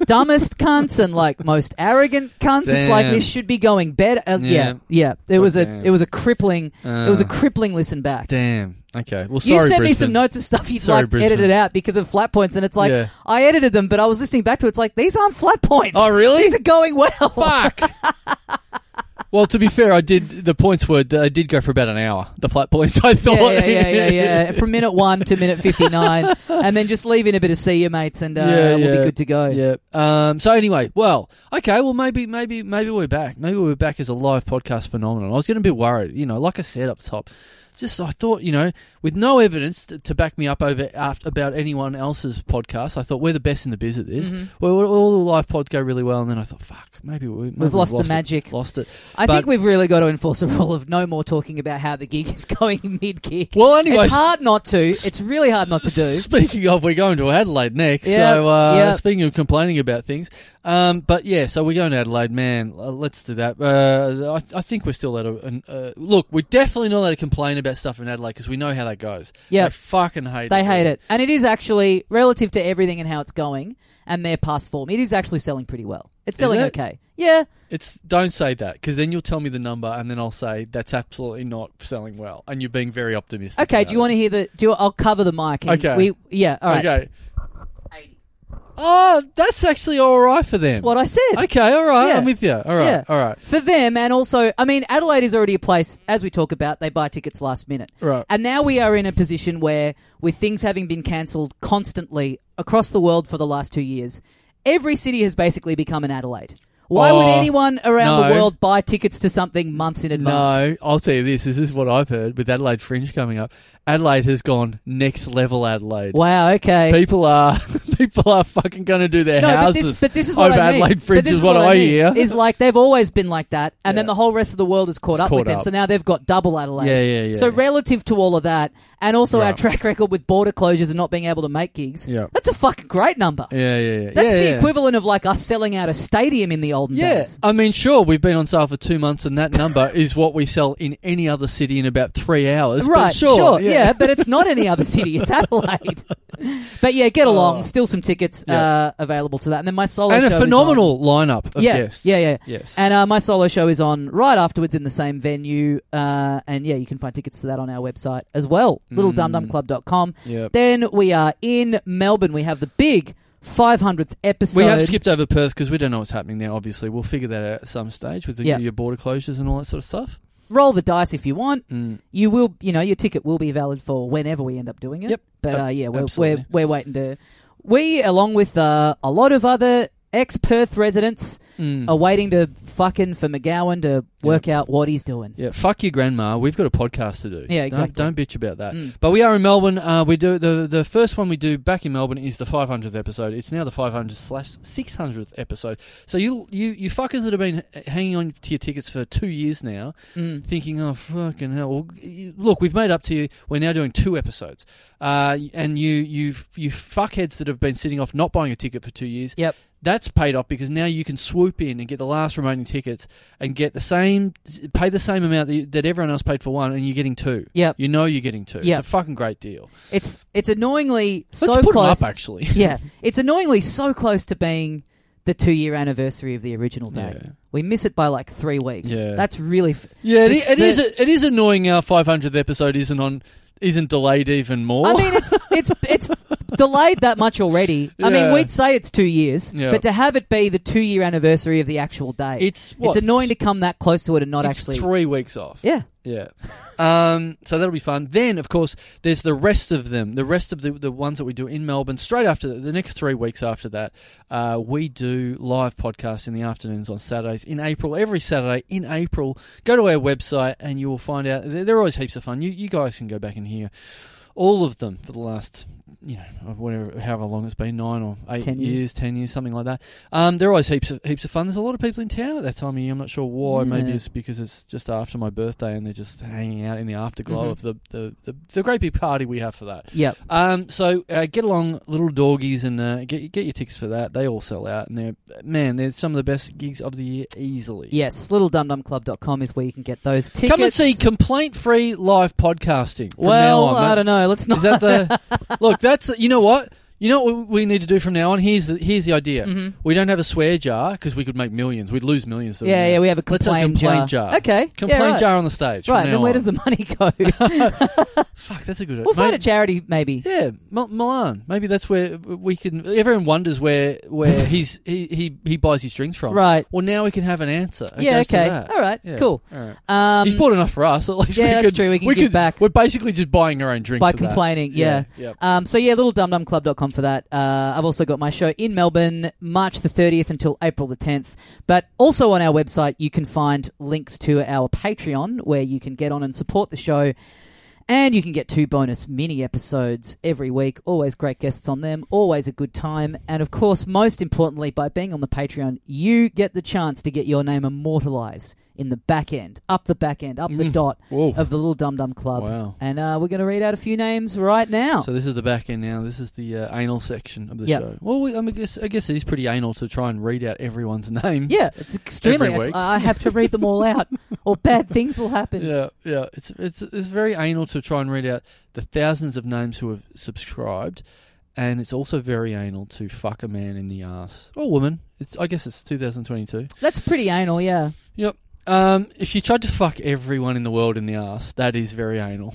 Speaker 1: dumbest cunts and like most arrogant cunts. It's like
Speaker 2: Damn.
Speaker 1: this should be going better. Uh, yeah.
Speaker 2: Yeah.
Speaker 1: yeah, It was a
Speaker 2: Goddamn.
Speaker 1: it was a crippling
Speaker 2: Uh,
Speaker 1: it was a crippling listen back.
Speaker 2: damn. Okay. Well, sorry,
Speaker 1: You sent me
Speaker 2: Brisbane.
Speaker 1: some notes of stuff you'd
Speaker 2: Sorry,
Speaker 1: like
Speaker 2: Brisbane.
Speaker 1: edited out because of flat points, and it's like
Speaker 2: Yeah.
Speaker 1: I edited them, but I was listening back to it. It's like these aren't flat points.
Speaker 2: Oh, really?
Speaker 1: These are going well.
Speaker 2: Fuck. well, to be fair, I did. The points were. I did go for about an hour. The flat points. I thought.
Speaker 1: yeah, yeah, yeah, yeah, yeah. From minute one to minute fifty nine, and then just leave in a bit of see you mates, and uh,
Speaker 2: Yeah,
Speaker 1: we'll be
Speaker 2: yeah.
Speaker 1: good to go.
Speaker 2: Yeah. Um, so anyway, well, okay. Well, maybe, maybe, maybe we're back. Maybe we're back as a live podcast phenomenon. I was getting a bit worried, you know. Like I said up top, just I thought, you know, with no evidence to, to back me up over after, about anyone else's podcast, I thought we're the best in the biz at this.
Speaker 1: Mhm.
Speaker 2: Well, all- all the live pods go really well, and then I thought, fuck, maybe, we, maybe
Speaker 1: We've lost, the
Speaker 2: it.
Speaker 1: magic.
Speaker 2: Lost it.
Speaker 1: I
Speaker 2: but-
Speaker 1: think we've really got to enforce a rule of no more talking about how the gig is going mid gig.
Speaker 2: Well, anyway,
Speaker 1: it's hard not to. It's really hard not to do.
Speaker 2: Speaking of, we're going to Adelaide next.
Speaker 1: Yeah,
Speaker 2: so, uh,
Speaker 1: yeah.
Speaker 2: speaking of complaining about things, um, but yeah, so we're going to Adelaide, man. Uh, let's do that. Uh, I, I think we're still at a an, uh, look. We're definitely not allowed to complain about stuff in Adelaide because we know how that goes.
Speaker 1: Yeah.
Speaker 2: they fucking hate.
Speaker 1: They
Speaker 2: it.
Speaker 1: hate it, and it is actually relative to everything and how it's going and their past form. It is actually selling pretty well. It's
Speaker 2: Is
Speaker 1: selling
Speaker 2: it?
Speaker 1: okay. Yeah,
Speaker 2: It's don't say that because then you'll tell me the number and then I'll say that's absolutely not selling well, and you're being very optimistic.
Speaker 1: okay. Do you want to hear the? Do you, I'll cover the mic. And
Speaker 2: Okay.
Speaker 1: We, yeah. All right.
Speaker 2: Okay. Oh, that's actually all right for them.
Speaker 1: What I said.
Speaker 2: okay, all right.
Speaker 1: Yeah.
Speaker 2: I'm with you. All right,
Speaker 1: Yeah.
Speaker 2: all right,
Speaker 1: for them and also i mean adelaide is already a place as we talk about they buy tickets last minute
Speaker 2: right.
Speaker 1: and now we are in a position where with things having been cancelled constantly across the world for the last two years every city has basically become an adelaide why would
Speaker 2: Oh,
Speaker 1: anyone around the
Speaker 2: no.
Speaker 1: world buy tickets to something months in advance
Speaker 2: No, I'll tell you this. This is what I've heard with Adelaide Fringe coming up. Adelaide has gone next level. Adelaide.
Speaker 1: wow okay
Speaker 2: People are people are fucking going to do their
Speaker 1: no, but
Speaker 2: houses.
Speaker 1: this, but this is what
Speaker 2: over
Speaker 1: I mean.
Speaker 2: Adelaide
Speaker 1: But
Speaker 2: Fringe
Speaker 1: this
Speaker 2: is what I
Speaker 1: mean,
Speaker 2: hear.
Speaker 1: Is like they've always been like that, and then
Speaker 2: Yeah.
Speaker 1: the whole rest of the world is caught
Speaker 2: It's
Speaker 1: up with
Speaker 2: caught
Speaker 1: them.
Speaker 2: up.
Speaker 1: So now they've got double Adelaide.
Speaker 2: Yeah, yeah, yeah,
Speaker 1: So
Speaker 2: yeah.
Speaker 1: relative to all of that, and also our
Speaker 2: Right.
Speaker 1: track record with border closures and not being able to make gigs,
Speaker 2: Yeah.
Speaker 1: that's a fucking great number.
Speaker 2: yeah, yeah, yeah.
Speaker 1: That's
Speaker 2: yeah,
Speaker 1: the
Speaker 2: yeah.
Speaker 1: equivalent of like us selling out a stadium in the olden
Speaker 2: Yeah,
Speaker 1: days.
Speaker 2: I mean, sure, we've been on sale for two months, and that number is what we sell in any other city in about three hours. but
Speaker 1: Right,
Speaker 2: sure,
Speaker 1: yeah. but it's not any other city; it's Adelaide. but yeah, get along. Still some tickets
Speaker 2: Oh. Yeah.
Speaker 1: uh, available to that, and then my solo
Speaker 2: and a
Speaker 1: show is on-
Speaker 2: phenomenal lineup of
Speaker 1: yeah,
Speaker 2: guests.
Speaker 1: yeah, yeah,
Speaker 2: yes.
Speaker 1: And uh, my solo show is on right afterwards in the same venue. Uh, and yeah, you can find tickets to that on our website
Speaker 2: Hmm.
Speaker 1: as well, littledumdumclub.com.
Speaker 2: Yep.
Speaker 1: Then we are in Melbourne. We have the big 500th episode.
Speaker 2: We have skipped over Perth because we don't know what's happening there. Obviously, we'll figure that out at some stage with the,
Speaker 1: Yeah.
Speaker 2: your border closures and all that sort of stuff.
Speaker 1: Roll the dice if you want.
Speaker 2: Mm.
Speaker 1: You will, you know, your ticket will be valid for whenever we end up doing it.
Speaker 2: Yep.
Speaker 1: But uh, yeah, we're, we're
Speaker 2: absolutely.
Speaker 1: we're waiting to. We, along with uh, a lot of other ex Perth residents,
Speaker 2: Mm.
Speaker 1: are waiting to fucking for McGowan to work out what he's doing.
Speaker 2: Yeah, fuck your grandma. We've got a podcast to do.
Speaker 1: Yeah, exactly.
Speaker 2: Don't, don't bitch about that.
Speaker 1: Mm.
Speaker 2: But we are in Melbourne. Uh, we do the the first one we do back in Melbourne is the 500th episode. It's now the 500 slash 600th episode. So you you you fuckers that have been h- hanging on to your tickets for two years now,
Speaker 1: Mm.
Speaker 2: thinking, oh fucking hell. Well, you- look, we've made up to you. We're now doing two episodes. Uh, and you you you fuckheads that have been sitting off not buying a ticket for two years.
Speaker 1: Yep.
Speaker 2: That's paid off because now you can swoop in and get the last remaining tickets and get the same, pay the same amount that, you, that everyone else paid for one, and you're getting two.
Speaker 1: Yep.
Speaker 2: You know you're getting two.
Speaker 1: Yep.
Speaker 2: It's a fucking great deal.
Speaker 1: It's it's annoyingly so
Speaker 2: Let's put
Speaker 1: close.
Speaker 2: them up actually.
Speaker 1: yeah, it's annoyingly so close to being the two year anniversary of the original date.
Speaker 2: Yeah.
Speaker 1: We miss it by like three weeks.
Speaker 2: Yeah.
Speaker 1: That's really. F-
Speaker 2: Yeah, it,
Speaker 1: This-
Speaker 2: it
Speaker 1: the-
Speaker 2: is. It is annoying. Our 500th episode isn't on. Isn't delayed even more.
Speaker 1: I mean, it's it's it's delayed that much already. I mean,
Speaker 2: Yeah.
Speaker 1: we'd say it's two years,
Speaker 2: Yeah.
Speaker 1: but to have it be the two year anniversary of the actual date,
Speaker 2: it's what?
Speaker 1: it's annoying to come that close to it and not
Speaker 2: it's
Speaker 1: actually.
Speaker 2: three weeks off.
Speaker 1: yeah,
Speaker 2: Yeah. Um, so that'll be fun. Then, of course, there's the rest of them, the rest of the, the ones that we do in Melbourne. Straight after the, the next three weeks after that, uh, we do live podcasts in the afternoons on Saturdays in April, every Saturday in April. Go to our website and you will find out. They're, they're always heaps of fun. You, you guys can go back and hear all of them for the last. You know, whatever, however long it's been, nine or eight
Speaker 1: 10 years.
Speaker 2: years. ten years, something like that. Um, they're always heaps of heaps of fun. There's a lot of people in town at that time of year. I'm not sure why. Maybe
Speaker 1: Yeah.
Speaker 2: it's because it's just after my birthday and they're just hanging out in the afterglow
Speaker 1: Mhm.
Speaker 2: of the, the, the, the great big party we have for that.
Speaker 1: yep.
Speaker 2: Um, so uh, get along, little doggies, and uh, get get your tickets for that. They all sell out, and they're man, they're some of the best gigs of the year easily.
Speaker 1: Yes, littledumdumclub.com is where you can get those tickets.
Speaker 2: Come and see complaint-free live podcasting. From
Speaker 1: Well,
Speaker 2: now on.
Speaker 1: I don't know. Let's not.
Speaker 2: Is that the look? That's the- you know what you know what we need to do from now on. Here's the, here's the idea.
Speaker 1: Mhm.
Speaker 2: We don't have a swear jar because we could make millions. We'd lose millions. doing
Speaker 1: Yeah,
Speaker 2: that.
Speaker 1: yeah, we have a
Speaker 2: Let's have a
Speaker 1: complaint,
Speaker 2: complaint jar.
Speaker 1: Okay, yeah,
Speaker 2: Complaint
Speaker 1: right.
Speaker 2: jar on the stage. from
Speaker 1: Right,
Speaker 2: now
Speaker 1: then where
Speaker 2: on.
Speaker 1: does the money go?
Speaker 2: fuck? That's a good.
Speaker 1: we'll find
Speaker 2: maybe-
Speaker 1: a charity, maybe.
Speaker 2: Yeah, Mil- Milan. Maybe that's where we can. Everyone wonders where where he's he, he he buys his drinks from.
Speaker 1: Right.
Speaker 2: Well, now we can have an answer. It
Speaker 1: Yeah.
Speaker 2: goes to
Speaker 1: Okay.
Speaker 2: that.
Speaker 1: All right.
Speaker 2: Yeah.
Speaker 1: Cool.
Speaker 2: All right.
Speaker 1: Um,
Speaker 2: he's bought enough for us. At least
Speaker 1: yeah,
Speaker 2: we
Speaker 1: that's
Speaker 2: could,
Speaker 1: true, we can give
Speaker 2: could-
Speaker 1: back.
Speaker 2: We're basically just buying our own drinks
Speaker 1: by
Speaker 2: for that.
Speaker 1: complaining. Yeah.
Speaker 2: Yeah.
Speaker 1: Um, so yeah, littledumdumclub.com for that. Uh, I've also got my show in Melbourne, March the 30th until April the 10th. But also on our website, you can find links to our Patreon where you can get on and support the show. And you can get two bonus mini episodes every week. Always great guests on them. Always a good time. And of course, most importantly, by being on the Patreon, you get the chance to get your name immortalized in the back end, up the back end, up the
Speaker 2: Mm.
Speaker 1: dot
Speaker 2: Whoa.
Speaker 1: of the Little Dum Dum Club.
Speaker 2: Wow.
Speaker 1: And uh, we're going to read out a few names right now.
Speaker 2: So this is the back end now. This is the uh, anal section of the
Speaker 1: oh. Yep.
Speaker 2: show. Well, we, I, mean, I guess I guess it is pretty anal to try and read out everyone's name.
Speaker 1: yeah, it's extremely.
Speaker 2: Every
Speaker 1: It's,
Speaker 2: week.
Speaker 1: I have to read them all out, or bad things will happen.
Speaker 2: Yeah, yeah. It's it's it's very anal to try and read out the thousands of names who have subscribed, and it's also very anal to fuck a man in the ass or woman. It's I guess it's 2022.
Speaker 1: That's pretty anal, yeah.
Speaker 2: Yep. Um, if you tried to fuck everyone in the world in the ass, that is very anal.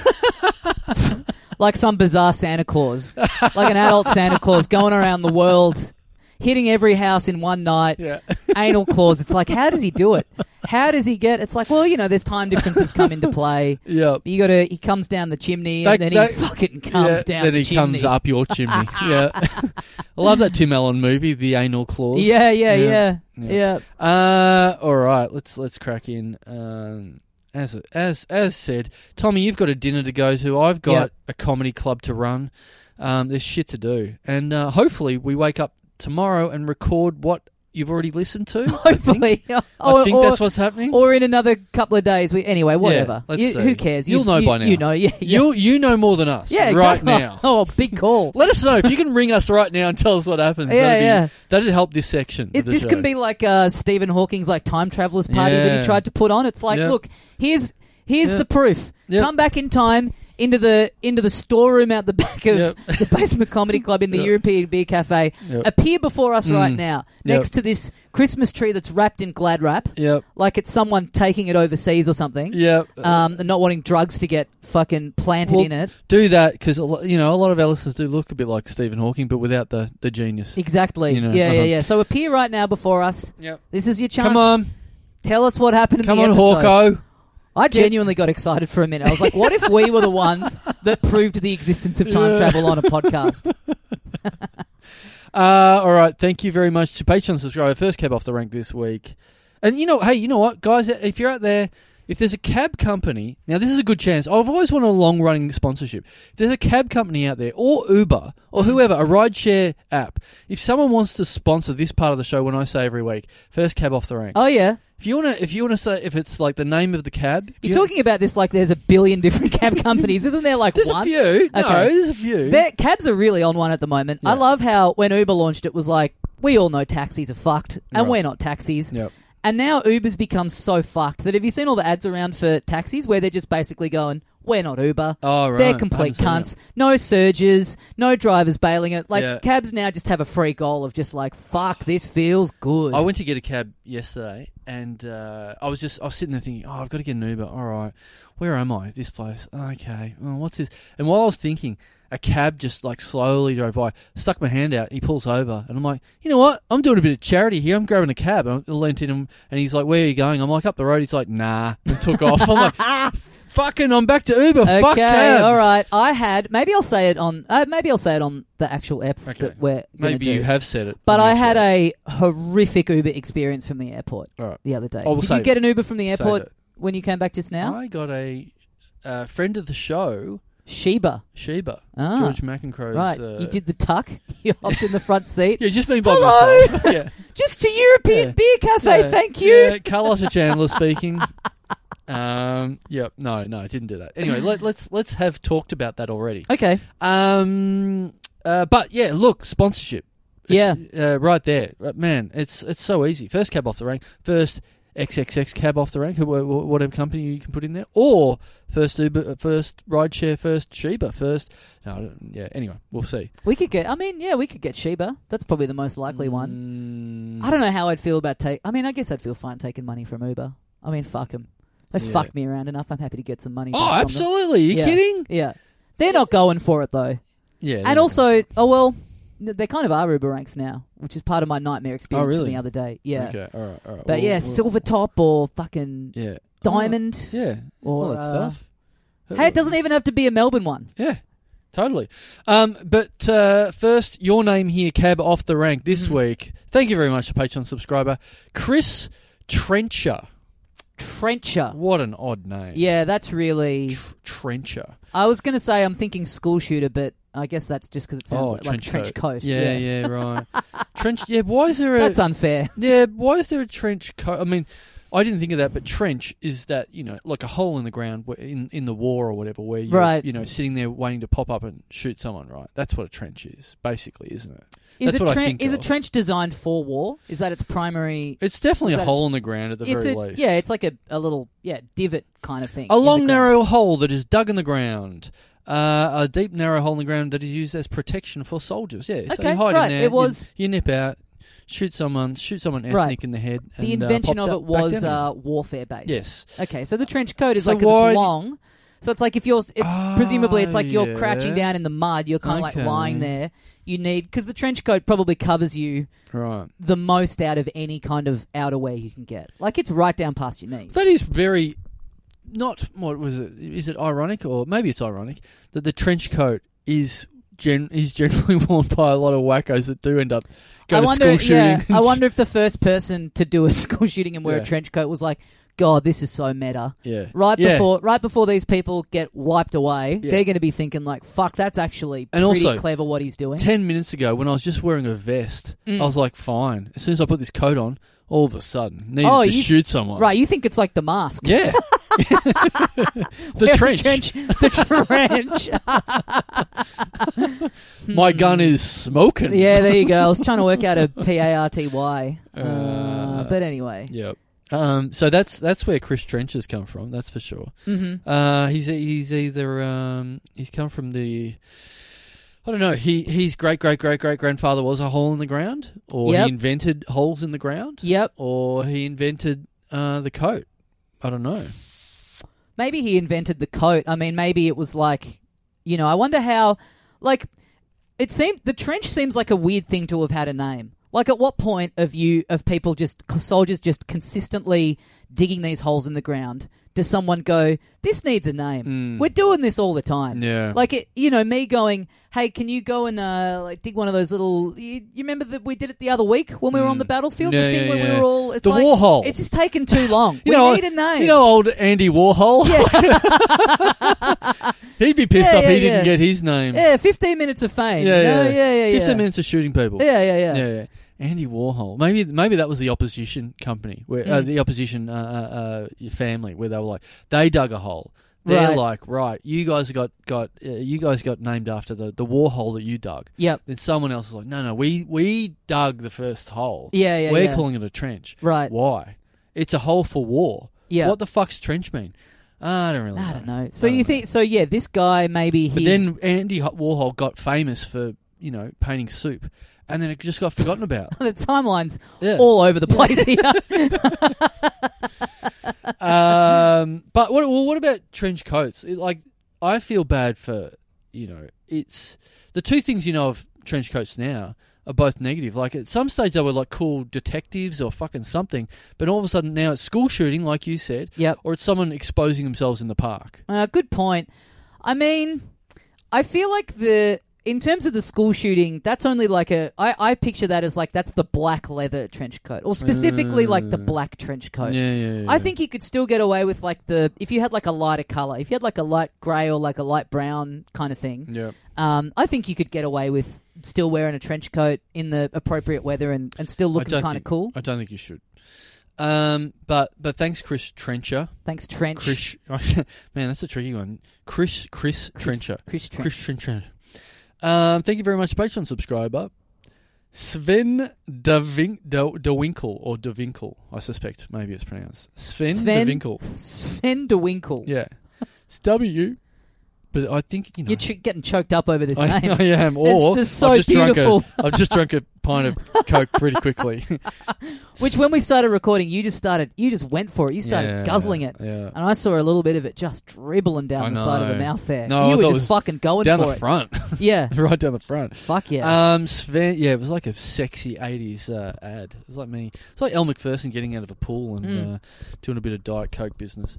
Speaker 1: Mm. like some bizarre Santa Claus, like an adult Santa Claus going around the world, hitting every house in one night.
Speaker 2: Yeah.
Speaker 1: Anal claws. It's like, how does he do it? How does he get? It's like, well, you know, there's time differences come into play.
Speaker 2: Yep.
Speaker 1: You got to. He comes down the chimney,
Speaker 2: That-
Speaker 1: and then
Speaker 2: that-
Speaker 1: he fucking comes
Speaker 2: Yeah,
Speaker 1: down.
Speaker 2: Then
Speaker 1: the
Speaker 2: he
Speaker 1: chimney.
Speaker 2: comes up your chimney. yeah. I love that Tim Allen movie, The Anal Clause.
Speaker 1: Yeah, yeah,
Speaker 2: Yeah.
Speaker 1: yeah,
Speaker 2: Yeah.
Speaker 1: yeah. yeah.
Speaker 2: Uh, all right, let's let's crack in. Um, as as as said, Tommy, you've got a dinner to go to. I've got
Speaker 1: Yep.
Speaker 2: a comedy club to run. Um, there's shit to do, and uh, hopefully we wake up tomorrow and record what you've already listened to. I think,
Speaker 1: Hopefully,
Speaker 2: I
Speaker 1: Or-
Speaker 2: think
Speaker 1: or-
Speaker 2: that's what's happening.
Speaker 1: or in another couple of days. We anyway, whatever.
Speaker 2: let's
Speaker 1: You-
Speaker 2: see.
Speaker 1: who cares?
Speaker 2: You'll
Speaker 1: You-
Speaker 2: know
Speaker 1: you-
Speaker 2: by now.
Speaker 1: You know, yeah, yeah,
Speaker 2: you you know more than us,
Speaker 1: yeah
Speaker 2: right
Speaker 1: exactly.
Speaker 2: now.
Speaker 1: Oh, big call.
Speaker 2: Let us know if you can ring us right now and tell us what happens.
Speaker 1: Yeah,
Speaker 2: that'd, be-
Speaker 1: yeah.
Speaker 2: that'd help this section.
Speaker 1: It,
Speaker 2: of the
Speaker 1: this
Speaker 2: show.
Speaker 1: can be like uh, Stephen Hawking's like time travelers party that
Speaker 2: Yeah.
Speaker 1: he tried to put on. It's like,
Speaker 2: Yeah.
Speaker 1: look, here's here's
Speaker 2: Yeah.
Speaker 1: the proof.
Speaker 2: Yeah.
Speaker 1: Come back in time. into the into the storeroom out the back of
Speaker 2: Yep.
Speaker 1: the basement comedy club in the
Speaker 2: Yep.
Speaker 1: European Beer Cafe.
Speaker 2: Yep.
Speaker 1: Appear before us right
Speaker 2: Mm.
Speaker 1: now,
Speaker 2: Yep.
Speaker 1: next to this Christmas tree that's wrapped in glad wrap,
Speaker 2: Yep.
Speaker 1: like it's someone taking it overseas or something.
Speaker 2: Yep.
Speaker 1: Um, and not wanting drugs to get fucking planted
Speaker 2: Well-
Speaker 1: in it.
Speaker 2: do that because you know a lot of our listeners do look a bit like Stephen Hawking, but without the the genius.
Speaker 1: Exactly.
Speaker 2: You know,
Speaker 1: yeah, yeah,
Speaker 2: uh-huh.
Speaker 1: yeah. So appear right now before us.
Speaker 2: Yep.
Speaker 1: This is your chance.
Speaker 2: Come on,
Speaker 1: Tell us what happened in
Speaker 2: come
Speaker 1: the
Speaker 2: on,
Speaker 1: episode.
Speaker 2: Hawko.
Speaker 1: I genuinely got excited for a minute. I was like, what if we were the ones that proved the existence of time
Speaker 2: Yeah.
Speaker 1: travel on a podcast?
Speaker 2: Uh, all right, thank you very much to Patreon subscriber first cab off the rank this week. And you know, hey, you know what, guys? If you're out there, if there's a cab company, now this is a good chance. I've always wanted a long running sponsorship. If there's a cab company out there, or Uber, or whoever, a rideshare app. If someone wants to sponsor this part of the show, when I say every week, first cab off the rank.
Speaker 1: Oh, yeah.
Speaker 2: If you wanna, if you wanna say, if it's like the name of the cab, if
Speaker 1: You're
Speaker 2: you-
Speaker 1: talking about this like there's a billion different cab companies. Isn't there like
Speaker 2: There's
Speaker 1: one?
Speaker 2: a few. No,
Speaker 1: Okay.
Speaker 2: there's a few.
Speaker 1: Their cabs are really on one at the moment. I
Speaker 2: Yeah.
Speaker 1: love how when Uber launched, it was like, we all know taxis are fucked, and
Speaker 2: Right.
Speaker 1: we're not taxis.
Speaker 2: Yep.
Speaker 1: And now Uber's become so fucked that have you seen all the ads around for taxis where they're just basically going, we're not Uber.
Speaker 2: Oh, right.
Speaker 1: They're
Speaker 2: I
Speaker 1: complete
Speaker 2: understand
Speaker 1: cunts. No surges, no drivers bailing it. Like
Speaker 2: Yeah.
Speaker 1: cabs now just have a free goal of just like, fuck, this feels good.
Speaker 2: I went to get a cab yesterday, and uh, I was just I was sitting there thinking, oh, I've got to get an Uber. All right, where am I? This place. Okay, well, what's this? And while I was thinking, a cab just like slowly drove by. Stuck my hand out. He pulls over, and I'm like, you know what? I'm doing a bit of charity here. I'm grabbing a cab. And I leant in him, and he's like, where are you going? I'm like, up the road. He's like, nah, and took off. I'm like, fucking, I'm back to Uber. Fuck
Speaker 1: okay,
Speaker 2: cabs.
Speaker 1: all right. I had maybe I'll say it on uh, maybe I'll say it on the actual app
Speaker 2: Okay.
Speaker 1: that we're gonna
Speaker 2: Maybe
Speaker 1: do.
Speaker 2: you have said it,
Speaker 1: But
Speaker 2: I'm
Speaker 1: I
Speaker 2: not
Speaker 1: had
Speaker 2: sure.
Speaker 1: a horrific Uber experience from the airport
Speaker 2: All right.
Speaker 1: the other day.
Speaker 2: I will
Speaker 1: Did
Speaker 2: save
Speaker 1: you get an Uber from the
Speaker 2: Save
Speaker 1: airport
Speaker 2: it.
Speaker 1: when you came back just now?
Speaker 2: I got a uh, friend of the show,
Speaker 1: Sheba.
Speaker 2: Sheba,
Speaker 1: Ah.
Speaker 2: George McEncroe's.
Speaker 1: Right.
Speaker 2: Uh,
Speaker 1: you did the tuck. You hopped in the front seat.
Speaker 2: Yeah, just being by
Speaker 1: Hello!
Speaker 2: myself. Yeah.
Speaker 1: Just to European
Speaker 2: Yeah.
Speaker 1: Beer Cafe,
Speaker 2: Yeah.
Speaker 1: thank you.
Speaker 2: Yeah, Carlotta Chandler speaking. Um, yeah, no, no, I didn't do that. Anyway, let, let's let's have talked about that already.
Speaker 1: Okay.
Speaker 2: Um, uh, but yeah, look, sponsorship. It's, uh, right there, Uh, man. It's it's so easy. First cab off the rank. First XXX cab off the rank. wh- wh- Whatever company you can put in there, or first Uber, uh, first rideshare, first Sheba, first. No, I don't- yeah. Anyway, we'll see.
Speaker 1: We could get I mean, yeah, we could get Sheba. That's probably the most likely one.
Speaker 2: Mm,
Speaker 1: I don't know how I'd feel about take I mean, I guess I'd feel fine taking money from Uber. I mean, fuck them. They
Speaker 2: Yeah.
Speaker 1: fuck me around enough. I'm happy to get some money. back
Speaker 2: Oh,
Speaker 1: from them.
Speaker 2: absolutely. you
Speaker 1: Yeah.
Speaker 2: kidding?
Speaker 1: Yeah. They're not going for it though.
Speaker 2: Yeah.
Speaker 1: And
Speaker 2: no.
Speaker 1: also, oh well, n- they kind of are Uber ranks now, which is part of my nightmare experience from
Speaker 2: Oh, really?
Speaker 1: the other day. Yeah.
Speaker 2: Okay. All right. All right.
Speaker 1: But yeah, silver top or fucking
Speaker 2: Yeah.
Speaker 1: diamond
Speaker 2: Yeah.
Speaker 1: or
Speaker 2: All that
Speaker 1: uh,
Speaker 2: stuff.
Speaker 1: Hey, it doesn't even have to be a Melbourne one.
Speaker 2: Yeah. Totally. Um, but uh, first, your name here, Cab off the rank
Speaker 1: Hmm.
Speaker 2: this week. Thank you very much to Patreon subscriber Chris Trencher.
Speaker 1: Trencher.
Speaker 2: What an odd name.
Speaker 1: Yeah, that's really.
Speaker 2: Tr- Trencher.
Speaker 1: I was going to say I'm thinking school shooter, but I guess that's just because it sounds
Speaker 2: oh,
Speaker 1: like,
Speaker 2: trench
Speaker 1: like trench
Speaker 2: coat.
Speaker 1: coat.
Speaker 2: Yeah, yeah, right. trench. Yeah. Why is there a?
Speaker 1: That's unfair.
Speaker 2: yeah. Why is there a trench coat? I mean. I didn't think of that, but trench is that you know like a hole in the ground where- in in the war or whatever, where you're
Speaker 1: Right.
Speaker 2: you know sitting there waiting to pop up and shoot someone. Right, that's what a trench is, basically, isn't it?
Speaker 1: Is
Speaker 2: That's
Speaker 1: a
Speaker 2: what I
Speaker 1: tren-
Speaker 2: think
Speaker 1: is a
Speaker 2: of.
Speaker 1: trench designed for war? Is that its primary?
Speaker 2: It's definitely
Speaker 1: Is
Speaker 2: a
Speaker 1: that
Speaker 2: hole in the ground at the
Speaker 1: it's
Speaker 2: very
Speaker 1: a,
Speaker 2: least.
Speaker 1: yeah, it's like a, a little yeah divot kind of thing.
Speaker 2: a
Speaker 1: in the
Speaker 2: long,
Speaker 1: ground.
Speaker 2: narrow hole that is dug in the ground. Uh, a deep, narrow hole in the ground that is used as protection for soldiers. Yeah, so
Speaker 1: Okay,
Speaker 2: you hide
Speaker 1: right,
Speaker 2: in there.
Speaker 1: it was-
Speaker 2: you, you nip out, shoot someone, shoot someone ethnic
Speaker 1: Right.
Speaker 2: in the head.
Speaker 1: The
Speaker 2: and, uh,
Speaker 1: invention
Speaker 2: popped
Speaker 1: of
Speaker 2: up
Speaker 1: it
Speaker 2: back
Speaker 1: was
Speaker 2: down
Speaker 1: uh, warfare based.
Speaker 2: again. yes,
Speaker 1: Okay, so the trench coat is
Speaker 2: So
Speaker 1: like 'cause
Speaker 2: why
Speaker 1: it's
Speaker 2: do-
Speaker 1: long. So it's like if you're, it's presumably it's like you're
Speaker 2: Oh,
Speaker 1: crouching
Speaker 2: yeah.
Speaker 1: down in the mud. You're kind of
Speaker 2: Okay.
Speaker 1: like lying there. You need because the trench coat probably covers you
Speaker 2: right.
Speaker 1: the most out of any kind of outerwear you can get. Like it's right down past your knees.
Speaker 2: That is very not what was it? Is it ironic or maybe it's ironic that the trench coat is gen is generally worn by a lot of wackos that do end up
Speaker 1: I
Speaker 2: going to
Speaker 1: wonder,
Speaker 2: school shooting.
Speaker 1: yeah,
Speaker 2: and
Speaker 1: I wonder if the first person to do a school shooting and wear
Speaker 2: Yeah.
Speaker 1: a trench coat was like, God, this is so meta.
Speaker 2: Yeah.
Speaker 1: Right
Speaker 2: Yeah.
Speaker 1: before, right before these people get wiped away,
Speaker 2: Yeah.
Speaker 1: they're going to be thinking like, "Fuck, that's actually
Speaker 2: And
Speaker 1: pretty
Speaker 2: also-
Speaker 1: clever what he's doing."
Speaker 2: 10 Eh? minutes ago when I was just wearing a vest,
Speaker 1: Mm.
Speaker 2: I was like, fine. As soon as I put this coat on, all of a sudden, needed
Speaker 1: Oh,
Speaker 2: to
Speaker 1: you-
Speaker 2: shoot someone.
Speaker 1: Right? You think it's like the mask?
Speaker 2: Yeah. the trench.
Speaker 1: The
Speaker 2: My
Speaker 1: Hmm.
Speaker 2: gun is smoking.
Speaker 1: trench. yeah, there you go. I was trying to work out a P A R T Y. Uh,
Speaker 2: Uh,
Speaker 1: but anyway,
Speaker 2: Yep. Um, so that's that's where Chris Trench has come from. That's for sure. Mm-hmm. Uh, he's he's either um, he's come from the. I don't know. He his great great great great grandfather was a hole in the ground, or
Speaker 1: Yep.
Speaker 2: he invented holes in the ground,
Speaker 1: Yep.
Speaker 2: or he invented uh, the coat. I don't know.
Speaker 1: Maybe he invented the coat. I mean, maybe it was like, you know, I wonder how, like, it seemed the trench seems like a weird thing to have had a name. Like, at what point of you of people just soldiers just consistently digging these holes in the ground? Does someone go, this needs a name?
Speaker 2: Mm.
Speaker 1: We're doing this all the time.
Speaker 2: Yeah.
Speaker 1: Like it, you know, me going, hey, can you go and uh, like dig one of those little? You, you remember that we did it the other week when we were on the battlefield?
Speaker 2: Mm. Yeah,
Speaker 1: the thing
Speaker 2: yeah,
Speaker 1: where
Speaker 2: yeah.
Speaker 1: we were all it's
Speaker 2: The
Speaker 1: like,
Speaker 2: war hole.
Speaker 1: It's just taken too long. we need a name.
Speaker 2: You know, old Andy Warhol. He'd be pissed
Speaker 1: Yeah,
Speaker 2: off
Speaker 1: yeah,
Speaker 2: he didn't
Speaker 1: yeah.
Speaker 2: get his name.
Speaker 1: Yeah, 15 minutes of fame. Yeah, yeah, yeah. yeah, yeah,
Speaker 2: Fifteen minutes of shooting people.
Speaker 1: Yeah, yeah, yeah.
Speaker 2: yeah, yeah. Andy Warhol. Maybe maybe that was the opposition company, where uh, the opposition uh, uh, uh, family, where they were like they dug a hole. They're
Speaker 1: Right.
Speaker 2: like, right, you guys got got uh, you guys got named after the the war hole that you dug.
Speaker 1: Yep.
Speaker 2: Then someone else is like, no, no, we we dug the first hole.
Speaker 1: Yeah, yeah,
Speaker 2: We're
Speaker 1: yeah.
Speaker 2: calling it a trench.
Speaker 1: Right.
Speaker 2: Why? It's a hole for war.
Speaker 1: Yeah.
Speaker 2: What the fuck's trench mean? I don't really.
Speaker 1: I don't know.
Speaker 2: I
Speaker 1: So
Speaker 2: don't
Speaker 1: you think? So yeah, this guy maybe
Speaker 2: but
Speaker 1: he's
Speaker 2: then Andy Ho- Warhol got famous for you know painting soup, and then it just got forgotten about.
Speaker 1: the timelines
Speaker 2: Yeah.
Speaker 1: all over the place here.
Speaker 2: um, but what? Well, what about trench coats? It, like, I feel bad for you know. It's the two things you know of trench coats now are both negative. Like at some stage they were like cool detectives or fucking something, but all of a sudden now it's school shooting, like you said,
Speaker 1: Yep.
Speaker 2: or it's someone exposing themselves in the park.
Speaker 1: Uh, good point. I mean, I feel like the in terms of the school shooting, that's only like a I, I picture that as like that's the black leather trench coat, or specifically like the black trench coat.
Speaker 2: Yeah, Mm. yeah, yeah.
Speaker 1: I think you could still get away with like the if you had like a lighter color, if you had like a light gray or like a light brown kind of thing.
Speaker 2: Yeah.
Speaker 1: Um, I think you could get away with still wearing a trench coat in the appropriate weather and, and still
Speaker 2: I
Speaker 1: looking
Speaker 2: don't
Speaker 1: kind of
Speaker 2: think-
Speaker 1: cool.
Speaker 2: I don't think you should. Um, but but thanks, Chris Trencher.
Speaker 1: Thanks, Trench.
Speaker 2: Chris, man, that's a tricky one. Chris, Chris, Trencher,
Speaker 1: Chris Trench.
Speaker 2: Chris Trencher. Um, thank you very much, Patreon subscriber Sven Da Vin- Da Da Winkle or Da Winkle, I suspect maybe it's pronounced Sven,
Speaker 1: Sven.
Speaker 2: Da Winkle.
Speaker 1: Sven de Winkle.
Speaker 2: Yeah, it's W, but I think you know.
Speaker 1: You're ch- getting choked up over this
Speaker 2: I,
Speaker 1: name.
Speaker 2: I am, or
Speaker 1: It's just so
Speaker 2: I've, just drunk a,
Speaker 1: beautiful.
Speaker 2: I've just drunk a pint of Coke pretty quickly.
Speaker 1: Which, when we started recording, you just started, you just went for it. You started
Speaker 2: Yeah,
Speaker 1: guzzling it.
Speaker 2: Yeah.
Speaker 1: And I saw a little bit of it just dribbling
Speaker 2: I
Speaker 1: down the side of the
Speaker 2: know.
Speaker 1: mouth there.
Speaker 2: No, I
Speaker 1: you
Speaker 2: thought
Speaker 1: were
Speaker 2: it
Speaker 1: just
Speaker 2: was
Speaker 1: fucking going
Speaker 2: Down
Speaker 1: for
Speaker 2: the
Speaker 1: it.
Speaker 2: front,
Speaker 1: Yeah.
Speaker 2: right down the front.
Speaker 1: Fuck yeah.
Speaker 2: Um, Sven, yeah, it was like a sexy '80s uh, ad. It was like me. It's like El McPherson getting out of a pool and
Speaker 1: Mm.
Speaker 2: uh, doing a bit of Diet Coke business.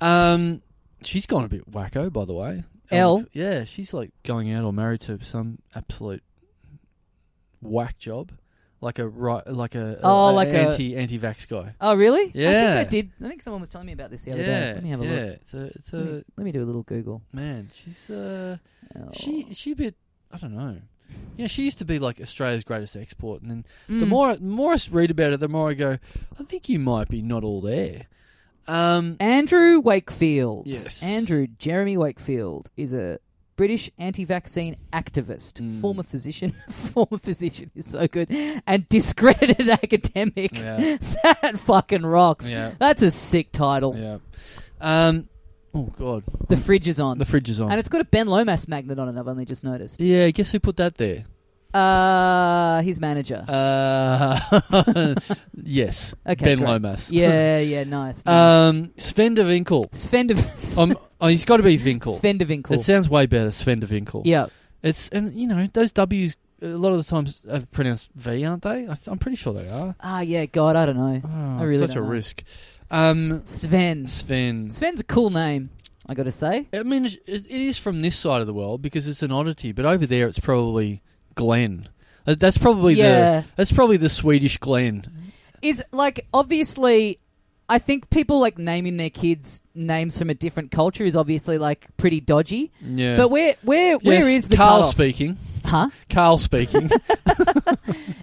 Speaker 2: Um, she's gone a bit wacko, by the way.
Speaker 1: Elle?
Speaker 2: Mc- yeah, she's like going out or married to some absolute whack job, like a right, like a
Speaker 1: Oh, like a-
Speaker 2: anti anti vax guy.
Speaker 1: oh, really? I
Speaker 2: yeah.
Speaker 1: think I did. I think someone was telling me about this the other
Speaker 2: yeah,
Speaker 1: day. Let me have a
Speaker 2: yeah. Uh,
Speaker 1: look.
Speaker 2: It's a, it's
Speaker 1: Let
Speaker 2: a
Speaker 1: me, let me do a little Google.
Speaker 2: man. She's uh.
Speaker 1: Oh.
Speaker 2: She she a bit I don't know. Yeah, she used to be like Australia's greatest export, and then the
Speaker 1: Mm.
Speaker 2: more the more I s- read about it, the more I go, I think you might be not all there. Um,
Speaker 1: Andrew Wakefield.
Speaker 2: Yes.
Speaker 1: Andrew Jeremy Wakefield is a British anti-vaccine activist,
Speaker 2: Mm.
Speaker 1: former physician, former physician is so good, and discredited academic.
Speaker 2: yeah,
Speaker 1: That fucking rocks.
Speaker 2: yeah,
Speaker 1: That's a sick title.
Speaker 2: yeah. Um, oh god,
Speaker 1: Oh. The fridge is on.
Speaker 2: the fridge is on.
Speaker 1: and it's got a Ben Lomas magnet on it, I've only just noticed.
Speaker 2: yeah, guess who put that there?
Speaker 1: Uh, his manager.
Speaker 2: Uh, yes,
Speaker 1: Okay,
Speaker 2: Ben
Speaker 1: great.
Speaker 2: Lomas.
Speaker 1: yeah, yeah, nice. nice.
Speaker 2: Um, Sven de Winkel.
Speaker 1: Sven de
Speaker 2: Um, oh, he's got to be Vinkel.
Speaker 1: Sven de Vinkel.
Speaker 2: It sounds way better, Sven de Winkel.
Speaker 1: yeah.
Speaker 2: It's and you know those W's a lot of the times are pronounced V, aren't they? I th- I'm pretty sure they are.
Speaker 1: Ah, yeah, God, I don't know.
Speaker 2: Oh,
Speaker 1: I really
Speaker 2: such a
Speaker 1: don't know.
Speaker 2: risk. Um,
Speaker 1: Sven.
Speaker 2: Sven.
Speaker 1: Sven's a cool name, I gotta say.
Speaker 2: I mean, it, it is from this side of the world because it's an oddity, but over there it's probably Glenn. Uh, That's probably
Speaker 1: Yeah.
Speaker 2: the that's probably the Swedish Glenn.
Speaker 1: Is like obviously I think people like naming their kids names from a different culture is obviously like pretty dodgy.
Speaker 2: Yeah,
Speaker 1: But where where
Speaker 2: Yes,
Speaker 1: where is the
Speaker 2: Carl
Speaker 1: cutoff?
Speaker 2: speaking?
Speaker 1: Huh?
Speaker 2: Carl speaking.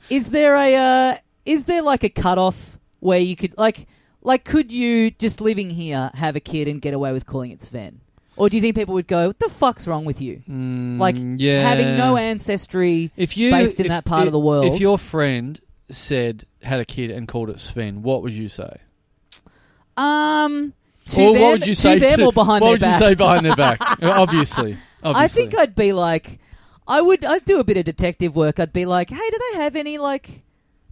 Speaker 1: Is there a uh, is there like a cutoff where you could like like could you just living here have a kid and get away with calling it Sven? Or do you think people would go, What the fuck's wrong with you?
Speaker 2: Mm,
Speaker 1: Like,
Speaker 2: yeah.
Speaker 1: Having no ancestry
Speaker 2: if you
Speaker 1: based in
Speaker 2: if-
Speaker 1: that part of
Speaker 2: if-
Speaker 1: the world.
Speaker 2: If your friend said had a kid and called it Sven, what would you say?
Speaker 1: Um, to
Speaker 2: or
Speaker 1: them,
Speaker 2: what would you say?
Speaker 1: to them
Speaker 2: to-
Speaker 1: or behind
Speaker 2: what
Speaker 1: their
Speaker 2: would
Speaker 1: back?
Speaker 2: you say behind their back? obviously, obviously.
Speaker 1: I think I'd be like, I would, I'd do a bit of detective work. I'd be like, hey, do they have any like,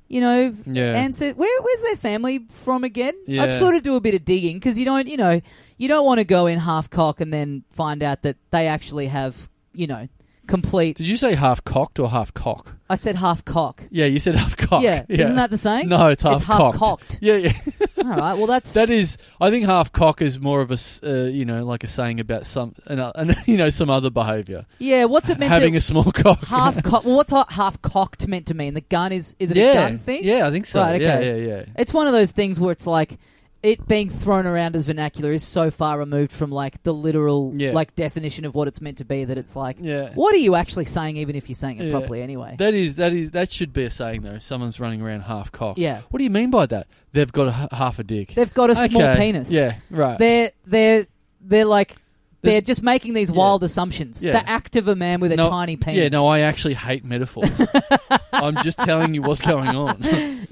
Speaker 1: you know,
Speaker 2: Yeah.
Speaker 1: ancest- where, where's their family from again?
Speaker 2: Yeah.
Speaker 1: I'd sort of do a bit of digging because you don't, you know, you don't want to go in half cock and then find out that they actually have, you know, complete.
Speaker 2: Did you say half cocked or half cock?
Speaker 1: I said half cock.
Speaker 2: Yeah, you said half cocked.
Speaker 1: Yeah. isn't that the saying?
Speaker 2: No, it's half
Speaker 1: it's half
Speaker 2: cocked.
Speaker 1: cocked.
Speaker 2: Yeah, yeah.
Speaker 1: All right, well that's
Speaker 2: That is, I think half cock is more of a, s- uh, you know, like a saying about some, and, uh, and you know, some other behaviour.
Speaker 1: yeah. What's it meant
Speaker 2: Having
Speaker 1: to?
Speaker 2: a small cock.
Speaker 1: half cock. Well, what's half cocked meant to mean? The gun is is it
Speaker 2: yeah,
Speaker 1: a gun thing?
Speaker 2: yeah, I think so.
Speaker 1: Right,
Speaker 2: Yeah,
Speaker 1: okay.
Speaker 2: yeah, yeah.
Speaker 1: It's one of those things where it's like it being thrown around as vernacular is so far removed from like the literal
Speaker 2: Yeah.
Speaker 1: like definition of what it's meant to be that it's like
Speaker 2: Yeah.
Speaker 1: what are you actually saying even if you're saying it
Speaker 2: Yeah.
Speaker 1: properly anyway?
Speaker 2: That is, that is, that should be a saying though. Someone's running around half cock.
Speaker 1: Yeah.
Speaker 2: What do you mean by that? They've got a, h- half a dick.
Speaker 1: They've got a small
Speaker 2: Okay,
Speaker 1: penis.
Speaker 2: Yeah, right.
Speaker 1: They're they're they're like
Speaker 2: This-
Speaker 1: they're just making these
Speaker 2: Yeah.
Speaker 1: wild assumptions.
Speaker 2: Yeah.
Speaker 1: The act of a man with a
Speaker 2: No,
Speaker 1: tiny penis.
Speaker 2: Yeah, no, I actually hate metaphors. I'm just telling you what's going on.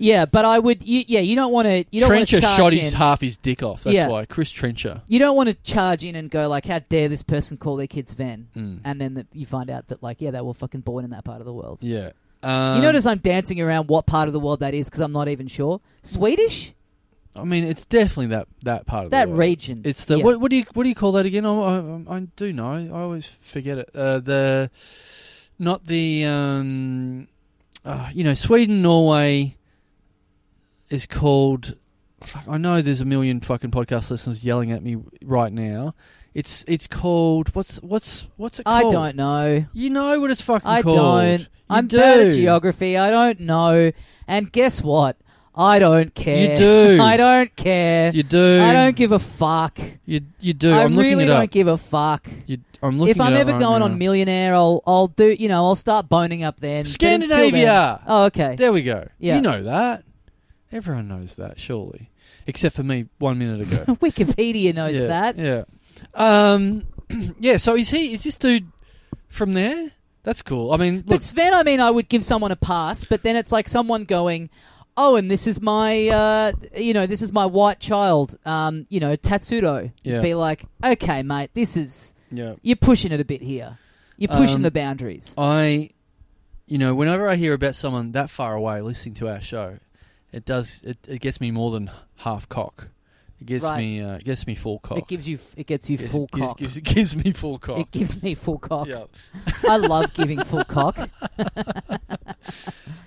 Speaker 1: Yeah, but I would you, yeah, you don't want to you don't want
Speaker 2: Trencher
Speaker 1: to charge
Speaker 2: shot
Speaker 1: in.
Speaker 2: his half his dick off. That's
Speaker 1: Yeah.
Speaker 2: why Chris Trencher.
Speaker 1: you don't want to charge in and go like, "How dare this person call their kids Van?"
Speaker 2: Mm.
Speaker 1: And then the, you find out that like, yeah, they were fucking born in that part of the world.
Speaker 2: Yeah. Um,
Speaker 1: you notice I'm dancing around what part of the world that is because I'm not even sure. Swedish?
Speaker 2: I mean, it's definitely that that part of
Speaker 1: That
Speaker 2: the world.
Speaker 1: region.
Speaker 2: It's the
Speaker 1: Yeah.
Speaker 2: what, what do you what do you call that again? I, I, I do know. I always forget it. Uh, the not the um, uh, you know Sweden Norway is called. fuck, I know there's a million fucking podcast listeners yelling at me right now. It's it's called what's what's what's it
Speaker 1: I
Speaker 2: called?
Speaker 1: don't know.
Speaker 2: You know what it's fucking
Speaker 1: I
Speaker 2: called.
Speaker 1: don't.
Speaker 2: You
Speaker 1: I'm
Speaker 2: do.
Speaker 1: bad at geography. I don't know. And guess what? I don't care.
Speaker 2: You do.
Speaker 1: I don't care.
Speaker 2: You do.
Speaker 1: I don't give a fuck.
Speaker 2: You you do.
Speaker 1: I
Speaker 2: am
Speaker 1: really
Speaker 2: looking it
Speaker 1: don't
Speaker 2: up.
Speaker 1: give a fuck.
Speaker 2: You, I'm looking.
Speaker 1: if I'm
Speaker 2: it up
Speaker 1: ever
Speaker 2: right
Speaker 1: going
Speaker 2: now.
Speaker 1: on Millionaire, I'll I'll do. You know, I'll start boning up then. But until then-
Speaker 2: Scandinavia.
Speaker 1: Oh, okay.
Speaker 2: There we go.
Speaker 1: Yeah.
Speaker 2: You know that. Everyone knows that, surely. Except for me one minute ago.
Speaker 1: Wikipedia knows
Speaker 2: yeah,
Speaker 1: that.
Speaker 2: Yeah. Um Yeah, so is he is this dude from there? That's cool. I mean look
Speaker 1: But Sven, I mean, I would give someone a pass, but then it's like someone going, "Oh, and this is my, uh, you know, this is my white child, um, you know, Tatsudo." You'd
Speaker 2: Yeah.
Speaker 1: Be like, "Okay, mate, this is
Speaker 2: Yeah.
Speaker 1: you're pushing it a bit here. You're pushing
Speaker 2: Um,
Speaker 1: the boundaries."
Speaker 2: I you know, whenever I hear about someone that far away listening to our show, it does it, it gets me more than half cock. It gets
Speaker 1: Right.
Speaker 2: me uh, it gets me full cock.
Speaker 1: It gives you, it gets you
Speaker 2: Gives-
Speaker 1: full
Speaker 2: gives,
Speaker 1: cock.
Speaker 2: Gives, gives me full cock.
Speaker 1: it gives me full cock.
Speaker 2: Yeah.
Speaker 1: I love giving full cock.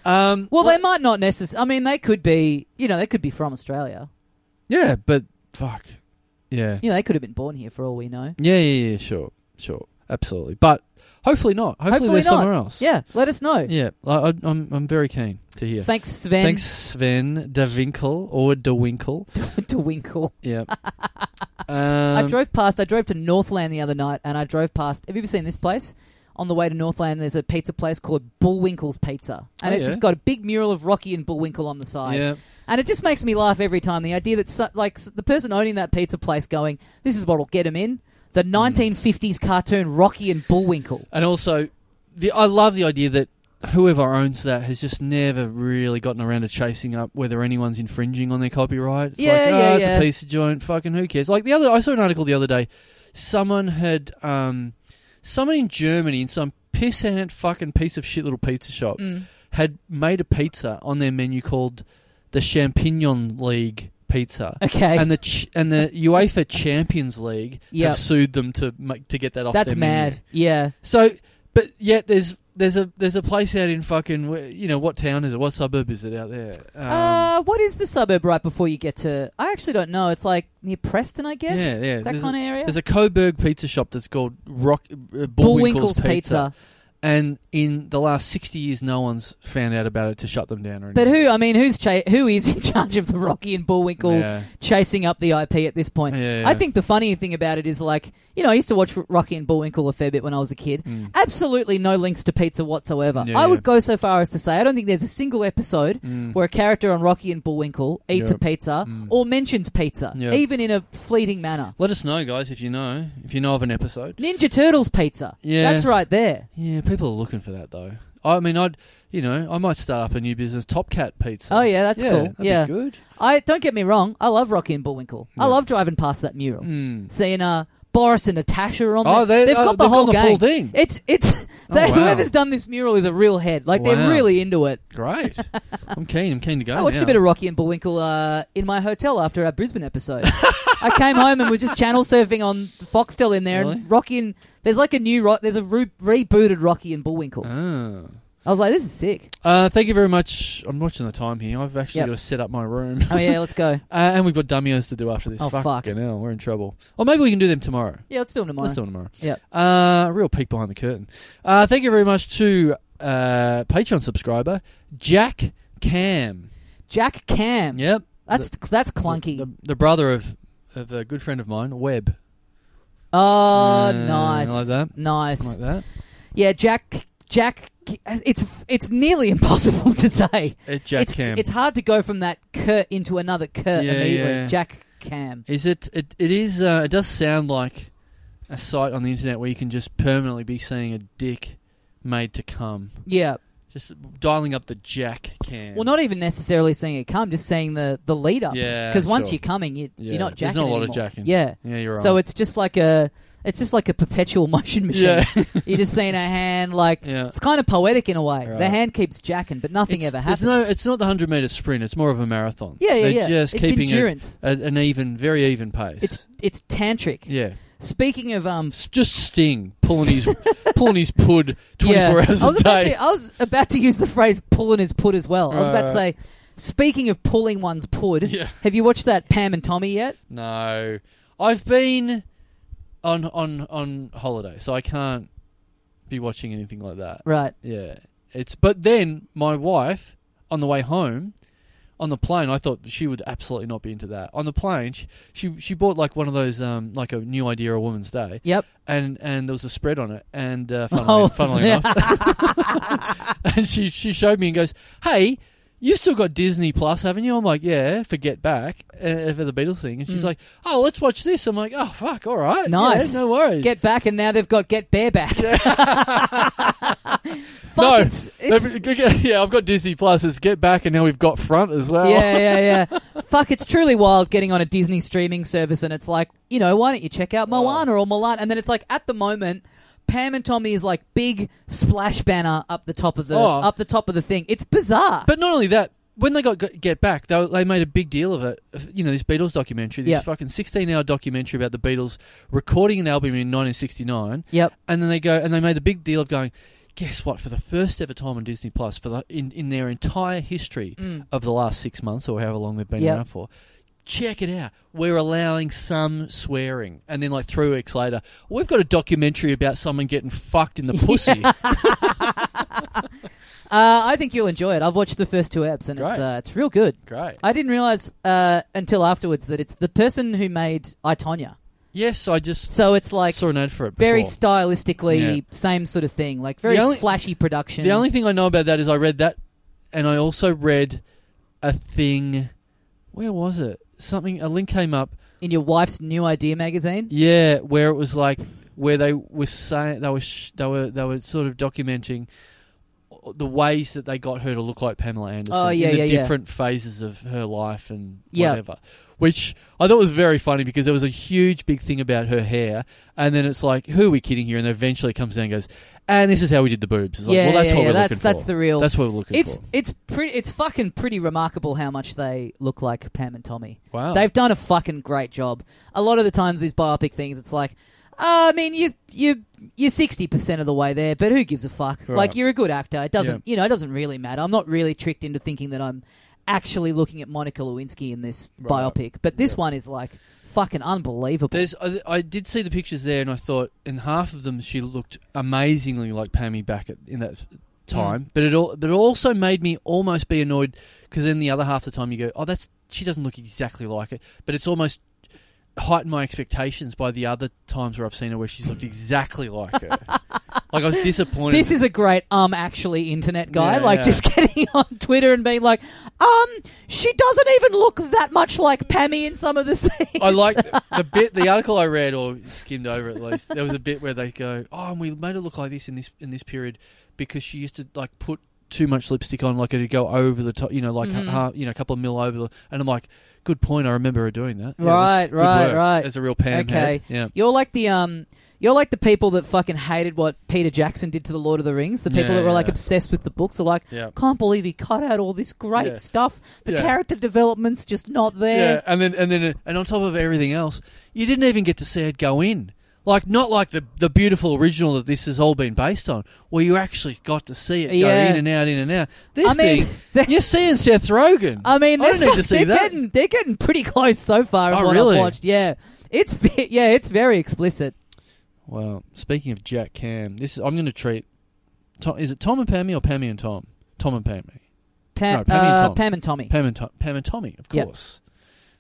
Speaker 2: Um
Speaker 1: Well, they might not necessarily. I mean, they could be, you know, they could be from Australia.
Speaker 2: Yeah, but fuck. Yeah.
Speaker 1: You know, they could have been born here for all we know.
Speaker 2: Yeah, yeah, yeah, sure, sure, absolutely. But hopefully not. Hopefully,
Speaker 1: Hopefully
Speaker 2: they're
Speaker 1: not.
Speaker 2: somewhere else.
Speaker 1: Yeah, let us know.
Speaker 2: yeah. I, I, I'm, I'm very keen to hear.
Speaker 1: Thanks, Sven.
Speaker 2: Thanks, Sven De Winkel or De Winkle.
Speaker 1: to Winkle.
Speaker 2: Yeah. um,
Speaker 1: I drove past. I drove to Northland the other night, and I drove past. Have you ever seen this place? On the way to Northland, there's a pizza place called Bullwinkle's Pizza, and
Speaker 2: Oh,
Speaker 1: it's
Speaker 2: yeah.
Speaker 1: just got a big mural of Rocky and Bullwinkle on the side.
Speaker 2: Yeah,
Speaker 1: And it just makes me laugh every time. The idea that so, like s- the person owning that pizza place going, "This is what'll get him in."
Speaker 2: Mm.
Speaker 1: The 1950s cartoon Rocky and Bullwinkle.
Speaker 2: and also, the I love the idea that whoever owns that has just never really gotten around to chasing up whether anyone's infringing on their copyright. It's
Speaker 1: Yeah,
Speaker 2: like, oh,
Speaker 1: yeah,
Speaker 2: it's
Speaker 1: yeah.
Speaker 2: a piece of joint. Fucking who cares? Like the other, I saw an article the other day. Someone had, um, someone in Germany in some pissant fucking piece of shit little pizza shop
Speaker 1: Mm.
Speaker 2: had made a pizza on their menu called the Champignon League pizza.
Speaker 1: Okay,
Speaker 2: And the ch- and the UEFA Champions League
Speaker 1: Yep.
Speaker 2: have sued them to make, to get that off.
Speaker 1: that's
Speaker 2: their menu.
Speaker 1: mad. Yeah,
Speaker 2: So, but yet there's there's a there's a place out in fucking wh- you know what town is it? What suburb is it out there? Um,
Speaker 1: uh, what is the suburb right before you get to? I actually don't know. It's like near Preston, I guess.
Speaker 2: Yeah, yeah.
Speaker 1: That
Speaker 2: There's a-
Speaker 1: kind of area.
Speaker 2: There's a Coburg pizza shop that's called Rock uh, Bullwinkle's, pizza. and in the last sixty years, no one's found out about it to shut them down or anything.
Speaker 1: But who? I mean, who's cha- who is in charge of the Rocky and Bullwinkle
Speaker 2: Yeah.
Speaker 1: chasing up the IP at this point?
Speaker 2: Yeah, yeah.
Speaker 1: I think the funny thing about it is like you know I used to watch Rocky and Bullwinkle a fair bit when I was a kid.
Speaker 2: Mm.
Speaker 1: Absolutely no links to pizza whatsoever.
Speaker 2: Yeah,
Speaker 1: I
Speaker 2: yeah.
Speaker 1: would go so far as to say I don't think there's a single episode
Speaker 2: Mm.
Speaker 1: where a character on Rocky and Bullwinkle eats
Speaker 2: Yeah.
Speaker 1: a pizza
Speaker 2: Mm.
Speaker 1: or mentions pizza,
Speaker 2: Yeah.
Speaker 1: even in a fleeting manner.
Speaker 2: Let us know, guys, if you know if you know of an episode.
Speaker 1: Ninja Turtles pizza.
Speaker 2: Yeah.
Speaker 1: That's right there.
Speaker 2: Yeah, people are looking for that though. I mean, I'd you know, I might start up a new business, Top Cat Pizza.
Speaker 1: Oh yeah, that's
Speaker 2: yeah,
Speaker 1: cool.
Speaker 2: that'd be
Speaker 1: yeah,
Speaker 2: good.
Speaker 1: I don't get me wrong. I love Rocky and Bullwinkle. I love driving past that mural, seeing uh, Boris and Natasha on.
Speaker 2: Mm. Oh,
Speaker 1: there.
Speaker 2: they-
Speaker 1: they've
Speaker 2: oh,
Speaker 1: got the
Speaker 2: they've
Speaker 1: whole
Speaker 2: gone the
Speaker 1: gang.
Speaker 2: full thing. Oh,
Speaker 1: It's it's they,
Speaker 2: wow.
Speaker 1: whoever's done this mural is a real head. Like
Speaker 2: Wow.
Speaker 1: they're really into it.
Speaker 2: Great. I'm keen. I'm keen to go.
Speaker 1: I watched
Speaker 2: now.
Speaker 1: a bit of Rocky and Bullwinkle uh, in my hotel after our Brisbane episode. I came home and was just channel surfing on Foxtel in there,
Speaker 2: Really?
Speaker 1: and Rocky and there's like a new ro- there's a re- rebooted Rocky and Bullwinkle.
Speaker 2: Ah.
Speaker 1: I was like, this is sick.
Speaker 2: Uh, thank you very much. I'm watching the time here. I've actually
Speaker 1: Yep.
Speaker 2: got to set up my room.
Speaker 1: Oh yeah, let's go.
Speaker 2: Uh, and we've got dummies to do after this.
Speaker 1: Oh, fuck.
Speaker 2: Fucking hell, we're in trouble. Or maybe we can do them tomorrow.
Speaker 1: Yeah, let's do them tomorrow.
Speaker 2: Let's do them tomorrow.
Speaker 1: Yep.
Speaker 2: Uh, real peek behind the curtain. Uh, thank you very much to uh, Patreon subscriber Jack Cam.
Speaker 1: Jack Cam.
Speaker 2: Yep.
Speaker 1: That's that's clunky.
Speaker 2: The, the brother of of a good friend of mine, Webb.
Speaker 1: oh,
Speaker 2: Mm,
Speaker 1: nice,
Speaker 2: like that?
Speaker 1: nice.
Speaker 2: Like that.
Speaker 1: Yeah, Jack. Jack. It's it's nearly impossible to say.
Speaker 2: Uh, Jack
Speaker 1: it's,
Speaker 2: Cam.
Speaker 1: It's hard to go from that Kurt into another Kurt
Speaker 2: Yeah,
Speaker 1: immediately.
Speaker 2: yeah.
Speaker 1: Jack Cam.
Speaker 2: Is it? It, it is. Uh, it does sound like a site on the internet where you can just permanently be seeing a dick made to come.
Speaker 1: Yeah.
Speaker 2: Just dialing up the Jack Cam.
Speaker 1: Well, not even necessarily seeing it come, just seeing the the lead up.
Speaker 2: Yeah,
Speaker 1: Because once
Speaker 2: sure.
Speaker 1: you're coming, you,
Speaker 2: Yeah.
Speaker 1: you're not
Speaker 2: There's
Speaker 1: jacking.
Speaker 2: not a lot of
Speaker 1: anymore.
Speaker 2: jacking.
Speaker 1: Yeah.
Speaker 2: Yeah, you're right.
Speaker 1: So it's just like a it's just like a perpetual motion machine.
Speaker 2: Yeah.
Speaker 1: you're just seeing a hand like
Speaker 2: Yeah.
Speaker 1: it's kind of poetic in a way.
Speaker 2: Right.
Speaker 1: The hand keeps jacking, but nothing
Speaker 2: It's-
Speaker 1: ever
Speaker 2: there's
Speaker 1: happens.
Speaker 2: No, it's not the hundred meter sprint. It's more of a marathon.
Speaker 1: yeah, yeah,
Speaker 2: They're
Speaker 1: yeah.
Speaker 2: Just
Speaker 1: it's
Speaker 2: keeping a-
Speaker 1: endurance.
Speaker 2: a, an even, very even pace.
Speaker 1: It's it's tantric.
Speaker 2: yeah,
Speaker 1: Speaking of um,
Speaker 2: it's just Sting pulling his pulling his pud twenty four
Speaker 1: yeah,
Speaker 2: hours
Speaker 1: I
Speaker 2: a
Speaker 1: was about
Speaker 2: day.
Speaker 1: To, oh, I was about to use the phrase "pulling his put" as well. I was about to
Speaker 2: Right.
Speaker 1: say, speaking of pulling one's pud,
Speaker 2: Yeah.
Speaker 1: have you watched that Pam and Tommy yet?
Speaker 2: No, I've been on on on holiday, so I can't be watching anything like that.
Speaker 1: Right.
Speaker 2: Yeah, it's but then my wife on the way home. On the plane, I thought she would absolutely not be into that. On the plane, she she, she bought like one of those um like a new idea a woman's day,
Speaker 1: Yep.
Speaker 2: and and there was a spread on it, and uh,
Speaker 1: Oh,
Speaker 2: funnily, funnily enough, and she she showed me and goes, "Hey, you've still got Disney Plus, haven't you?" I'm like, "Yeah, for Get Back uh, for the Beatles thing," and she's like, "Oh, let's watch this." I'm like, "Oh, fuck, all right,
Speaker 1: Mm. Nice.
Speaker 2: yeah, no worries."
Speaker 1: Get back, and now they've got get bareback. Fuck,
Speaker 2: no,
Speaker 1: it's- it's-
Speaker 2: yeah, I've got Disney Plus. It's Get Back, and now we've got Front as well.
Speaker 1: yeah, yeah, yeah. Fuck, it's truly wild getting on a Disney streaming service and it's like, you know, why don't you check out Moana or Mulan? And then it's like at the moment, Pam and Tommy is like big splash banner up the top of the
Speaker 2: Oh.
Speaker 1: up the top of the thing. It's bizarre.
Speaker 2: But not only that, when they got G- Get Back, they, they made a big deal of it. You know, this Beatles documentary, this
Speaker 1: Yep.
Speaker 2: fucking 16 hour documentary about the Beatles recording an album in 1969.
Speaker 1: Yep.
Speaker 2: And then they go, and they made a big deal of going, guess what? For the first ever time on Disney Plus, for the, in, in their entire history of the last six months or however long they've been
Speaker 1: Mm. Yep.
Speaker 2: around for, check it out. We're allowing some swearing. And then, like, three weeks later, we've got a documentary about someone getting fucked in the pussy.
Speaker 1: Uh, I think you'll enjoy it. I've watched the first two eps and it's
Speaker 2: Great.
Speaker 1: uh, it's real good.
Speaker 2: Great.
Speaker 1: I didn't realize uh, until afterwards that it's the person who made Itonia.
Speaker 2: Yes, I just
Speaker 1: So it's like
Speaker 2: saw an ad for it.
Speaker 1: very
Speaker 2: before.
Speaker 1: stylistically
Speaker 2: Yeah.
Speaker 1: same sort of thing, like very
Speaker 2: The only-
Speaker 1: flashy production.
Speaker 2: The only thing I know about that is I read that, and I also read a thing. Where was it? Something. A link came up.
Speaker 1: in your wife's new idea magazine.
Speaker 2: Yeah, where it was like where they were saying they were sh- they were they were sort of documenting the ways that they got her to look like Pamela Anderson
Speaker 1: Oh, yeah,
Speaker 2: in the
Speaker 1: yeah, yeah.
Speaker 2: different phases of her life and
Speaker 1: Yeah.
Speaker 2: whatever. Which I thought was very funny because there was a huge big thing about her hair, and then it's like, who are we kidding here? And eventually it comes down and goes, and this is how we did the boobs. It's like,
Speaker 1: Yeah,
Speaker 2: well, that's
Speaker 1: yeah,
Speaker 2: what
Speaker 1: yeah,
Speaker 2: we're
Speaker 1: that's-
Speaker 2: looking for.
Speaker 1: that's the real-
Speaker 2: That's what we're looking
Speaker 1: It's
Speaker 2: for.
Speaker 1: it's pretty it's fucking pretty remarkable how much they look like Pam and Tommy.
Speaker 2: Wow.
Speaker 1: They've done a fucking great job. A lot of the times these biopic things it's like uh, I mean you you you're sixty percent of the way there, but who gives a fuck? Like you're a good actor. It doesn't you know, it doesn't really matter. I'm not really tricked into thinking that I'm actually looking at Monica Lewinsky in this biopic. But this one is like fucking unbelievable.
Speaker 2: There's, I, I did see the pictures there, and I thought in half of them she looked amazingly like Pammy back at, in that time. But it all, but it also made me almost be annoyed because then the other half the time you go, oh, that's she doesn't look exactly like it. But it's almost heightened my expectations by the other times where I've seen her where she's looked exactly like her. Like I was disappointed.
Speaker 1: This is a great um actually internet guy,
Speaker 2: Yeah,
Speaker 1: like
Speaker 2: yeah.
Speaker 1: just getting on Twitter and being like, um, she doesn't even look that much like Pammy in some of the scenes.
Speaker 2: I like the bit, the article I read or skimmed over at least. There was a bit where they go, "Oh, and we made it look like this in this in this period because she used to like put too much lipstick on, like it'd go over the top, you know, like
Speaker 1: Mm-hmm.
Speaker 2: ha- ha- you know, a couple of mil over. The, and I'm like, good point. I remember her doing that. Yeah,
Speaker 1: Right,
Speaker 2: that's good
Speaker 1: right,
Speaker 2: work.
Speaker 1: right.
Speaker 2: As a real pan
Speaker 1: Okay.
Speaker 2: head. Yeah.
Speaker 1: You're like the um you're like the people that fucking hated what Peter Jackson did to the Lord of the Rings. The people
Speaker 2: Yeah,
Speaker 1: that were like
Speaker 2: yeah.
Speaker 1: obsessed with the books are like,
Speaker 2: Yeah.
Speaker 1: can't believe he cut out all this great
Speaker 2: Yeah.
Speaker 1: stuff. The
Speaker 2: Yeah.
Speaker 1: character development's just not there.
Speaker 2: Yeah, and then and then and on top of everything else, you didn't even get to see it go in. Like not like the the beautiful original that this has all been based on, where you actually got to see it
Speaker 1: Yeah.
Speaker 2: go in and out, in and out. This
Speaker 1: I mean,
Speaker 2: thing,
Speaker 1: they-
Speaker 2: you're seeing Seth Rogen.
Speaker 1: I mean, they're,
Speaker 2: I don't need to
Speaker 1: fuck-
Speaker 2: see
Speaker 1: they're
Speaker 2: that.
Speaker 1: Getting, they're getting pretty close so far. in
Speaker 2: Oh,
Speaker 1: what
Speaker 2: really?
Speaker 1: I've watched. Yeah, it's yeah, it's very explicit.
Speaker 2: Well, speaking of Jack Cam, this is, I'm going to treat. Tom, is it Tom and Pammy or Pammy and Tom? Tom and Pammy.
Speaker 1: Pam,
Speaker 2: No, Pam and
Speaker 1: uh,
Speaker 2: Tom.
Speaker 1: Pam and Tommy.
Speaker 2: Pam and Tom, Pam and Tommy, of
Speaker 1: Yep.
Speaker 2: course.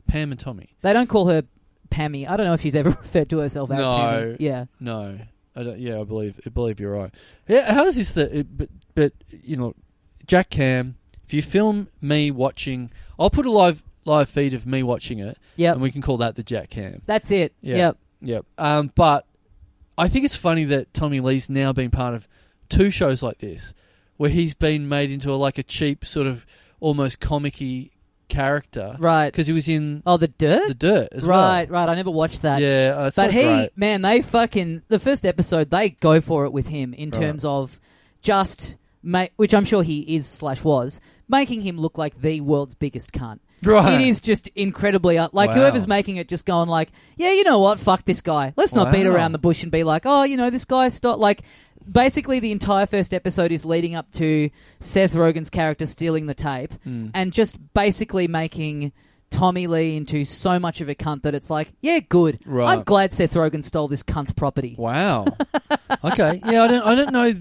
Speaker 2: Pam and Tommy.
Speaker 1: They don't call her Pammy. I don't know if she's ever referred to herself as
Speaker 2: No.
Speaker 1: Pammy. Yeah.
Speaker 2: No, I don't, yeah, I believe I believe you're right. Yeah, how is this that? It, but but you know, Jack Cam. If you film me watching, I'll put a live live feed of me watching it,
Speaker 1: Yep.
Speaker 2: and we can call that the Jack Cam.
Speaker 1: That's it.
Speaker 2: Yeah.
Speaker 1: Yep.
Speaker 2: Yep. Um, but I think it's funny that Tommy Lee's now been part of two shows like this, where he's been made into a, like a cheap sort of almost comic-y character,
Speaker 1: Right.
Speaker 2: Because he was in
Speaker 1: Oh, the dirt.
Speaker 2: the Dirt as
Speaker 1: right. Right. I never watched
Speaker 2: well.
Speaker 1: that.
Speaker 2: Yeah, uh, it's
Speaker 1: But
Speaker 2: not
Speaker 1: he,
Speaker 2: great.
Speaker 1: man, they fucking the first episode they go for it with him in
Speaker 2: Right.
Speaker 1: terms of just ma- which I'm sure he is slash was making him look like the world's biggest cunt.
Speaker 2: Right.
Speaker 1: It is just incredibly uh, like
Speaker 2: Wow.
Speaker 1: whoever's making it just going like, yeah, you know what, fuck this guy. Let's not beat
Speaker 2: Wow.
Speaker 1: around the bush and be like, oh, you know, this guy's not like. Basically, the entire first episode is leading up to Seth Rogen's character stealing the tape and just basically making Tommy Lee into so much of a cunt that it's like, yeah, good.
Speaker 2: Right.
Speaker 1: I'm glad Seth Rogen stole this cunt's property.
Speaker 2: Wow. okay. Yeah, I don't. I don't know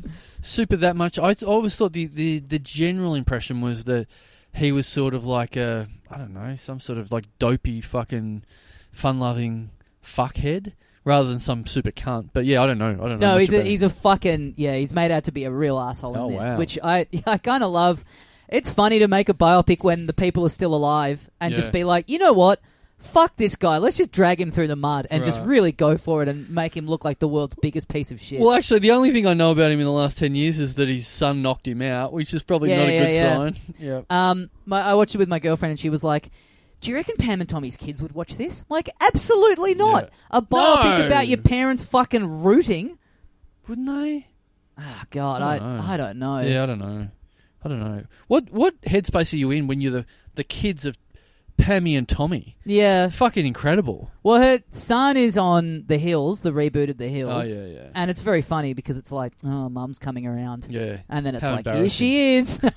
Speaker 2: super that much. I t- always thought the, the the general impression was that he was sort of like a I don't know some sort of like dopey fucking fun loving fuckhead rather than some super cunt. But yeah, I don't know. I don't know.
Speaker 1: No,
Speaker 2: much
Speaker 1: he's a,
Speaker 2: about
Speaker 1: he's
Speaker 2: him.
Speaker 1: a fucking yeah. He's made out to be a real asshole
Speaker 2: Oh,
Speaker 1: in this,
Speaker 2: wow.
Speaker 1: which I I kind of love. It's funny to make a biopic when the people are still alive and
Speaker 2: Yeah.
Speaker 1: just be like, you know what? Fuck this guy. Let's just drag him through the mud and just
Speaker 2: Right.
Speaker 1: really go for it and make him look like the world's biggest piece of shit.
Speaker 2: Well, actually, the only thing I know about him in the last ten years is that his son knocked him out, which is probably
Speaker 1: Yeah,
Speaker 2: not a
Speaker 1: yeah,
Speaker 2: good
Speaker 1: yeah.
Speaker 2: sign. Yeah.
Speaker 1: Um, my, I watched it with my girlfriend, and she was like, "Do you reckon Pam and Tommy's kids would watch this?" I'm like, absolutely not. A biopic
Speaker 2: No.
Speaker 1: about your parents fucking rooting.
Speaker 2: Wouldn't they?
Speaker 1: Oh, God,
Speaker 2: I
Speaker 1: I
Speaker 2: don't know.
Speaker 1: I don't know.
Speaker 2: Yeah, I don't know. I don't know. What what headspace are you in when you're the the kids of Pammy and Tommy?
Speaker 1: Yeah.
Speaker 2: Fucking incredible.
Speaker 1: Well, her son is on The Hills, the reboot of The
Speaker 2: Oh
Speaker 1: Hills,
Speaker 2: yeah, yeah,
Speaker 1: and it's very funny because it's like, "Oh, mum's coming around."
Speaker 2: yeah.
Speaker 1: And then it's
Speaker 2: How
Speaker 1: like, here she is.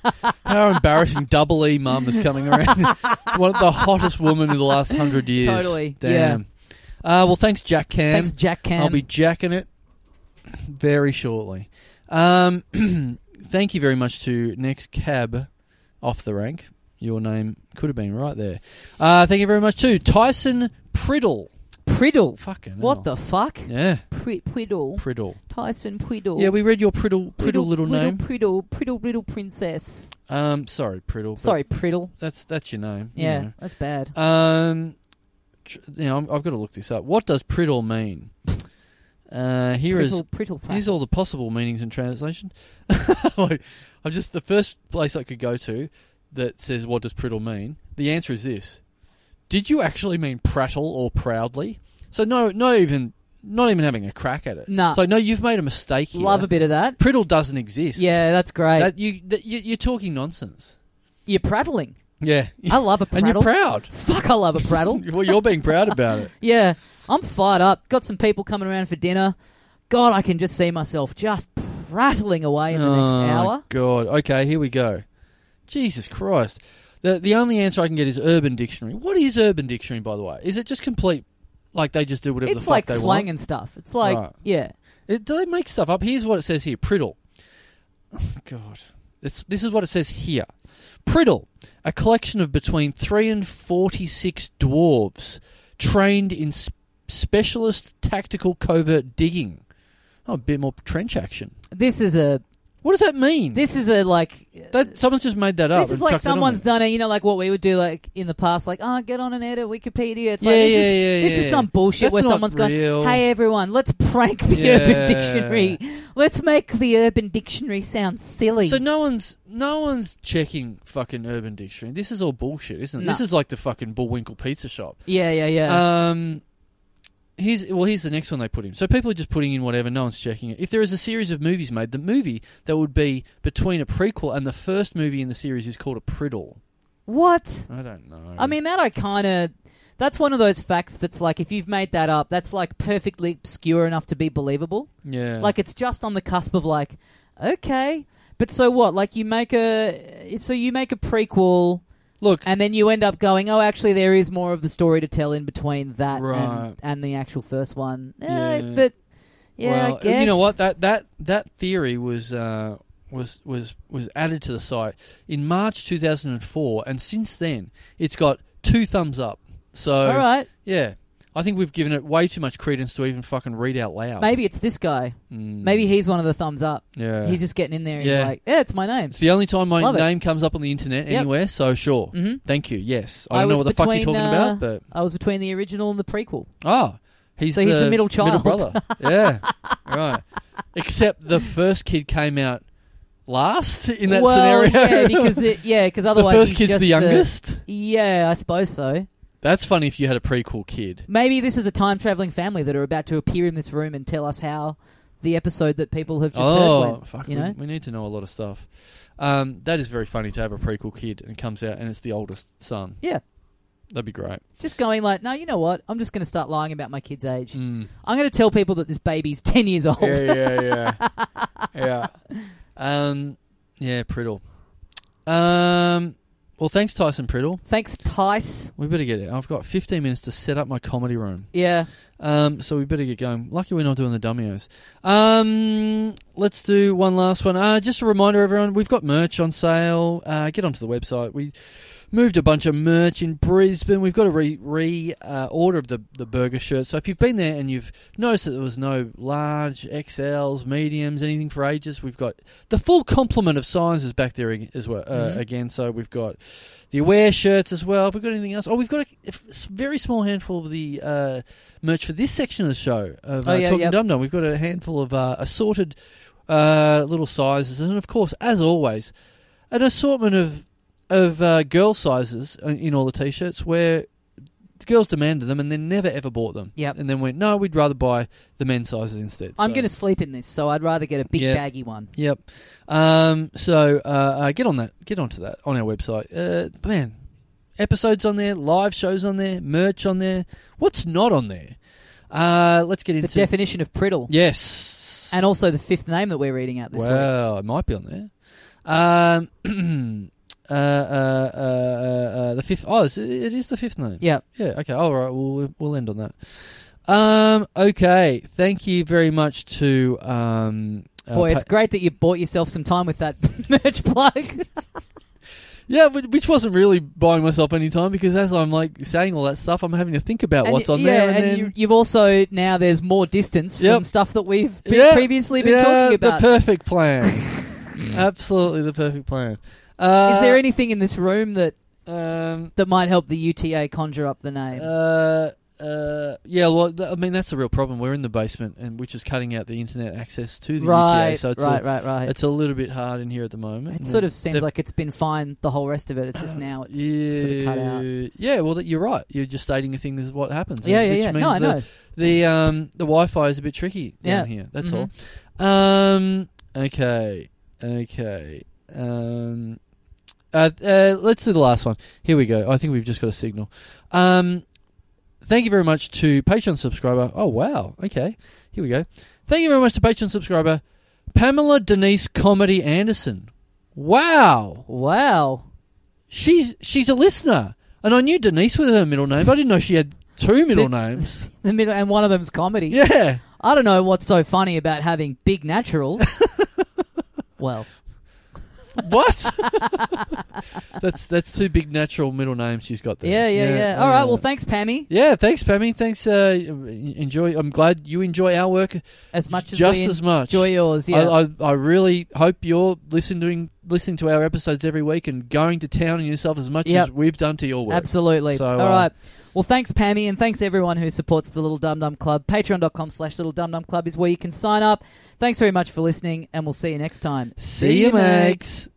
Speaker 2: How embarrassing! Double E mum is coming around. One of the hottest woman in the last hundred years.
Speaker 1: Totally,
Speaker 2: Damn. Uh, well, thanks, Jack Cam.
Speaker 1: Thanks, Jack Cam.
Speaker 2: I'll be jacking it very shortly. Um, thank you very much to Next Cab off the rank. Your name could have been right there. Uh, thank you very much to Tyson Priddle.
Speaker 1: Priddle.
Speaker 2: Fucking
Speaker 1: What
Speaker 2: hell.
Speaker 1: the fuck?
Speaker 2: yeah
Speaker 1: Pri- Priddle.
Speaker 2: Priddle.
Speaker 1: Tyson Priddle.
Speaker 2: Yeah, we read your Priddle Priddle, little
Speaker 1: Priddle,
Speaker 2: name.
Speaker 1: Priddle, Priddle, Riddle Princess.
Speaker 2: Um, sorry, Priddle. but
Speaker 1: Sorry, Priddle.
Speaker 2: that's that's your name. you
Speaker 1: Yeah,
Speaker 2: know.
Speaker 1: that's bad.
Speaker 2: Um, tr- you know, I'm, I've got to look this up. What does priddle mean? Uh, here is
Speaker 1: Priddle, Priddle. Prattle.
Speaker 2: here's all the possible meanings and translation. like, I'm just the first place I could go to that says what does priddle mean. The answer is this: Did you actually mean prattle or proudly? So no, not even not even having a crack at it.
Speaker 1: Nah.
Speaker 2: So no, you've made a mistake here.
Speaker 1: Love a bit of that.
Speaker 2: Priddle doesn't exist.
Speaker 1: Yeah, that's great.
Speaker 2: That you that you you're talking nonsense.
Speaker 1: you're prattling.
Speaker 2: Yeah.
Speaker 1: I love a
Speaker 2: and
Speaker 1: prattle.
Speaker 2: you're proud.
Speaker 1: Fuck, I love a prattle.
Speaker 2: Well, you're being proud about it.
Speaker 1: Yeah, I'm fired up. Got some people coming around for dinner. God, I can just see myself just prattling away in the next
Speaker 2: Oh,
Speaker 1: hour.
Speaker 2: God. Okay, here we go. Jesus Christ. The the only answer I can get is Urban Dictionary. What is Urban Dictionary, by the way? Is it just complete, like they just do whatever
Speaker 1: It's
Speaker 2: the fuck
Speaker 1: like
Speaker 2: they
Speaker 1: slang
Speaker 2: want?
Speaker 1: and stuff. It's like,
Speaker 2: Right.
Speaker 1: yeah,
Speaker 2: It, do they make stuff up? Here's what it says here. Priddle. Oh, God. It's, this is what it says here. Priddle, a collection of between 3 and 46 dwarves trained in s- specialist tactical covert digging. Oh, a bit more trench action.
Speaker 1: this is a
Speaker 2: What does that mean?
Speaker 1: This is a like
Speaker 2: that someone's just made that up.
Speaker 1: this is
Speaker 2: and
Speaker 1: like
Speaker 2: chucked that on
Speaker 1: someone's
Speaker 2: there.
Speaker 1: done it. You know, like what we would do, like in the past, like oh, get on and edit Wikipedia. It's like
Speaker 2: Yeah,
Speaker 1: this
Speaker 2: yeah,
Speaker 1: is
Speaker 2: yeah,
Speaker 1: this is
Speaker 2: yeah.
Speaker 1: some bullshit
Speaker 2: That's
Speaker 1: where
Speaker 2: not
Speaker 1: someone's
Speaker 2: real.
Speaker 1: gone, hey everyone, let's prank the
Speaker 2: Yeah.
Speaker 1: Urban Dictionary. Let's make the Urban Dictionary sound silly.
Speaker 2: So no one's no one's checking fucking Urban Dictionary. This is all bullshit, isn't it?
Speaker 1: No.
Speaker 2: This is like the fucking Bullwinkle pizza shop.
Speaker 1: yeah, yeah, yeah.
Speaker 2: Um, here's well, here's the next one they put in. So people are just putting in whatever. No one's checking it. If there is a series of movies made, the movie that would be between a prequel and the first movie in the series is called a priddle.
Speaker 1: what?
Speaker 2: I don't know.
Speaker 1: I mean, that I kind of. That's one of those facts that's like if you've made that up, that's like perfectly obscure enough to be believable.
Speaker 2: yeah,
Speaker 1: Like it's just on the cusp of like, okay, but so what? Like you make a so you make a prequel.
Speaker 2: look,
Speaker 1: And then you end up going, oh, actually, there is more of the story to tell in between that
Speaker 2: Right.
Speaker 1: and, and the actual first one. Eh,
Speaker 2: Yeah.
Speaker 1: But yeah,
Speaker 2: well,
Speaker 1: I guess.
Speaker 2: you know what that that that theory was. Uh, was was was added to the site in March 2004, and since then it's got two thumbs up. So
Speaker 1: All right,
Speaker 2: yeah, I think we've given it way too much credence to even fucking read out loud.
Speaker 1: maybe it's this guy.
Speaker 2: Oh. Mm.
Speaker 1: Maybe he's one of the thumbs up.
Speaker 2: yeah.
Speaker 1: He's just getting in there. He's
Speaker 2: Yeah.
Speaker 1: like, yeah, it's my name.
Speaker 2: It's the only time my
Speaker 1: Love it.
Speaker 2: name comes up on the internet
Speaker 1: Yep.
Speaker 2: anywhere, so sure.
Speaker 1: Mhm.
Speaker 2: Thank you. Yes.
Speaker 1: I
Speaker 2: I don't know
Speaker 1: was
Speaker 2: what the fuck you're
Speaker 1: between,
Speaker 2: talking
Speaker 1: uh,
Speaker 2: about, but
Speaker 1: I was between the original and the prequel.
Speaker 2: oh, he's
Speaker 1: So he's the middle child.
Speaker 2: brother. yeah. Right. Except the first kid came out last in that
Speaker 1: well,
Speaker 2: scenario.
Speaker 1: yeah, because it, yeah, because
Speaker 2: the
Speaker 1: otherwise
Speaker 2: first
Speaker 1: he's
Speaker 2: kid's
Speaker 1: just
Speaker 2: the youngest.
Speaker 1: yeah, I suppose so.
Speaker 2: That's funny if you had a prequel kid.
Speaker 1: Maybe this is a time traveling family that are about to appear in this room and tell us how the episode that people have just heard
Speaker 2: oh,
Speaker 1: went.
Speaker 2: fuck.
Speaker 1: you
Speaker 2: we-
Speaker 1: know?
Speaker 2: we, need to know a lot of stuff. Um, that is very funny to have a prequel kid and it comes out and it's the oldest son.
Speaker 1: Yeah.
Speaker 2: That'd be great.
Speaker 1: Just going like, no, you know what? I'm just going to start lying about my kid's age.
Speaker 2: Mm.
Speaker 1: I'm going to tell people that this baby's 10 years old.
Speaker 2: yeah, yeah, yeah. yeah. Um, yeah, Priddle. Um, well, thanks, Tyson Priddle.
Speaker 1: Thanks, Tice.
Speaker 2: We better get it. I've got 15 minutes to set up my comedy room.
Speaker 1: Yeah.
Speaker 2: Um, so we better get going. Lucky we're not doing the dummios. Um, let's do one last one. Uh, just a reminder, everyone, we've got merch on sale. Uh, get onto the website. We moved a bunch of merch in Brisbane. We've got a re, re uh, order of the the burger shirt. So if you've been there and you've noticed that there was no large XLs, mediums, anything for ages, we've got the full complement of sizes back there ag- as well. Uh,
Speaker 1: Mhm.
Speaker 2: Again, so we've got the aware shirts as well. Have we got anything else? Oh, we've got a, a f- s- very small handful of the uh, merch for this section of the show of uh,
Speaker 1: Oh, yeah,
Speaker 2: Talking
Speaker 1: yep.
Speaker 2: Dum Dum. We've got a handful of uh, assorted uh, little sizes, and of course, as always, an assortment of of uh, girl sizes uh, in in all the t-shirts where the girls demanded them and then never ever bought them.
Speaker 1: Yep.
Speaker 2: And then went, no, we'd rather buy the men's sizes instead.
Speaker 1: I'm
Speaker 2: So-
Speaker 1: going to sleep in this, so I'd rather get a big
Speaker 2: Yeah.
Speaker 1: baggy one.
Speaker 2: Yep. Um, so uh, uh, get on that. Get onto that on our website. Uh, man, episodes on there, live shows on there, merch on there. What's not on there? Uh, let's get
Speaker 1: The
Speaker 2: into
Speaker 1: definition of priddle.
Speaker 2: yes,
Speaker 1: And also the fifth name that we're reading out this week.
Speaker 2: Wow, it might be on there. Um, uh, uh, uh, uh, uh, the fifth. Oh, it's- it is the fifth name.
Speaker 1: Yep.
Speaker 2: Yeah. Okay. All right. We'll we'll end on that. Um. Okay. Thank you very much to um. uh,
Speaker 1: Boy,
Speaker 2: Pa-
Speaker 1: it's great that you bought yourself some time with that merch plug.
Speaker 2: Yeah, but- which wasn't really buying myself any time because as I'm like saying all that stuff, I'm having to think about
Speaker 1: And
Speaker 2: what's
Speaker 1: y-
Speaker 2: on
Speaker 1: yeah,
Speaker 2: there. And,
Speaker 1: and
Speaker 2: then,
Speaker 1: you, you've also now there's more distance from
Speaker 2: Yep.
Speaker 1: stuff that we've been
Speaker 2: Yeah,
Speaker 1: previously been
Speaker 2: yeah,
Speaker 1: talking about.
Speaker 2: the perfect plan. Absolutely, the perfect plan. Uh,
Speaker 1: Is there anything in this room that
Speaker 2: Um,
Speaker 1: that might help the UTA conjure up the name?
Speaker 2: uh, uh, yeah, well, th- I mean that's the real problem. We're in the basement, and which is cutting out the internet access to the
Speaker 1: right,
Speaker 2: UTA, so it's
Speaker 1: right,
Speaker 2: a,
Speaker 1: right, right.
Speaker 2: it's a little bit hard in here at the moment.
Speaker 1: It sort of
Speaker 2: They've-
Speaker 1: seems like it's been fine the whole rest of it. It's just now it's
Speaker 2: yeah,
Speaker 1: sort of cut out.
Speaker 2: Yeah, well, that- you're right. You're just stating a thing is what happens.
Speaker 1: Yeah, yeah,
Speaker 2: which
Speaker 1: yeah.
Speaker 2: Means
Speaker 1: No, I
Speaker 2: that
Speaker 1: know.
Speaker 2: The um the Wi-Fi is a bit tricky down
Speaker 1: Yeah.
Speaker 2: here. That's
Speaker 1: Mhm.
Speaker 2: all. Um. Okay. Okay. Um. Uh, uh, let's do the last one. Here we go. I think we've just got a signal. Um. Thank you very much to Patreon subscriber. Oh wow. Okay. Here we go. Thank you very much to Patreon subscriber Pamela Denise Comedy Anderson. Wow.
Speaker 1: Wow.
Speaker 2: She's she's a listener, and I knew Denise was her middle name. But I didn't know she had two middle names.
Speaker 1: The middle and one of them's comedy.
Speaker 2: Yeah.
Speaker 1: I don't know what's so funny about having big naturals. well,
Speaker 2: what? that's that's two big natural middle names she's got there.
Speaker 1: Yeah, yeah, yeah. All right. Well, thanks, Pammy.
Speaker 2: Yeah, thanks, Pammy. Thanks. Uh, enjoy. I'm glad you enjoy our work
Speaker 1: As much as
Speaker 2: just
Speaker 1: we
Speaker 2: as much.
Speaker 1: enjoy yours, yeah.
Speaker 2: I, I, I really hope you're listening listening to our episodes every week and going to town on yourself as much
Speaker 1: Yep.
Speaker 2: as we've done to your work.
Speaker 1: Absolutely.
Speaker 2: So,
Speaker 1: All
Speaker 2: uh,
Speaker 1: right. Well, thanks, Pammy, and thanks everyone who supports the Little Dum Dum Club. Patreon.com slash Little Dum Dum Club is where you can sign up. Thanks very much for listening, and we'll see you next time.
Speaker 2: See you, mates.